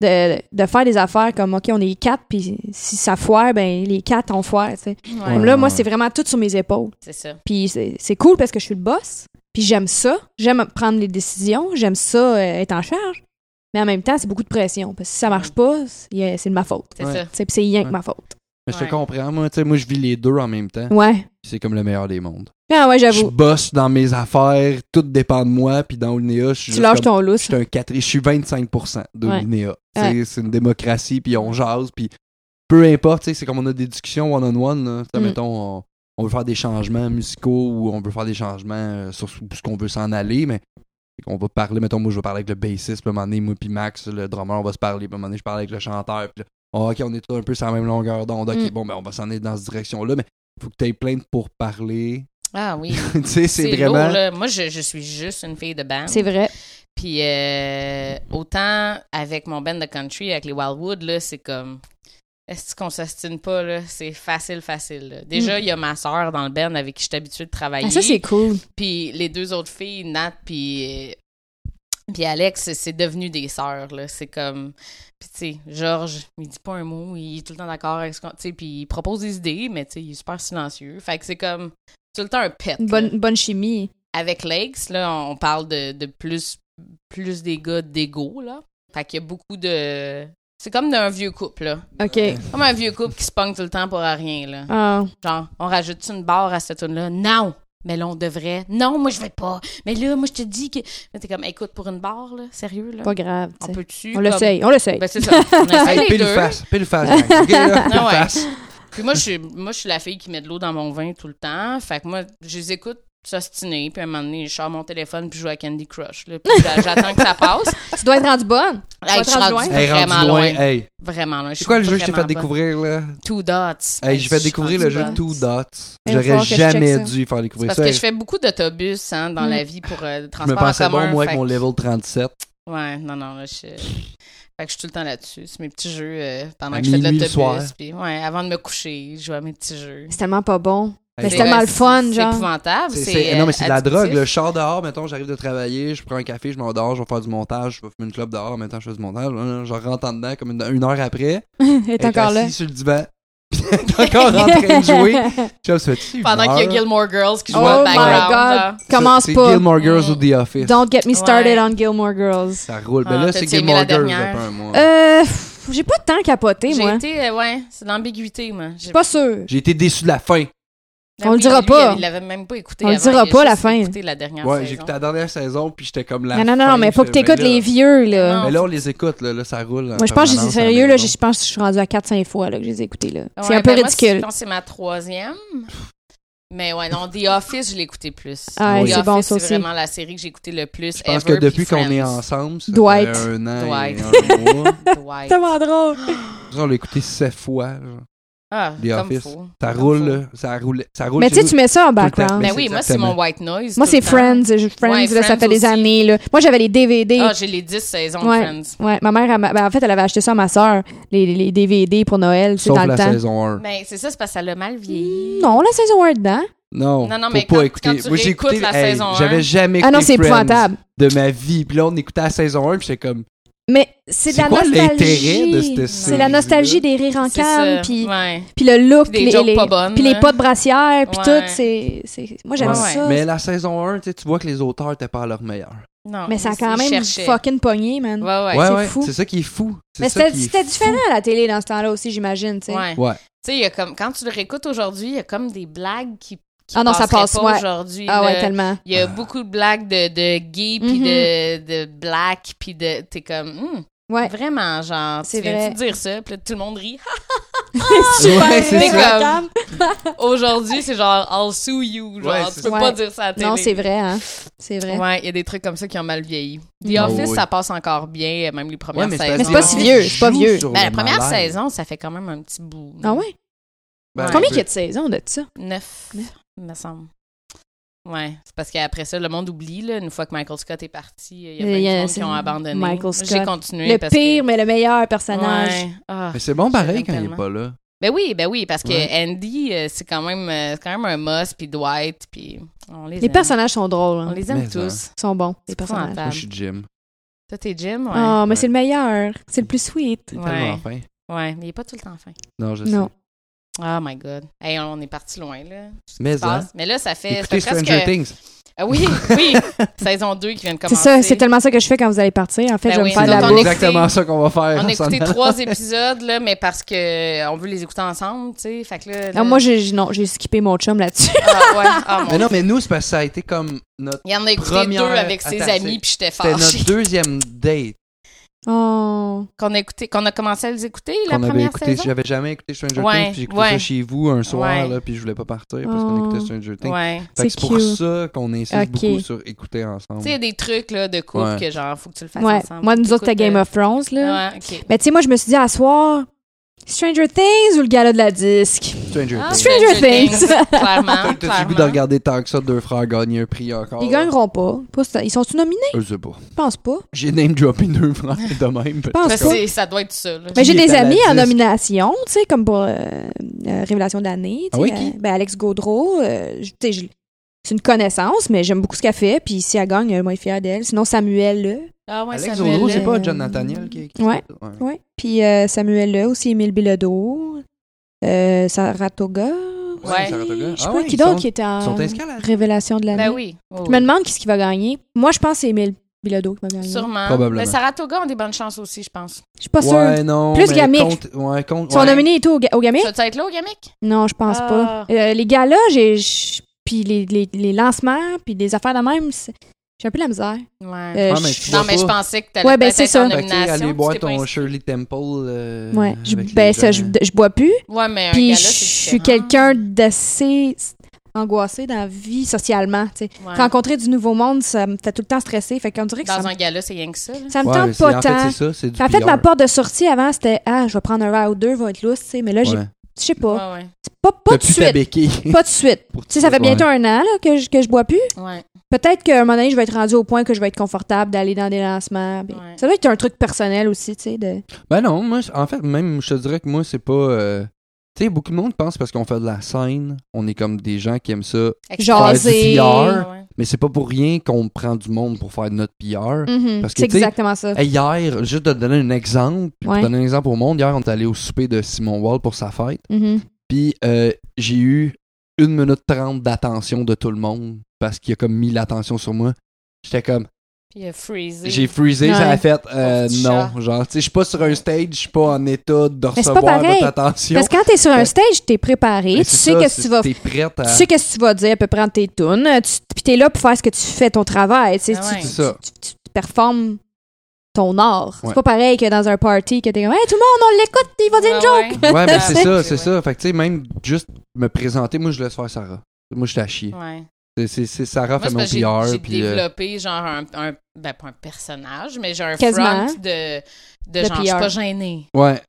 Speaker 4: De, de faire des affaires comme, OK, on est quatre, puis si ça foire, ben les quatre, on foire, tu sais.
Speaker 2: ouais,
Speaker 4: Comme là,
Speaker 3: ouais,
Speaker 4: moi,
Speaker 3: ouais.
Speaker 4: c'est vraiment tout sur mes épaules.
Speaker 2: C'est ça.
Speaker 4: Puis c'est c'est cool parce que je suis le boss, puis j'aime ça. J'aime prendre les décisions, j'aime ça euh, être en charge. Mais en même temps, c'est beaucoup de pression. Parce que si ça marche pas, c'est euh, c'est de ma faute.
Speaker 2: C'est
Speaker 3: Ouais.
Speaker 2: ça.
Speaker 4: Tu sais, puis c'est rien que
Speaker 3: Ouais.
Speaker 4: ma faute.
Speaker 3: Mais je
Speaker 2: Ouais.
Speaker 3: te comprends, moi, tu sais, moi, je vis les deux en même temps.
Speaker 4: Ouais.
Speaker 3: C'est comme le meilleur des mondes.
Speaker 4: Ah ouais,
Speaker 3: Je
Speaker 4: Mm. j'avoue.
Speaker 3: bosse dans mes affaires, tout dépend de moi, puis dans Unéa, je suis
Speaker 4: Tu
Speaker 3: juste
Speaker 4: lâches
Speaker 3: comme-
Speaker 4: ton
Speaker 3: je
Speaker 4: lousse.
Speaker 3: suis un quatre- je suis 25% de
Speaker 4: Ouais.
Speaker 3: l'UNEA.
Speaker 4: Ouais.
Speaker 3: C'est- C'est une démocratie, puis on jase, puis peu importe, tu sais, c'est comme on a des discussions one-on-one, là. Tu sais,
Speaker 4: Mm.
Speaker 3: mettons, on, on veut faire des changements musicaux ou on veut faire des changements euh, sur ce ce qu'on veut s'en aller, mais on va parler, mettons, moi je vais parler avec le bassiste, puis à un moment donné, moi puis Max, le drummer, on va se parler, puis à un moment donné, je parle avec le chanteur, puis là, Ah, ok, on est tous un peu sur la même longueur d'onde, ok,
Speaker 4: Mm.
Speaker 3: bon, ben on va s'en aller dans cette direction-là, mais faut que tu aies plein de pourparlers.
Speaker 2: Ah oui.
Speaker 3: tu sais, c'est
Speaker 2: C'est lourd,
Speaker 3: vraiment...
Speaker 2: là. Moi, je, je suis juste une fille de band.
Speaker 4: C'est vrai.
Speaker 2: Puis euh, autant avec mon band de country, avec les Wildwood, là, c'est comme. Est-ce qu'on s'ostine pas, là? C'est facile, facile. là. Déjà, il y a ma soeur dans le band avec qui je suis habituée de travailler.
Speaker 4: Mm. Ah, ça, c'est cool.
Speaker 2: Puis les deux autres filles, Nat puis euh, puis Alex, c'est- c'est devenu des sœurs là. C'est comme puis tu sais, Georges, il dit pas un mot, il est tout le temps d'accord avec ce qu'on, tu sais, puis il propose des idées, mais tu sais, il est super silencieux. Fait que c'est comme tout le temps un pet.
Speaker 4: Une
Speaker 2: là.
Speaker 4: bonne, une bonne chimie.
Speaker 2: Avec Lakes, là, on parle de, de plus plus des gars d'égo là. Fait qu'il y a beaucoup de c'est comme d'un vieux couple là.
Speaker 4: OK.
Speaker 2: Comme un vieux couple qui se pogne tout le temps pour rien là.
Speaker 4: Ah.
Speaker 2: Genre, on rajoute une barre à cette tune là Non! Mais là, on devrait. Non, moi, je vais pas. Mais là, moi, je te dis que. Mais t'es comme, écoute, pour une barre, là, sérieux, là.
Speaker 4: pas grave. tu
Speaker 2: On
Speaker 4: sais.
Speaker 2: peut-tu.
Speaker 4: On
Speaker 2: comme-
Speaker 4: l'essaye, on l'essaye.
Speaker 2: Ben, c'est ça. On essaye
Speaker 3: Hey,
Speaker 2: les
Speaker 3: pile
Speaker 2: deux.
Speaker 3: face, pile face, gang. Ok, là, pile
Speaker 2: Ah ouais.
Speaker 3: face.
Speaker 2: Puis moi, je suis, moi, je suis la fille qui met de l'eau dans mon vin tout le temps. Fait que moi, je les écoute s'ostiner, puis à un moment donné, je sors mon téléphone, puis je joue à Candy Crush. Là, puis j'a- j'attends que ça passe.
Speaker 4: Tu dois être rendu bonne.
Speaker 2: Hey, je suis
Speaker 4: rendu
Speaker 2: rendue
Speaker 4: loin.
Speaker 3: Hey, rendu
Speaker 2: vraiment
Speaker 3: loin,
Speaker 2: loin.
Speaker 3: hey.
Speaker 2: Vraiment loin.
Speaker 3: C'est quoi le jeu que je t'ai fait découvrir, là?
Speaker 2: Two Dots.
Speaker 3: Hey, j'ai fait découvrir le jeu
Speaker 2: Two
Speaker 3: Two Dots.
Speaker 4: Il va
Speaker 3: J'aurais
Speaker 4: falloir que je check
Speaker 3: jamais
Speaker 4: ça.
Speaker 3: dû faire
Speaker 2: C'est
Speaker 3: découvrir
Speaker 2: parce
Speaker 3: ça.
Speaker 2: que je fais beaucoup d'autobus hein, dans
Speaker 4: Mm.
Speaker 2: la vie pour euh, le
Speaker 3: Je me
Speaker 2: transport en
Speaker 3: pensais
Speaker 2: commun.
Speaker 3: bon, moi,
Speaker 2: fait
Speaker 3: avec mon
Speaker 2: que-
Speaker 3: level 37.
Speaker 2: Ouais, non, non, là, je... Fait que je suis tout le temps là-dessus. C'est mes petits jeux euh, pendant
Speaker 3: À
Speaker 2: que je fais de
Speaker 3: minuit le soir.
Speaker 2: l'autobus. Puis, ouais, avant de me coucher, je joue à mes petits jeux.
Speaker 4: C'est tellement pas bon. Mais
Speaker 3: Hey,
Speaker 4: c'est tellement
Speaker 2: ouais,
Speaker 4: le fun, genre.
Speaker 2: C'est épouvantable.
Speaker 3: C'est- c'est- non, mais c'est de la
Speaker 2: addictif.
Speaker 3: drogue. là. Je sors dehors, mettons, j'arrive de travailler, je prends un café, je m'endors, je vais faire du montage, je vais fumer une clope dehors, mettons, je fais du montage. hein, Je rentre en dedans comme une, une heure après.
Speaker 4: Elle est
Speaker 3: elle
Speaker 4: encore
Speaker 3: assis
Speaker 4: là.
Speaker 3: sur le divan. puis elle est encore en train de jouer. Je sais, tu
Speaker 2: Pendant qu'il y a
Speaker 3: meurs?
Speaker 2: Gilmore Girls qui joue
Speaker 4: Oh
Speaker 2: en
Speaker 4: my
Speaker 2: background.
Speaker 4: God.
Speaker 2: là.
Speaker 3: Ça,
Speaker 4: Commence
Speaker 3: c'est
Speaker 4: pas.
Speaker 3: Gilmore
Speaker 2: Mm.
Speaker 3: Girls ou The Office.
Speaker 4: Don't get me started
Speaker 2: Ouais.
Speaker 4: on Gilmore Girls.
Speaker 3: Ça roule. Mais
Speaker 2: Ah,
Speaker 3: là, c'est
Speaker 2: t'as-tu aimé
Speaker 3: Gilmore
Speaker 2: la
Speaker 3: Girls,
Speaker 2: dernière?
Speaker 3: après moi.
Speaker 4: Euh, pff, j'ai pas tant capoté,
Speaker 2: J'ai
Speaker 4: moi.
Speaker 2: été, euh, ouais, c'est de l'ambiguïté, moi. J'ai-
Speaker 4: Pas sûr.
Speaker 3: J'ai été déçu de la fin.
Speaker 2: Ah
Speaker 4: on le
Speaker 2: oui,
Speaker 4: dira
Speaker 2: lui,
Speaker 4: pas.
Speaker 2: Il l'avait même pas écouté.
Speaker 4: On le
Speaker 2: avant,
Speaker 4: dira
Speaker 2: il a
Speaker 4: pas,
Speaker 2: juste
Speaker 4: la fin.
Speaker 2: écouté la dernière
Speaker 3: Ouais,
Speaker 2: saison.
Speaker 3: j'ai écouté la dernière saison, puis j'étais comme la
Speaker 4: Non, non, non,
Speaker 3: fin,
Speaker 4: mais faut que
Speaker 3: j'étais,
Speaker 4: t'écoutes
Speaker 3: ben là-
Speaker 4: les vieux, là.
Speaker 2: Non.
Speaker 3: Mais là, on les écoute, là, là, ça roule. en
Speaker 4: Moi, je pense que j'ai
Speaker 3: permanence à la
Speaker 4: sérieux, là.
Speaker 3: maison.
Speaker 4: Je pense que je suis rendue à 4-5 fois, là, que je les ai écoutés, là. C'est
Speaker 2: Ouais,
Speaker 4: un peu
Speaker 2: ben moi, c'est- je
Speaker 4: ridicule.
Speaker 2: pense que c'est ma troisième. Mais ouais, non, The Office, je l'ai écouté plus.
Speaker 4: Ah,
Speaker 2: The
Speaker 3: c'est
Speaker 2: Office,
Speaker 4: bon, ça aussi.
Speaker 2: C'est vraiment la série que j'ai écouté le plus.
Speaker 3: Je pense que
Speaker 2: ever,
Speaker 3: depuis
Speaker 2: puis
Speaker 3: qu'on est
Speaker 2: Friends.
Speaker 3: ensemble, ça
Speaker 4: Dwight.
Speaker 3: fait un an
Speaker 2: Dwight.
Speaker 3: et un mois.
Speaker 2: Dwight.
Speaker 4: Tellement drôle.
Speaker 3: Ça, on l'a écouté sept fois. genre.
Speaker 2: Ah,
Speaker 3: The
Speaker 2: comme
Speaker 3: Office.
Speaker 2: faut.
Speaker 3: Ça
Speaker 2: Comme
Speaker 3: roule,
Speaker 2: faut.
Speaker 3: là. Ça roule. Ça roule
Speaker 4: Mais tu sais,
Speaker 3: chez
Speaker 4: tu mets ça
Speaker 3: le
Speaker 4: en
Speaker 3: temps.
Speaker 4: background.
Speaker 3: Mais
Speaker 2: Ben oui,
Speaker 3: c'est
Speaker 2: moi, c'est mon
Speaker 3: exactement.
Speaker 2: white noise.
Speaker 4: Moi,
Speaker 2: tout
Speaker 4: c'est
Speaker 2: le temps.
Speaker 4: Friends. Je- Friends,
Speaker 2: Ouais,
Speaker 4: là, ça
Speaker 2: Friends
Speaker 4: fait des
Speaker 2: aussi.
Speaker 4: années. Là. Moi, j'avais les DVD.
Speaker 2: Ah, j'ai les 10 saisons
Speaker 4: Ouais.
Speaker 2: de Friends.
Speaker 4: ouais, ma mère, elle m'a- ben, en fait, elle avait acheté ça à ma soeur, les, les DVD pour Noël, c'est
Speaker 3: Sauf
Speaker 4: dans
Speaker 3: la
Speaker 4: le temps.
Speaker 3: saison 1.
Speaker 2: Mais Ben, c'est ça, c'est parce que ça l'a mal vieilli.
Speaker 4: Non, la saison 1 est dedans.
Speaker 3: Non,
Speaker 2: Non, non,
Speaker 3: faut
Speaker 2: mais
Speaker 3: pas
Speaker 2: quand-
Speaker 3: écouter.
Speaker 2: quand tu
Speaker 3: Moi, j'ai
Speaker 2: réécoutes
Speaker 3: écouté.
Speaker 2: la
Speaker 3: hey,
Speaker 2: saison un.
Speaker 3: J'avais jamais écouté
Speaker 4: Ah non, c'est
Speaker 3: Friends
Speaker 4: épouvantable.
Speaker 3: de ma vie. Puis là, on écoutait la saison 1, puis j'étais comme...
Speaker 4: Mais c'est de
Speaker 3: C'est
Speaker 4: la
Speaker 3: quoi l'intérêt de
Speaker 4: nostalgie.
Speaker 3: cette
Speaker 4: C'est la
Speaker 3: série-là?
Speaker 4: nostalgie des rires en
Speaker 2: C'est ça.
Speaker 4: canne, puis
Speaker 2: Ouais.
Speaker 4: puis le look,
Speaker 2: Des
Speaker 4: les-
Speaker 2: jokes
Speaker 4: les-
Speaker 2: pas bonnes,
Speaker 4: puis les
Speaker 2: hein.
Speaker 4: pas de brassière, puis
Speaker 2: Ouais.
Speaker 4: tout. C'est, c'est- moi, j'aime
Speaker 2: Ouais.
Speaker 4: ça.
Speaker 3: Mais la saison 1, tu sais, tu vois que les auteurs n'étaient pas à leur meilleur.
Speaker 2: Non.
Speaker 4: Mais ça a
Speaker 2: ils-
Speaker 4: quand
Speaker 2: ils
Speaker 4: même
Speaker 2: cherchaient.
Speaker 4: fucking pogné, man.
Speaker 2: Ouais, ouais.
Speaker 3: ouais,
Speaker 4: c'est
Speaker 3: ouais,
Speaker 4: fou.
Speaker 3: c'est ça qui est fou. C'est
Speaker 4: Mais
Speaker 3: ça
Speaker 4: c'était
Speaker 3: qui est
Speaker 4: c'était
Speaker 3: fou.
Speaker 4: différent à la télé dans ce temps-là aussi, j'imagine, tu sais.
Speaker 2: Ouais.
Speaker 3: Ouais.
Speaker 2: Tu sais, il y a comme, quand tu le réécoutes aujourd'hui, il y a comme des blagues qui, qui
Speaker 4: Ah non, ça
Speaker 2: passeraient
Speaker 4: passe,
Speaker 2: pas
Speaker 4: ouais.
Speaker 2: aujourd'hui.
Speaker 4: Ah ouais,
Speaker 2: là.
Speaker 4: tellement.
Speaker 2: Il y a beaucoup de blagues de, de gay, puis de, de black, puis de... T'es comme, Hum,
Speaker 4: Mm-hmm. Ouais.
Speaker 2: vraiment, genre,
Speaker 4: C'est
Speaker 2: tu viens
Speaker 4: vrai.
Speaker 2: de dire ça, puis là, tout le monde rit.
Speaker 3: Ouais, c'est
Speaker 2: Mais
Speaker 3: ça.
Speaker 2: comme, aujourd'hui, c'est genre, I'll sue you, genre,
Speaker 3: Ouais,
Speaker 2: tu
Speaker 3: c'est
Speaker 2: peux
Speaker 4: ça.
Speaker 2: pas
Speaker 4: Ouais.
Speaker 2: dire ça à la télé.
Speaker 4: Non, c'est vrai, hein. C'est vrai.
Speaker 2: Ouais, il y a des trucs comme ça qui ont mal vieilli. The
Speaker 3: Ah
Speaker 2: Office,
Speaker 3: oui.
Speaker 2: ça passe encore bien, euh, même les
Speaker 3: Ouais,
Speaker 2: premières
Speaker 3: mais
Speaker 2: saisons.
Speaker 4: Oh, Mais c'est pas si vieux, c'est pas vieux.
Speaker 2: Ben, la première saison, ça fait quand même un petit bout.
Speaker 4: Ah ouais?
Speaker 3: Ben,
Speaker 2: Ouais.
Speaker 4: Combien il y a de saisons de ça?
Speaker 2: Neuf,
Speaker 4: Neuf.
Speaker 2: me semble. Ouais, c'est parce qu'après ça, le monde oublie, là, une fois que Michael Scott est parti, il y a
Speaker 4: Il
Speaker 2: plein
Speaker 4: y
Speaker 2: de
Speaker 4: a-
Speaker 2: monde
Speaker 4: c'est
Speaker 2: qui ont abandonné.
Speaker 4: Michael
Speaker 2: J'ai
Speaker 4: Scott.
Speaker 2: continué.
Speaker 4: Le
Speaker 2: parce
Speaker 4: pire,
Speaker 2: que...
Speaker 4: mais le meilleur personnage.
Speaker 2: Ouais. Ah.
Speaker 3: Mais c'est bon pareil
Speaker 2: l'aime
Speaker 3: quand il est
Speaker 2: tellement.
Speaker 3: pas là.
Speaker 2: Ben oui, ben oui, parce que
Speaker 3: Ouais.
Speaker 2: Andy, euh, c'est quand même euh, c'est quand même un Moss, puis Dwight, puis on les
Speaker 4: Les
Speaker 2: aime.
Speaker 4: personnages sont drôles.
Speaker 2: On
Speaker 4: hein.
Speaker 2: les aime
Speaker 3: Mais,
Speaker 2: tous.
Speaker 4: Ils sont bons, les
Speaker 2: C'est
Speaker 4: personnages.
Speaker 3: Moi,
Speaker 2: épouvantable.
Speaker 3: je suis Jim.
Speaker 2: Toi, t'es Jim, ouais.
Speaker 4: Oh, mais
Speaker 3: Ouais.
Speaker 4: c'est le meilleur. C'est le plus sweet.
Speaker 3: C'est
Speaker 2: Ouais.
Speaker 3: tellement fin.
Speaker 2: Ouais, mais il est pas tout le temps fin.
Speaker 3: Non, je sais.
Speaker 4: Non.
Speaker 2: Oh my God. Hey, on est parti loin, là. Ce qui
Speaker 3: Mais,
Speaker 2: se passe.
Speaker 3: hein.
Speaker 2: mais là, ça fait, ça
Speaker 3: Écoutez
Speaker 2: fait presque...
Speaker 3: Stranger Things.
Speaker 2: Ah oui, oui. saison 2 qui vient de
Speaker 4: C'est
Speaker 2: commencer.
Speaker 4: ça, c'est tellement ça que je fais quand vous allez partir. En fait,
Speaker 2: Ben
Speaker 4: je vais
Speaker 2: oui,
Speaker 4: me faire de
Speaker 2: nous
Speaker 4: la
Speaker 2: autres,
Speaker 4: bouffe.
Speaker 2: on
Speaker 3: exactement ça qu'on va faire.
Speaker 2: On a
Speaker 3: s'en
Speaker 2: écouté
Speaker 3: allant.
Speaker 2: trois épisodes, là, mais parce que euh, on veut les écouter ensemble, tu sais. Fait que là. là-
Speaker 4: Ah, moi, j'ai, non, j'ai skippé mon chum là-dessus.
Speaker 2: Ah, ouais. Ah,
Speaker 3: Mais
Speaker 2: mon...
Speaker 3: non, mais nous, c'est parce que ça a été comme notre.
Speaker 2: Il y en a écouté
Speaker 3: Première-
Speaker 2: deux avec ses
Speaker 3: Attends, c'est-
Speaker 2: amis, puis j'étais
Speaker 3: C'était
Speaker 2: fâchée.
Speaker 3: notre deuxième date
Speaker 4: Oh.
Speaker 2: Qu'on a, écouté... qu'on a commencé à les écouter, la
Speaker 3: qu'on avait
Speaker 2: première
Speaker 3: écouté.
Speaker 2: saison.
Speaker 3: J'avais jamais écouté Stranger
Speaker 2: Ouais,
Speaker 3: Things, puis j'ai écouté
Speaker 2: ouais.
Speaker 3: ça chez vous un soir,
Speaker 2: Ouais.
Speaker 3: là, puis je voulais pas partir parce qu'on
Speaker 4: Oh.
Speaker 3: écoutait Stranger Things.
Speaker 2: Ouais.
Speaker 3: Fait que c'est
Speaker 4: C'est
Speaker 3: pour
Speaker 4: cute.
Speaker 3: ça qu'on insiste
Speaker 4: Ok.
Speaker 3: beaucoup sur écouter
Speaker 2: Tu
Speaker 3: ensemble.
Speaker 2: sais, il y a des trucs, là, de couple
Speaker 3: Ouais.
Speaker 2: que genre, faut que tu le fasses
Speaker 4: Ouais.
Speaker 2: ensemble.
Speaker 4: Moi, nous autres, c'était
Speaker 2: T'écoutes,
Speaker 4: Game
Speaker 2: euh,
Speaker 4: of Thrones, là.
Speaker 2: Ouais, ok.
Speaker 4: Mais tu sais, moi, je me suis dit à soir, Stranger Things ou le gala de la disque?
Speaker 3: Stranger
Speaker 2: Ah,
Speaker 3: Things.
Speaker 4: Stranger Things.
Speaker 2: clairement.
Speaker 3: T'as le goût de
Speaker 2: clairement.
Speaker 3: regarder tant que ça deux frères gagner un prix encore.
Speaker 4: Ils
Speaker 3: là?
Speaker 4: gagneront pas. Pas ça. Ils sont-tu nominés?
Speaker 3: Je sais pas.
Speaker 4: Je pense pas.
Speaker 3: J'ai name droppé deux frères de même.
Speaker 4: Je pense
Speaker 2: Ça,
Speaker 4: pas. Ben,
Speaker 2: c'est- ça doit être ça, là.
Speaker 4: Mais j'ai
Speaker 3: Qui est
Speaker 4: des
Speaker 3: à la
Speaker 4: amis en
Speaker 3: disque?
Speaker 4: nomination, tu sais, comme pour euh, euh, Révélation de l'année. tu
Speaker 3: Ah oui,
Speaker 4: sais,
Speaker 3: qui?
Speaker 4: euh, ben, Alex Gaudreau, euh, je- tu sais, je- c'est une connaissance, mais j'aime beaucoup ce qu'elle fait. Puis si elle gagne, euh, moi, je suis fière d'elle. Sinon, Samuel, là.
Speaker 2: Ah, ouais,
Speaker 3: Alex
Speaker 2: Samuel,
Speaker 3: Audreau,
Speaker 2: là.
Speaker 3: c'est pas John Nathaniel qui, qui
Speaker 4: Ouais. Ouais. Puis euh, Samuel, là, aussi Émile Bilodeau. Euh, Saratoga. aussi.
Speaker 2: Ouais,
Speaker 3: Saratoga.
Speaker 4: Je sais
Speaker 3: Ah
Speaker 4: pas
Speaker 3: ouais,
Speaker 4: qui
Speaker 3: ils
Speaker 4: d'autre
Speaker 3: sont-
Speaker 4: qui était
Speaker 3: Ils sont
Speaker 4: en
Speaker 3: inscrits à la-
Speaker 4: Révélation de l'année.
Speaker 2: Ben oui. oui,
Speaker 4: Je me demande qui ce qui va gagner. Moi, je pense que c'est Émile Bilodeau qui va gagner.
Speaker 2: Sûrement.
Speaker 3: Probablement.
Speaker 2: Mais Saratoga ont des bonnes chances aussi, je pense.
Speaker 4: Je suis pas sûre.
Speaker 3: Ouais, non.
Speaker 4: Plus
Speaker 3: mais
Speaker 4: gamique.
Speaker 3: compte- Ouais, compte.
Speaker 4: Ils sont
Speaker 3: ouais.
Speaker 4: nominés et tout au, ga- au Gamay?
Speaker 2: Ça tu être là au gamic?
Speaker 4: Non, je pense
Speaker 2: Ah.
Speaker 4: pas. Euh, les galas, j'ai. j- Puis les, les, les lancements, puis des affaires de même, c'est- j'ai un peu de la misère.
Speaker 2: Ouais.
Speaker 4: Euh,
Speaker 3: Ah, mais
Speaker 4: je-
Speaker 3: tu vois
Speaker 2: non, mais
Speaker 3: pas.
Speaker 2: je pensais que t'allais
Speaker 4: Ouais, ben,
Speaker 2: peut-être
Speaker 4: c'est
Speaker 2: être
Speaker 4: ça.
Speaker 2: en
Speaker 3: Fait que, tu sais,
Speaker 2: nomination.
Speaker 3: aller
Speaker 2: tu
Speaker 3: boire
Speaker 2: t'es pas
Speaker 3: ton
Speaker 2: inscrit.
Speaker 3: Shirley Temple. euh,
Speaker 4: ouais. Je-
Speaker 3: avec les
Speaker 4: ben, ça,
Speaker 3: gens.
Speaker 4: je, je bois plus.
Speaker 2: Ouais, mais un
Speaker 4: Puis
Speaker 2: gala,
Speaker 4: je
Speaker 2: c'est
Speaker 4: suis
Speaker 2: différent.
Speaker 4: quelqu'un d'assez. angoissée dans la vie socialement. tu sais.
Speaker 2: Ouais.
Speaker 4: Rencontrer du nouveau monde, ça me fait tout le temps stresser. Fait qu'on dirait que ça,
Speaker 2: Dans
Speaker 4: me-
Speaker 2: un gala, c'est rien que ça. là.
Speaker 4: ça me
Speaker 3: Ouais, mais
Speaker 4: tente
Speaker 3: c'est-
Speaker 4: pas
Speaker 3: en
Speaker 4: tant.
Speaker 3: fait, c'est ça, c'est du
Speaker 4: en fait,
Speaker 3: PR.
Speaker 4: ma porte de sortie avant, c'était Ah, je vais prendre un verre ou deux, va être lousse, tu sais. Mais là, j'ai
Speaker 3: Ouais.
Speaker 4: je sais pas.
Speaker 2: Ouais, ouais.
Speaker 4: C'est Pas, pas
Speaker 3: T'as
Speaker 4: de
Speaker 3: plus ta
Speaker 4: suite.
Speaker 3: béquille.
Speaker 4: Pas de suite.
Speaker 3: pour
Speaker 4: Tu sais, ça fait
Speaker 3: Ouais.
Speaker 4: bientôt un an là, que, je, que je bois plus.
Speaker 2: Ouais.
Speaker 4: Peut-être qu'à un moment donné, je vais être rendu au point que je vais être confortable d'aller dans des lancements. puis
Speaker 2: Ouais.
Speaker 4: Ça doit être un truc personnel aussi, tu sais. De...
Speaker 3: Ben non, moi, c- en fait, même, je te dirais que moi, c'est pas. euh, Tu sais, beaucoup de monde pense parce qu'on fait de la scène, on est comme des gens qui aiment ça,
Speaker 4: Jaser.
Speaker 3: Faire du
Speaker 2: Ouais, ouais.
Speaker 3: mais c'est pas pour rien qu'on prend du monde pour faire de notre PR.
Speaker 4: Mhm.
Speaker 3: Parce que,
Speaker 4: C'est
Speaker 3: tu sais,
Speaker 4: exactement ça.
Speaker 3: Hey, hier, juste de te donner un exemple, pour
Speaker 4: Ouais.
Speaker 3: donner un exemple au monde, hier, on est allé au souper de Simon Wall pour sa fête,
Speaker 4: Mhm.
Speaker 3: puis euh, j'ai eu une minute trente d'attention de tout le monde parce qu'il a comme mis l'attention sur moi. J'étais comme,
Speaker 2: Puis il a freezé.
Speaker 3: j'ai freezé, ça a
Speaker 4: Ouais.
Speaker 3: fait, euh,
Speaker 2: Pauvre petit
Speaker 3: non,
Speaker 2: chat.
Speaker 3: genre, tu sais, je suis pas sur un stage, je suis pas en état de
Speaker 4: c'est pas
Speaker 3: recevoir
Speaker 4: pareil.
Speaker 3: votre attention.
Speaker 4: Parce que quand t'es sur
Speaker 3: Ben,
Speaker 4: un stage, t'es préparé,
Speaker 3: Mais
Speaker 4: tu
Speaker 3: c'est
Speaker 4: sais
Speaker 3: ça,
Speaker 4: qu'est-ce que
Speaker 3: c'est-
Speaker 4: tu vas
Speaker 3: T'es prête à...
Speaker 4: Tu sais qu'est-ce que tu vas dire, à peu près entre tes tunes. Euh, Tu, puis t'es là pour faire ce que tu fais, ton travail. Tu, sais,
Speaker 2: Ah
Speaker 4: tu-
Speaker 2: ouais.
Speaker 3: C'est ça.
Speaker 4: tu- tu- tu performes ton art.
Speaker 3: Ouais.
Speaker 4: C'est pas pareil que dans un party que t'es comme, hey, tout le monde, on l'écoute, il va dire une joke.
Speaker 2: Ah Ouais,
Speaker 3: Ouais, ben c'est
Speaker 2: Ouais.
Speaker 3: ça, c'est
Speaker 2: Ouais.
Speaker 3: ça. Fait que tu sais, même juste me présenter, moi je laisse faire Sarah. Moi j'étais à chier.
Speaker 2: ouais. Ouais.
Speaker 3: C'est- C'est c'est Sarah
Speaker 2: Moi,
Speaker 3: fait
Speaker 2: c'est
Speaker 3: mon
Speaker 2: parce que j'ai-
Speaker 3: PR.
Speaker 2: j'ai
Speaker 3: Puis, euh,
Speaker 2: développé genre un, un- ben pas un personnage, mais j'ai un
Speaker 4: Quasiment.
Speaker 2: front de, de,
Speaker 4: De
Speaker 2: genre, je suis
Speaker 4: PR.
Speaker 2: pas gênée.
Speaker 3: ouais,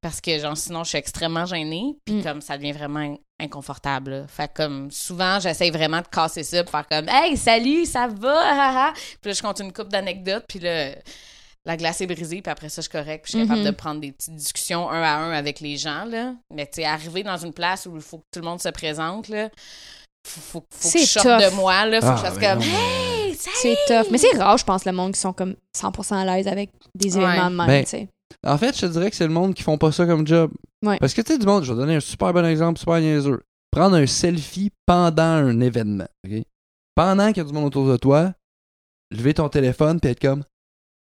Speaker 2: Parce que genre, sinon, je suis extrêmement gênée, puis
Speaker 4: Mm.
Speaker 2: comme ça devient vraiment in- inconfortable. là. Fait que, comme souvent, j'essaie vraiment de casser ça, pour faire comme Hey, salut, ça va? Ah, ah, ah. Puis là, je compte une coupe d'anecdotes, puis là, la glace est brisée, puis après ça, je suis correcte, puis je suis capable
Speaker 4: Mhm.
Speaker 2: de prendre des petites discussions un à un avec les gens. Là. Mais tu sais, arriver dans une place où il faut que tout le monde se présente, là, faut, faut, faut que
Speaker 4: C'est
Speaker 2: je sorte de
Speaker 4: tough.
Speaker 2: moi, là, faut que je
Speaker 3: Ah,
Speaker 2: fasse
Speaker 3: mais
Speaker 2: comme
Speaker 3: non,
Speaker 2: Hey, salut!
Speaker 4: C'est tough. Mais c'est rare, je pense, le monde qui sont comme 100% à l'aise avec des
Speaker 2: Ouais.
Speaker 4: événements de même,
Speaker 3: Ben,
Speaker 4: tu sais.
Speaker 3: En fait, je te dirais que c'est le monde qui font pas ça comme job.
Speaker 4: Ouais.
Speaker 3: Parce que tu sais, du monde, je vais donner un super bon exemple, super niaiseux. Prendre un selfie pendant un événement. ok? Pendant qu'il y a du monde autour de toi, lever ton téléphone puis être comme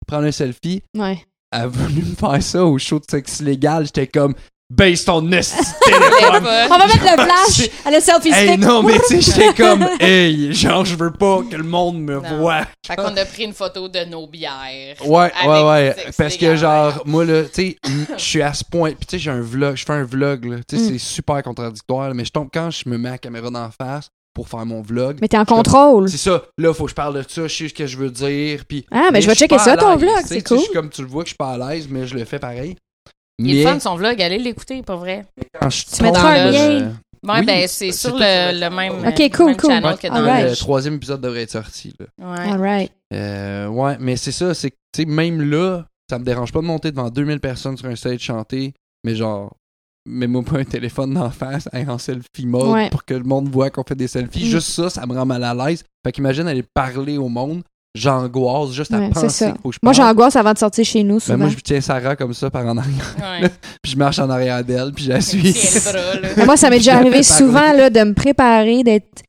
Speaker 3: prendre un selfie.
Speaker 4: Ouais.
Speaker 3: Elle a voulu me faire ça au show de sexe légal. J'étais comme baisse ton esti de
Speaker 2: Mais
Speaker 3: téléphone.
Speaker 2: pas-
Speaker 4: On va mettre le
Speaker 3: c'est-
Speaker 4: flash à le selfie
Speaker 3: Hey,
Speaker 4: stick.
Speaker 3: non, mais tu sais, j'étais comme, hey, genre, je veux pas que le monde me
Speaker 2: Non.
Speaker 3: voie.
Speaker 2: Fait qu'on a pris une photo de nos bières.
Speaker 3: Ouais,
Speaker 2: Avec
Speaker 3: ouais, ouais.
Speaker 2: sexe
Speaker 3: Parce que,
Speaker 2: légal.
Speaker 3: genre, moi, là, tu sais, je suis à ce point. Puis, tu sais, j'ai un vlog, je fais un vlog, là. Tu sais,
Speaker 4: Mm.
Speaker 3: c'est super contradictoire, là, mais je tombe quand je me mets la caméra d'en face pour faire mon vlog.
Speaker 4: Mais t'es en contrôle.
Speaker 3: C'est ça, là, faut que je parle de ça, je sais ce que je veux dire. Puis,
Speaker 4: Ah, mais je vais
Speaker 3: suis
Speaker 4: checker
Speaker 3: pas
Speaker 4: ça,
Speaker 3: à
Speaker 4: ton
Speaker 3: l'aise,
Speaker 4: vlog,
Speaker 3: tu sais,
Speaker 4: c'est
Speaker 3: tu sais, je suis
Speaker 4: cool.
Speaker 3: comme tu le vois que je suis pas à l'aise, mais je le fais pareil.
Speaker 2: Il est
Speaker 3: mais
Speaker 2: fun son vlog, allez l'écouter, pour vrai.
Speaker 3: quand je
Speaker 4: Tu mettras
Speaker 3: tombe,
Speaker 2: un
Speaker 4: lien.
Speaker 3: euh,
Speaker 2: Ouais,
Speaker 3: Oui,
Speaker 2: ben c'est
Speaker 3: c'est
Speaker 2: sur
Speaker 3: tout
Speaker 2: le,
Speaker 3: à
Speaker 2: le
Speaker 3: fait.
Speaker 2: même, euh,
Speaker 3: Ok,
Speaker 2: le
Speaker 4: cool,
Speaker 2: même
Speaker 4: cool.
Speaker 2: channel
Speaker 3: ouais,
Speaker 2: que dans
Speaker 4: Alright.
Speaker 3: le troisième épisode devrait être sorti, là.
Speaker 2: le... Ouais.
Speaker 4: All right.
Speaker 3: Euh, ouais, mais c'est ça, c'est que, tu sais, même là, ça me dérange pas de monter devant 2000 personnes sur un stage chanter, mais genre, mets-moi pas un téléphone d'en face hey, en selfie mode
Speaker 4: Ouais.
Speaker 3: pour que le monde voit qu'on fait des selfies.
Speaker 4: Mm.
Speaker 3: Juste ça, ça me rend mal à l'aise. Fait qu'imagine aller parler au monde, j'angoisse juste à
Speaker 4: Ouais, c'est
Speaker 3: penser
Speaker 4: ça.
Speaker 3: qu'il faut que je
Speaker 4: Moi,
Speaker 3: parle.
Speaker 4: j'angoisse avant de sortir chez nous,
Speaker 3: Ben,
Speaker 4: souvent.
Speaker 3: moi, je tiens Sarah comme ça par en arrière,
Speaker 2: Ouais.
Speaker 3: puis je marche en arrière d'elle, puis je la suis.
Speaker 2: Tiens le bras, là.
Speaker 4: Mais Ah, moi, ça m'est déjà
Speaker 3: Jamais
Speaker 4: arrivé
Speaker 3: parlé.
Speaker 4: souvent là, de me préparer, d'être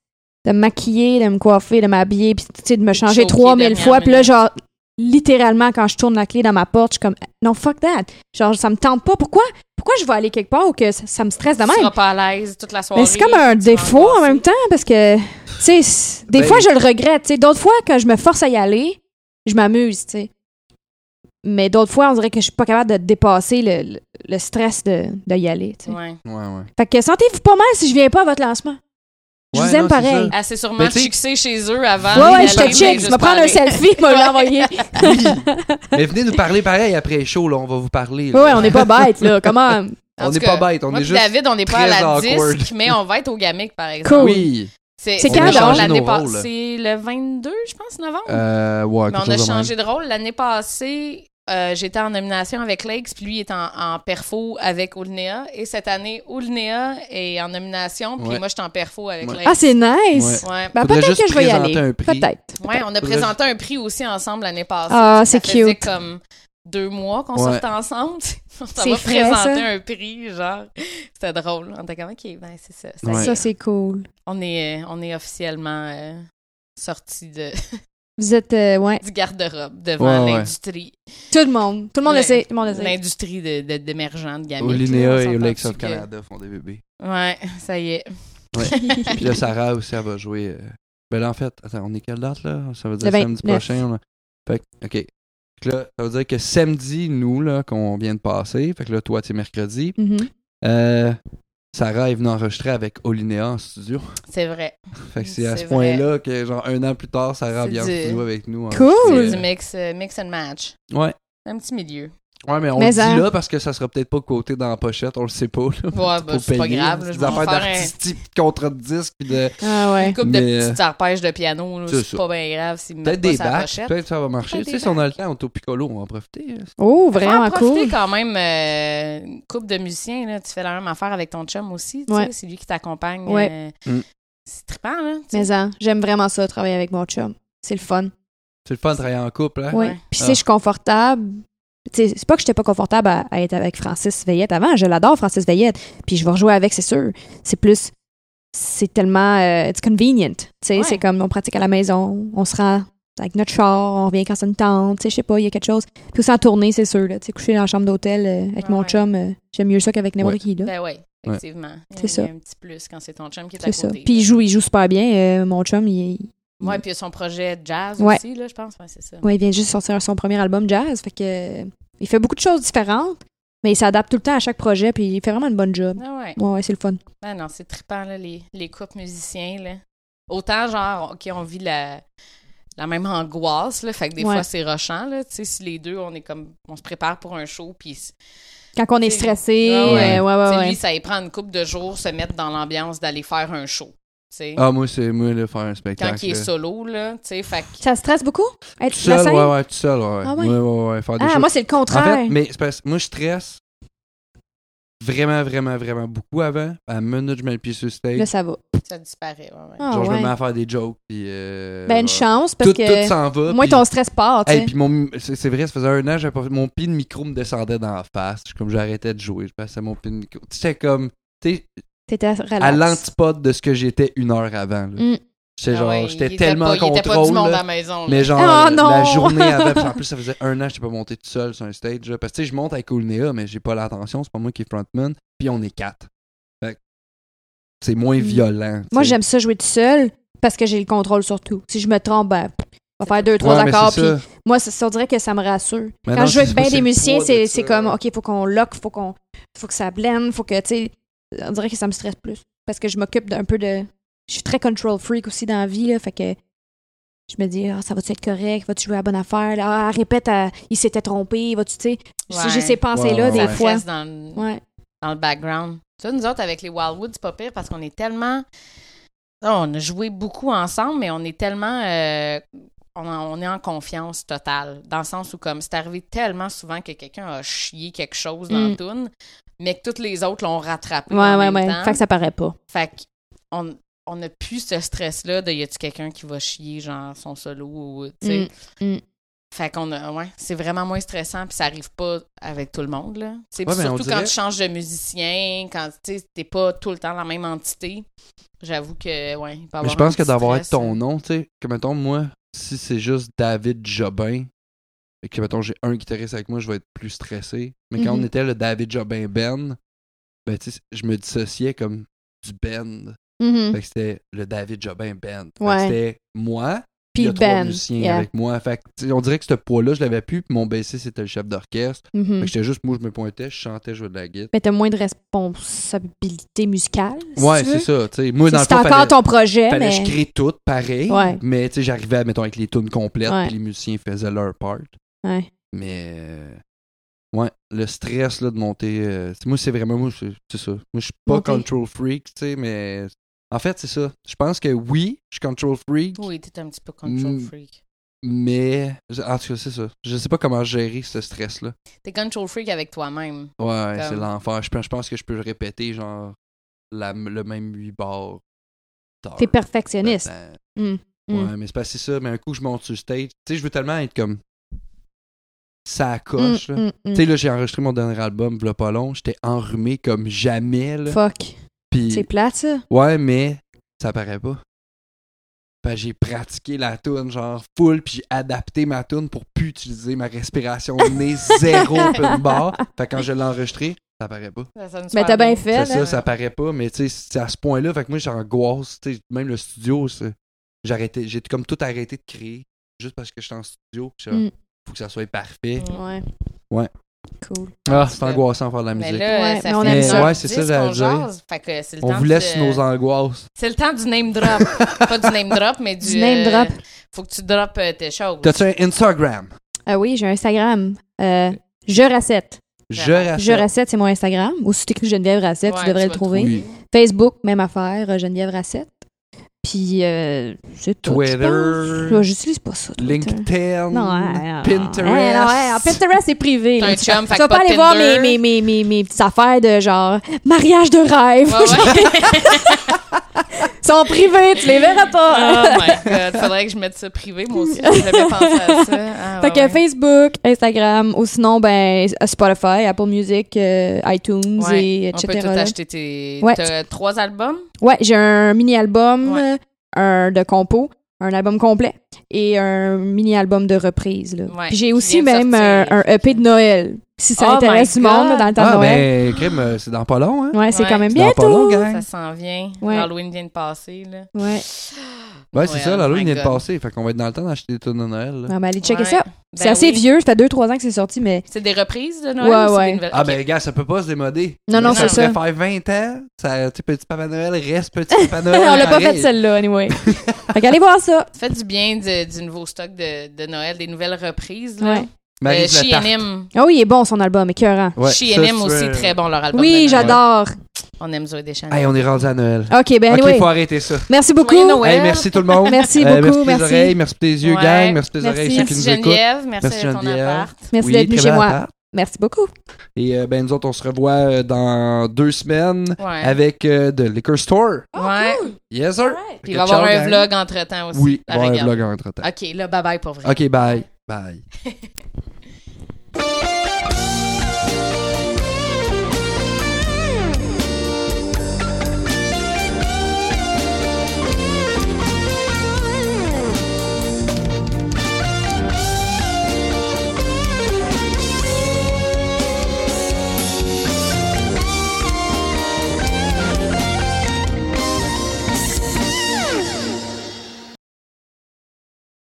Speaker 4: de me maquiller, de me coiffer, de m'habiller, puis tu sais, de me changer
Speaker 2: Choqué
Speaker 4: 3000
Speaker 2: dernière
Speaker 4: fois. Puis là,
Speaker 2: minute.
Speaker 4: genre, littéralement, quand je tourne la clé dans ma porte, je suis comme, non, fuck that. Genre, ça me tente pas. Pourquoi? Pourquoi je vais aller quelque part ou que ça, ça me stresse de
Speaker 2: Tu seras
Speaker 4: même?
Speaker 2: pas à l'aise toute la soirée.
Speaker 4: Mais c'est comme un
Speaker 2: tu vas
Speaker 4: défaut en
Speaker 2: angoisser.
Speaker 4: même temps, parce que, tu sais, c'est- des
Speaker 3: Ben-
Speaker 4: fois, je le regrette. tu sais. D'autres fois, quand je me force à y aller, je m'amuse, tu sais. Mais d'autres fois, on dirait que je suis pas capable de dépasser le, le- le stress de, de y aller, tu sais.
Speaker 2: Ouais.
Speaker 3: Ouais, ouais.
Speaker 4: Fait que sentez-vous pas mal si je viens pas à votre lancement. Je
Speaker 3: Ouais,
Speaker 4: vous aime
Speaker 3: non, c'est
Speaker 4: pareil.
Speaker 2: Ah, c'est sûrement
Speaker 3: Mais tu sais-
Speaker 2: fixé chez eux avant.
Speaker 4: Ouais,
Speaker 2: d'aller,
Speaker 4: ouais, je
Speaker 2: mais
Speaker 4: te check. Je
Speaker 2: juste
Speaker 4: vais prendre un
Speaker 2: parler.
Speaker 4: selfie, je vais l'envoyer. Ouais,
Speaker 3: Oui. mais venez nous parler pareil après chaud, là, on va vous parler. là.
Speaker 4: ouais, on n'est pas bêtes, là. Comment?
Speaker 2: En
Speaker 3: On
Speaker 2: tout
Speaker 3: n'est pas
Speaker 2: cas,
Speaker 3: bête, on
Speaker 2: Moi
Speaker 3: est
Speaker 2: puis
Speaker 3: juste.
Speaker 2: David, on n'est pas à
Speaker 3: très
Speaker 2: la
Speaker 3: awkward.
Speaker 2: disque, mais on va être au Gamic, par exemple.
Speaker 4: Cool.
Speaker 3: Oui.
Speaker 2: C'est
Speaker 4: C'est
Speaker 2: c'est
Speaker 4: quand,
Speaker 2: genre
Speaker 4: donc?
Speaker 2: l'année
Speaker 3: On a changé nos
Speaker 2: passée, c'est le 22, je pense, novembre.
Speaker 3: Euh, ouais,
Speaker 2: Mais
Speaker 3: quelque
Speaker 2: on a
Speaker 3: chose de même.
Speaker 2: changé de rôle. L'année passée, euh, j'étais en nomination avec Lakes, puis lui est en, en perfo avec Oulnea. Et cette année, Oulnea est en nomination, puis
Speaker 3: Ouais.
Speaker 2: moi, je suis en perfo avec
Speaker 3: Ouais.
Speaker 2: Lakes.
Speaker 4: Ah, c'est nice.
Speaker 2: Ouais.
Speaker 4: Ben,
Speaker 3: Faudrait
Speaker 4: peut-être
Speaker 3: juste
Speaker 4: que je vais y
Speaker 3: présenter
Speaker 4: aller.
Speaker 3: un prix.
Speaker 4: Peut-être.
Speaker 2: Ouais, on a
Speaker 3: Faudrait-
Speaker 2: présenté un prix aussi ensemble l'année passée.
Speaker 4: Ah,
Speaker 2: Ça
Speaker 4: c'est
Speaker 2: faisait
Speaker 4: cute.
Speaker 2: comme deux mois qu'on
Speaker 3: Ouais.
Speaker 2: sortait ensemble. on s'en
Speaker 4: C'est
Speaker 2: va
Speaker 4: frais,
Speaker 2: présenter
Speaker 4: ça.
Speaker 2: un prix, genre. C'était drôle. On était comme, OK, ben, c'est ça. ça y
Speaker 3: Ouais.
Speaker 2: est.
Speaker 4: Ça, c'est cool.
Speaker 2: On, est, euh, on est officiellement euh, sortis de,
Speaker 4: Vous êtes, euh, ouais.
Speaker 2: du garde-robe devant
Speaker 3: Ouais, ouais.
Speaker 2: l'industrie.
Speaker 4: Tout le monde. Tout le monde
Speaker 2: Le-
Speaker 4: le sait. Tout le monde le sait.
Speaker 2: l'industrie de, de- d'émergents de gamins.
Speaker 3: Au
Speaker 2: là, on
Speaker 3: Linéa et au
Speaker 2: s'entend
Speaker 3: Lakes of
Speaker 2: dessus que-
Speaker 3: Canada font des bébés.
Speaker 2: Ouais, ça y est.
Speaker 3: Puis là, Sarah aussi, elle va jouer. euh, Ben là, en fait, attends, on est quelle date là Ça veut dire
Speaker 4: Le
Speaker 3: samedi
Speaker 4: 29.
Speaker 3: prochain. on a- Fait que, ok. Fait que là, ça veut dire que samedi, nous, là, qu'on vient de passer. Fait que là, toi, t'es mercredi.
Speaker 4: Mhm.
Speaker 3: Euh, Sarah est venue enregistrer avec Olinéa en studio.
Speaker 2: C'est vrai.
Speaker 3: Fait que c'est à
Speaker 2: C'est
Speaker 3: ce point-là que, genre, un an plus tard, Sarah
Speaker 2: C'est
Speaker 3: vient en
Speaker 2: du-
Speaker 3: studio avec nous. en
Speaker 4: Cool!
Speaker 2: C'est
Speaker 3: studio.
Speaker 2: du mix, euh, mix and match.
Speaker 3: Ouais.
Speaker 2: Un petit milieu.
Speaker 3: Ouais, mais on
Speaker 4: Mais
Speaker 3: le dit
Speaker 2: hein.
Speaker 4: ça-
Speaker 3: là parce que ça sera peut-être pas coté dans la pochette, on le sait pas. Là,
Speaker 2: Ouais,
Speaker 3: pour
Speaker 2: bah, c'est pas
Speaker 3: payer,
Speaker 2: grave, là,
Speaker 3: c'est
Speaker 2: je
Speaker 3: des
Speaker 2: vais en
Speaker 3: affaires
Speaker 2: faire un-
Speaker 3: d'artistique, puis de contrats de disques, puis de.
Speaker 4: Ah ouais.
Speaker 2: Une coupe
Speaker 3: Mais,
Speaker 2: de
Speaker 3: euh,
Speaker 2: petites arpèges de piano, là,
Speaker 3: c'est
Speaker 2: c'est
Speaker 3: ça.
Speaker 2: pas bien grave s'ils me
Speaker 3: Peut-être
Speaker 2: mettent pas
Speaker 3: des
Speaker 2: sa
Speaker 3: bacs,
Speaker 2: pochette.
Speaker 3: peut-être ça va marcher. Tu sais, si on a le temps, on est au piccolo, on va en profiter. hein.
Speaker 4: Oh,
Speaker 2: Faut en
Speaker 4: vraiment
Speaker 2: profiter
Speaker 4: cool.
Speaker 2: quand même euh, une couple de musiciens là, tu fais la même affaire avec ton chum aussi, tu
Speaker 4: Ouais.
Speaker 2: sais, c'est lui qui t'accompagne.
Speaker 4: Ouais.
Speaker 2: euh,
Speaker 3: Mm.
Speaker 2: C'est trippant là. tu sais.
Speaker 4: Mais hein, j'aime vraiment ça, travailler avec mon chum. C'est le fun.
Speaker 3: C'est le fun de travailler en couple, hein?
Speaker 4: Ouais.
Speaker 2: Ouais.
Speaker 4: Puis, tu
Speaker 3: Ah.
Speaker 4: sais, je suis confortable. Tu sais, c'est pas que j'étais pas confortable à, à être avec Francis Veillette avant. Je l'adore, Francis Veillette. Puis, je vais rejouer avec, c'est sûr. C'est plus. C'est tellement. euh, it's convenient. Tu sais,
Speaker 2: Ouais.
Speaker 4: c'est comme on pratique à la maison, on se rend avec notre char, on revient quand ça nous tente. Tu sais, je sais pas, il y a quelque chose. Puis aussi en tournée, c'est sûr. là. Tu sais, coucher dans la chambre d'hôtel euh, avec
Speaker 2: Ouais,
Speaker 4: mon
Speaker 2: ouais.
Speaker 4: chum, euh, j'aime mieux ça qu'avec n'importe
Speaker 3: Ouais.
Speaker 4: qui, là.
Speaker 2: Ben oui, effectivement. Il y a-
Speaker 4: C'est ça.
Speaker 2: Il y a un petit plus quand c'est ton chum qui est à
Speaker 4: c'est
Speaker 2: côté.
Speaker 4: ça.
Speaker 2: là.
Speaker 4: Puis, il joue, il joue super bien. Euh, mon chum, il,
Speaker 2: Ouais, puis il y a son projet de jazz
Speaker 4: Mm. Ouais.
Speaker 2: aussi, là, je pense. Ouais, c'est ça.
Speaker 4: Ouais, il vient juste sortir son premier album jazz. Fait que euh, il fait beaucoup de choses différentes, mais il s'adapte tout le temps à chaque projet, puis il fait vraiment une bonne job.
Speaker 2: Ah ouais.
Speaker 4: Ouais, ouais, c'est le fun.
Speaker 2: Ah non, c'est trippant, là, les, les couples musiciens, là. Autant, genre, OK, on vit la, la même angoisse, là, fait que des
Speaker 4: Ouais.
Speaker 2: fois, c'est rochant, là, tu sais, si les deux, on est comme, on se prépare pour un show, puis c'est-
Speaker 4: Quand on est
Speaker 2: C'est-
Speaker 4: stressé,
Speaker 2: Ah
Speaker 3: ouais.
Speaker 4: euh, ouais, ouais,
Speaker 2: tu sais,
Speaker 4: ouais.
Speaker 2: lui, ça y prend une couple de jours se mettre dans l'ambiance d'aller faire un show, tu sais.
Speaker 3: Ah, moi, c'est moi, là, faire un spectacle.
Speaker 2: quand il est
Speaker 3: là.
Speaker 2: solo, là, tu sais, fait que...
Speaker 4: Ça stresse beaucoup? Être
Speaker 3: Tout
Speaker 4: la
Speaker 3: seul,
Speaker 4: scène?
Speaker 3: ouais, ouais, tout seul, ouais.
Speaker 4: Ah ouais?
Speaker 3: Ouais, ouais, ouais, faire des
Speaker 4: Ah,
Speaker 3: choses.
Speaker 4: moi, c'est le
Speaker 3: En
Speaker 4: contraire.
Speaker 3: fait, mais c'est parce que moi, je stresse vraiment, vraiment, vraiment beaucoup avant. À la minute, je mets le pied sur le stage.
Speaker 4: Là, ça va.
Speaker 3: euh,
Speaker 2: Ça disparaît, ouais, ouais.
Speaker 4: Ah,
Speaker 3: genre, je me
Speaker 4: ouais.
Speaker 3: mets à faire des jokes. Puis, euh,
Speaker 4: Ben, une
Speaker 3: ouais.
Speaker 4: chance, parce
Speaker 3: Tout, tout
Speaker 4: que
Speaker 3: s'en va.
Speaker 4: au moins
Speaker 3: puis-
Speaker 4: ton stress part, tu sais.
Speaker 3: Hey, puis mon, c'est, c'est vrai, ça faisait un an, j'avais pas- mon pied de micro me descendait dans la face. Je- Comme j'arrêtais de jouer, je passais mon pied de micro. Tu sais, comme, tu sais,
Speaker 4: T'étais relax.
Speaker 3: à l'antipode de ce que j'étais une heure avant. là.
Speaker 4: Mm.
Speaker 3: C'est genre,
Speaker 2: Ah ouais, il
Speaker 3: j'étais
Speaker 2: était
Speaker 3: tellement
Speaker 2: pas,
Speaker 3: en
Speaker 2: Il était pas du
Speaker 3: contrôle.
Speaker 2: monde à
Speaker 3: là.
Speaker 2: la maison, là.
Speaker 3: Mais genre,
Speaker 4: Ah,
Speaker 3: euh,
Speaker 4: non!
Speaker 3: la journée avant, puis en plus, ça faisait un an que j'étais pas monté tout seul sur un stage. là. parce que tu sais, je monte avec Olnea, mais j'ai pas l'attention, c'est pas moi qui est frontman. Puis on est quatre. Fait que c'est moins
Speaker 4: Mm.
Speaker 3: violent. tu
Speaker 4: Moi,
Speaker 3: sais.
Speaker 4: j'aime ça jouer tout seul, parce que j'ai le contrôle sur tout. Si je me trompe, ben, pff, on va faire deux, trois
Speaker 3: Ouais, mais
Speaker 4: accords,
Speaker 3: c'est
Speaker 4: puis
Speaker 3: ça.
Speaker 4: Moi, ça, ça, on dirait que ça me rassure.
Speaker 3: Mais
Speaker 4: Quand
Speaker 3: non,
Speaker 4: je joue
Speaker 3: c'est-
Speaker 4: avec bien
Speaker 3: c'est
Speaker 4: des
Speaker 3: le
Speaker 4: musiciens,
Speaker 3: poids de
Speaker 4: c'est
Speaker 3: ça,
Speaker 4: c'est comme,
Speaker 3: ouais.
Speaker 4: OK, faut qu'on lock, faut qu'on faut que ça blende, faut que, tu sais, on dirait que ça me stresse plus. Parce que je m'occupe d'un peu de. Je suis très control freak aussi dans la vie, là, fait que je me dis, ah, ça va-tu être correct? Vas-tu jouer à la bonne affaire? Là, ah, répète, ah, il s'était trompé, vas-tu, tu sais.
Speaker 2: Ouais.
Speaker 4: J'ai ces pensées-là
Speaker 3: Ouais, ouais,
Speaker 4: des
Speaker 2: Ça
Speaker 3: ouais.
Speaker 4: fois.
Speaker 2: reste dans le-
Speaker 4: Ouais.
Speaker 2: dans le background. Ça, nous autres, avec les Wildwoods, c'est pas pire parce qu'on est tellement. Non, on a joué beaucoup ensemble, mais on est tellement. euh, On, en- on est en confiance totale. Dans le sens où, comme, c'est arrivé tellement souvent que quelqu'un a chié quelque chose dans
Speaker 4: Mm.
Speaker 2: la toune, mais que toutes les autres l'ont rattrapé.
Speaker 4: Ouais,
Speaker 2: en
Speaker 4: ouais,
Speaker 2: même
Speaker 4: ouais.
Speaker 2: temps.
Speaker 4: Fait que ça paraît pas.
Speaker 2: Fait que on on n'a plus ce stress-là de y a-tu quelqu'un qui va chier, genre son solo ou. tu sais.
Speaker 4: Mm, mm.
Speaker 2: Fait qu'on a. Ouais, c'est vraiment moins stressant, puis ça arrive pas avec tout le monde, là. Tu sais,
Speaker 3: Ouais,
Speaker 2: puis
Speaker 3: mais on
Speaker 2: surtout
Speaker 3: dirait-
Speaker 2: quand tu changes de musicien, quand tu sais, t'es pas tout le temps la même entité. J'avoue que, ouais, il peut y avoir
Speaker 3: Mais je
Speaker 2: un
Speaker 3: pense que
Speaker 2: petit
Speaker 3: d'avoir
Speaker 2: stress,
Speaker 3: ton
Speaker 4: hein.
Speaker 2: là.
Speaker 3: nom, tu sais, que mettons, moi, si c'est juste David Jobin, et que mettons, j'ai un guitariste avec moi, je vais être plus stressé. Mais quand
Speaker 4: Mhm.
Speaker 3: on était le David Jobin Ben, ben, tu sais, je me dissociais comme du band.
Speaker 4: Mhm.
Speaker 3: Fait que c'était le David Jobin Band. Fait que
Speaker 4: Ouais.
Speaker 3: C'était moi, puis
Speaker 4: Puis
Speaker 3: il y a
Speaker 4: le
Speaker 3: trois
Speaker 4: band.
Speaker 3: musiciens
Speaker 4: yeah.
Speaker 3: avec moi. Fait que, tu sais, on dirait que ce poids-là, je l'avais plus, puis mon bassiste c'était le chef d'orchestre.
Speaker 4: Mhm.
Speaker 3: Fait que j'étais juste, moi, je me pointais, je chantais, je jouais de la guitare.
Speaker 4: Mais t'as moins de responsabilité musicale. si
Speaker 3: ouais,
Speaker 4: tu
Speaker 3: c'est
Speaker 4: veux.
Speaker 3: ça, tu sais. Moi,
Speaker 4: C'est
Speaker 3: dans le
Speaker 4: c'est
Speaker 3: fond,
Speaker 4: encore
Speaker 3: fallait-
Speaker 4: ton projet,
Speaker 3: fallait
Speaker 4: Eh, mais.
Speaker 3: que je crée tout pareil.
Speaker 4: Ouais.
Speaker 3: Mais tu sais, j'arrivais, mettons, avec les tunes complètes,
Speaker 4: Ouais.
Speaker 3: puis les musiciens faisaient leur part.
Speaker 4: Ouais.
Speaker 3: Mais euh, ouais, le stress là, de monter. euh, c'est- moi, c'est vraiment moi, c'est c'est ça. Moi, je suis pas
Speaker 4: Monter.
Speaker 3: control freak, tu sais, mais en fait, c'est ça. Je pense que oui, je suis control freak,
Speaker 2: Oui, t'es un petit peu control
Speaker 3: Mm.
Speaker 2: freak.
Speaker 3: mais en tout cas, c'est ça. Je sais pas comment gérer ce stress là.
Speaker 2: T'es control freak avec toi-même.
Speaker 3: Ouais, ouais,
Speaker 2: Comme-
Speaker 3: c'est l'enfer. Je, pense- je pense que je peux répéter genre la- le même 8 bars.
Speaker 4: T'es
Speaker 3: tard.
Speaker 4: perfectionniste.
Speaker 3: Ben,
Speaker 4: Mm, mm.
Speaker 3: Ouais, mais c'est pas c'est ça. Mais un coup, je monte sur le stage. Tu sais, je veux tellement être comme.
Speaker 4: Hum,
Speaker 3: Ça coche, là.
Speaker 4: Mm, mm, mm.
Speaker 3: Tu sais, là, j'ai enregistré mon dernier album, v'là pas long. J'étais enrhumé comme jamais, là.
Speaker 4: Fuck.
Speaker 3: Puis-
Speaker 4: C'est plate, ça.
Speaker 3: ouais, mais ça paraît pas. Fait que j'ai pratiqué la toune, genre, full, puis j'ai adapté ma toune pour plus utiliser ma respiration de nez zéro une barre. Fait que quand je l'ai enregistré, ça paraît pas.
Speaker 2: Ça sonne
Speaker 4: Mais
Speaker 2: super
Speaker 4: Ben, t'as bien
Speaker 2: bien.
Speaker 4: fait,
Speaker 3: C'est ça,
Speaker 4: là.
Speaker 3: ça paraît pas, mais tu sais, c'est à ce point-là, fait que moi, j'angoisse, tu sais, même le studio, c'est- j'arrêtais, j'ai comme tout arrêté de créer, juste parce que je suis en studio, puis ça,
Speaker 4: Mm.
Speaker 3: faut que ça soit parfait.
Speaker 2: Mm.
Speaker 4: Ouais. Cool.
Speaker 3: Ah, c'est angoissant faire de la
Speaker 2: Mais
Speaker 3: musique.
Speaker 2: là,
Speaker 4: Ouais,
Speaker 2: ça
Speaker 4: mais on
Speaker 2: fait
Speaker 4: aime
Speaker 2: une
Speaker 4: ça.
Speaker 2: heure
Speaker 3: Ouais, c'est ça,
Speaker 2: dix
Speaker 3: j'allais
Speaker 2: qu'on
Speaker 3: dire.
Speaker 2: jase. Fait que c'est le
Speaker 3: On
Speaker 2: temps
Speaker 3: vous laisse
Speaker 2: de-
Speaker 3: nos angoisses.
Speaker 2: C'est le temps du name drop. Pas du name drop, mais du.
Speaker 4: Du name
Speaker 2: euh,
Speaker 4: drop.
Speaker 2: Faut que tu drops euh, tes choses.
Speaker 3: T'as-tu un Instagram?
Speaker 4: Ah oui, j'ai un Instagram. Euh, je racette.
Speaker 3: Je rachète.
Speaker 4: Je racette, c'est mon Instagram. Ou si t'écris Geneviève Racette,
Speaker 2: Ouais,
Speaker 4: tu devrais
Speaker 2: tu
Speaker 4: le
Speaker 2: vas
Speaker 4: trouver.
Speaker 3: Oui.
Speaker 4: Facebook, même affaire, euh, Geneviève Racette. Puis, euh, c'est tout. je
Speaker 3: Twitter.
Speaker 4: pense. Là, J'utilise pas ça. Twitter.
Speaker 3: LinkedIn.
Speaker 4: Non, hein, hein,
Speaker 3: Pinterest.
Speaker 4: hein, non, hein, Pinterest, c'est privé.
Speaker 2: T'as
Speaker 4: là.
Speaker 2: un
Speaker 4: Tu-
Speaker 2: chum, fait
Speaker 4: tu
Speaker 2: que
Speaker 4: vas pas
Speaker 2: pas Tinder.
Speaker 4: aller voir mes, mes, mes, mes, mes petites affaires de genre mariage de rêve.
Speaker 2: Ouais, ouais.
Speaker 4: Ils sont privés, tu les verras pas.
Speaker 2: oh my god, faudrait que je mette ça privé, moi aussi. J'ai jamais pensé à ça. Ah,
Speaker 4: Fait que
Speaker 2: ouais, ouais.
Speaker 4: Facebook, Instagram, ou sinon, ben, Spotify, Apple Music, euh, iTunes,
Speaker 2: Ouais,
Speaker 4: et
Speaker 2: On
Speaker 4: etc.
Speaker 2: peut tout
Speaker 4: là.
Speaker 2: acheter tes.
Speaker 4: Ouais.
Speaker 2: T'as trois albums?
Speaker 4: Ouais, j'ai un mini-album
Speaker 2: Ouais.
Speaker 4: euh, un de compo, un album complet et un mini-album de reprise. là.
Speaker 2: Ouais,
Speaker 4: Puis j'ai
Speaker 2: qui
Speaker 4: aussi
Speaker 2: vient de
Speaker 4: même
Speaker 2: sortir.
Speaker 4: un, un EP de Noël, si ça
Speaker 2: Oh
Speaker 4: intéresse
Speaker 2: my
Speaker 4: du monde là,
Speaker 2: God!
Speaker 4: dans le temps
Speaker 3: Ah,
Speaker 4: de Noël.
Speaker 3: ben, crime, euh, c'est dans pas long, hein?
Speaker 4: Ouais, c'est
Speaker 2: Ouais.
Speaker 4: quand même
Speaker 3: C'est dans pas long, hein.
Speaker 4: bientôt.
Speaker 3: gang.
Speaker 2: Ça s'en vient.
Speaker 4: Ouais.
Speaker 2: Halloween vient de passer, là. Ben
Speaker 4: Ouais.
Speaker 3: Ouais, c'est
Speaker 2: Ouais,
Speaker 3: ça, la lune
Speaker 2: my
Speaker 3: vient de
Speaker 2: God.
Speaker 3: passer. Fait qu'on va être dans le temps d'acheter des tonnes de Noël. là.
Speaker 4: On va aller Ah, checker
Speaker 2: Ouais.
Speaker 4: ça. c'est
Speaker 2: Ben
Speaker 4: assez
Speaker 2: oui.
Speaker 4: vieux, ça fait 2-3 ans que c'est sorti, mais
Speaker 2: C'est des reprises de Noël?
Speaker 4: Ouais,
Speaker 2: ou c'est
Speaker 4: ouais.
Speaker 2: des nouvelles-
Speaker 3: Ah,
Speaker 2: Ok.
Speaker 3: ben, gars, ça peut pas se démoder.
Speaker 4: Non, non,
Speaker 2: c'est
Speaker 3: Ça
Speaker 4: ça.
Speaker 3: pourrait faire 20 ans. Ça, tu sais, petit Papa Noël reste petit Papa Noël.
Speaker 4: on l'a pas
Speaker 3: pareil.
Speaker 4: fait celle-là, anyway. fait qu'allez voir ça.
Speaker 2: Ça fait du bien de- du nouveau stock de, de Noël, des nouvelles reprises, là.
Speaker 4: Ouais.
Speaker 2: Euh,
Speaker 3: Maryse Latarte.
Speaker 2: She&M.
Speaker 4: Ah oui, il est bon son album, écœurant.
Speaker 3: Ouais, ça,
Speaker 2: She&M
Speaker 3: c'est,
Speaker 2: aussi,
Speaker 3: euh,
Speaker 2: très bon leur album. de
Speaker 4: Oui,
Speaker 2: Noël.
Speaker 4: j'adore.
Speaker 2: On aime Zoé Deschanel.
Speaker 3: Hey, on est rendu à Noël.
Speaker 4: OK, ben
Speaker 3: Ok,
Speaker 4: anyway,
Speaker 3: faut arrêter ça.
Speaker 4: merci beaucoup.
Speaker 2: Joyeux Noël.
Speaker 3: Hey, merci tout le monde.
Speaker 4: Merci
Speaker 3: Euh, Merci
Speaker 4: beaucoup,
Speaker 3: pour tes
Speaker 4: merci.
Speaker 3: oreilles, merci pour tes yeux,
Speaker 2: Ouais.
Speaker 3: gang. Merci pour tes
Speaker 4: Merci.
Speaker 3: oreilles, ceux qui
Speaker 2: Merci
Speaker 3: nous écoutent.
Speaker 2: Geneviève, merci,
Speaker 3: Merci
Speaker 2: de ton
Speaker 3: Geneviève.
Speaker 2: appart.
Speaker 4: Merci
Speaker 3: Oui,
Speaker 4: d'être venu
Speaker 3: très
Speaker 4: chez
Speaker 3: belle
Speaker 4: moi.
Speaker 3: appart.
Speaker 4: Merci beaucoup.
Speaker 3: Et euh, ben, nous autres, on se revoit euh, dans deux semaines
Speaker 2: Ouais.
Speaker 3: avec euh, The Liquor Store.
Speaker 2: ouais.
Speaker 3: Yes, sir.
Speaker 2: Puis il va y avoir un vlog entre-temps aussi.
Speaker 3: hein. Oui, il
Speaker 2: à
Speaker 3: va y avoir un
Speaker 2: regarder.
Speaker 3: vlog entre-temps.
Speaker 2: OK, là, bye-bye pour vrai.
Speaker 3: OK, bye. Bye.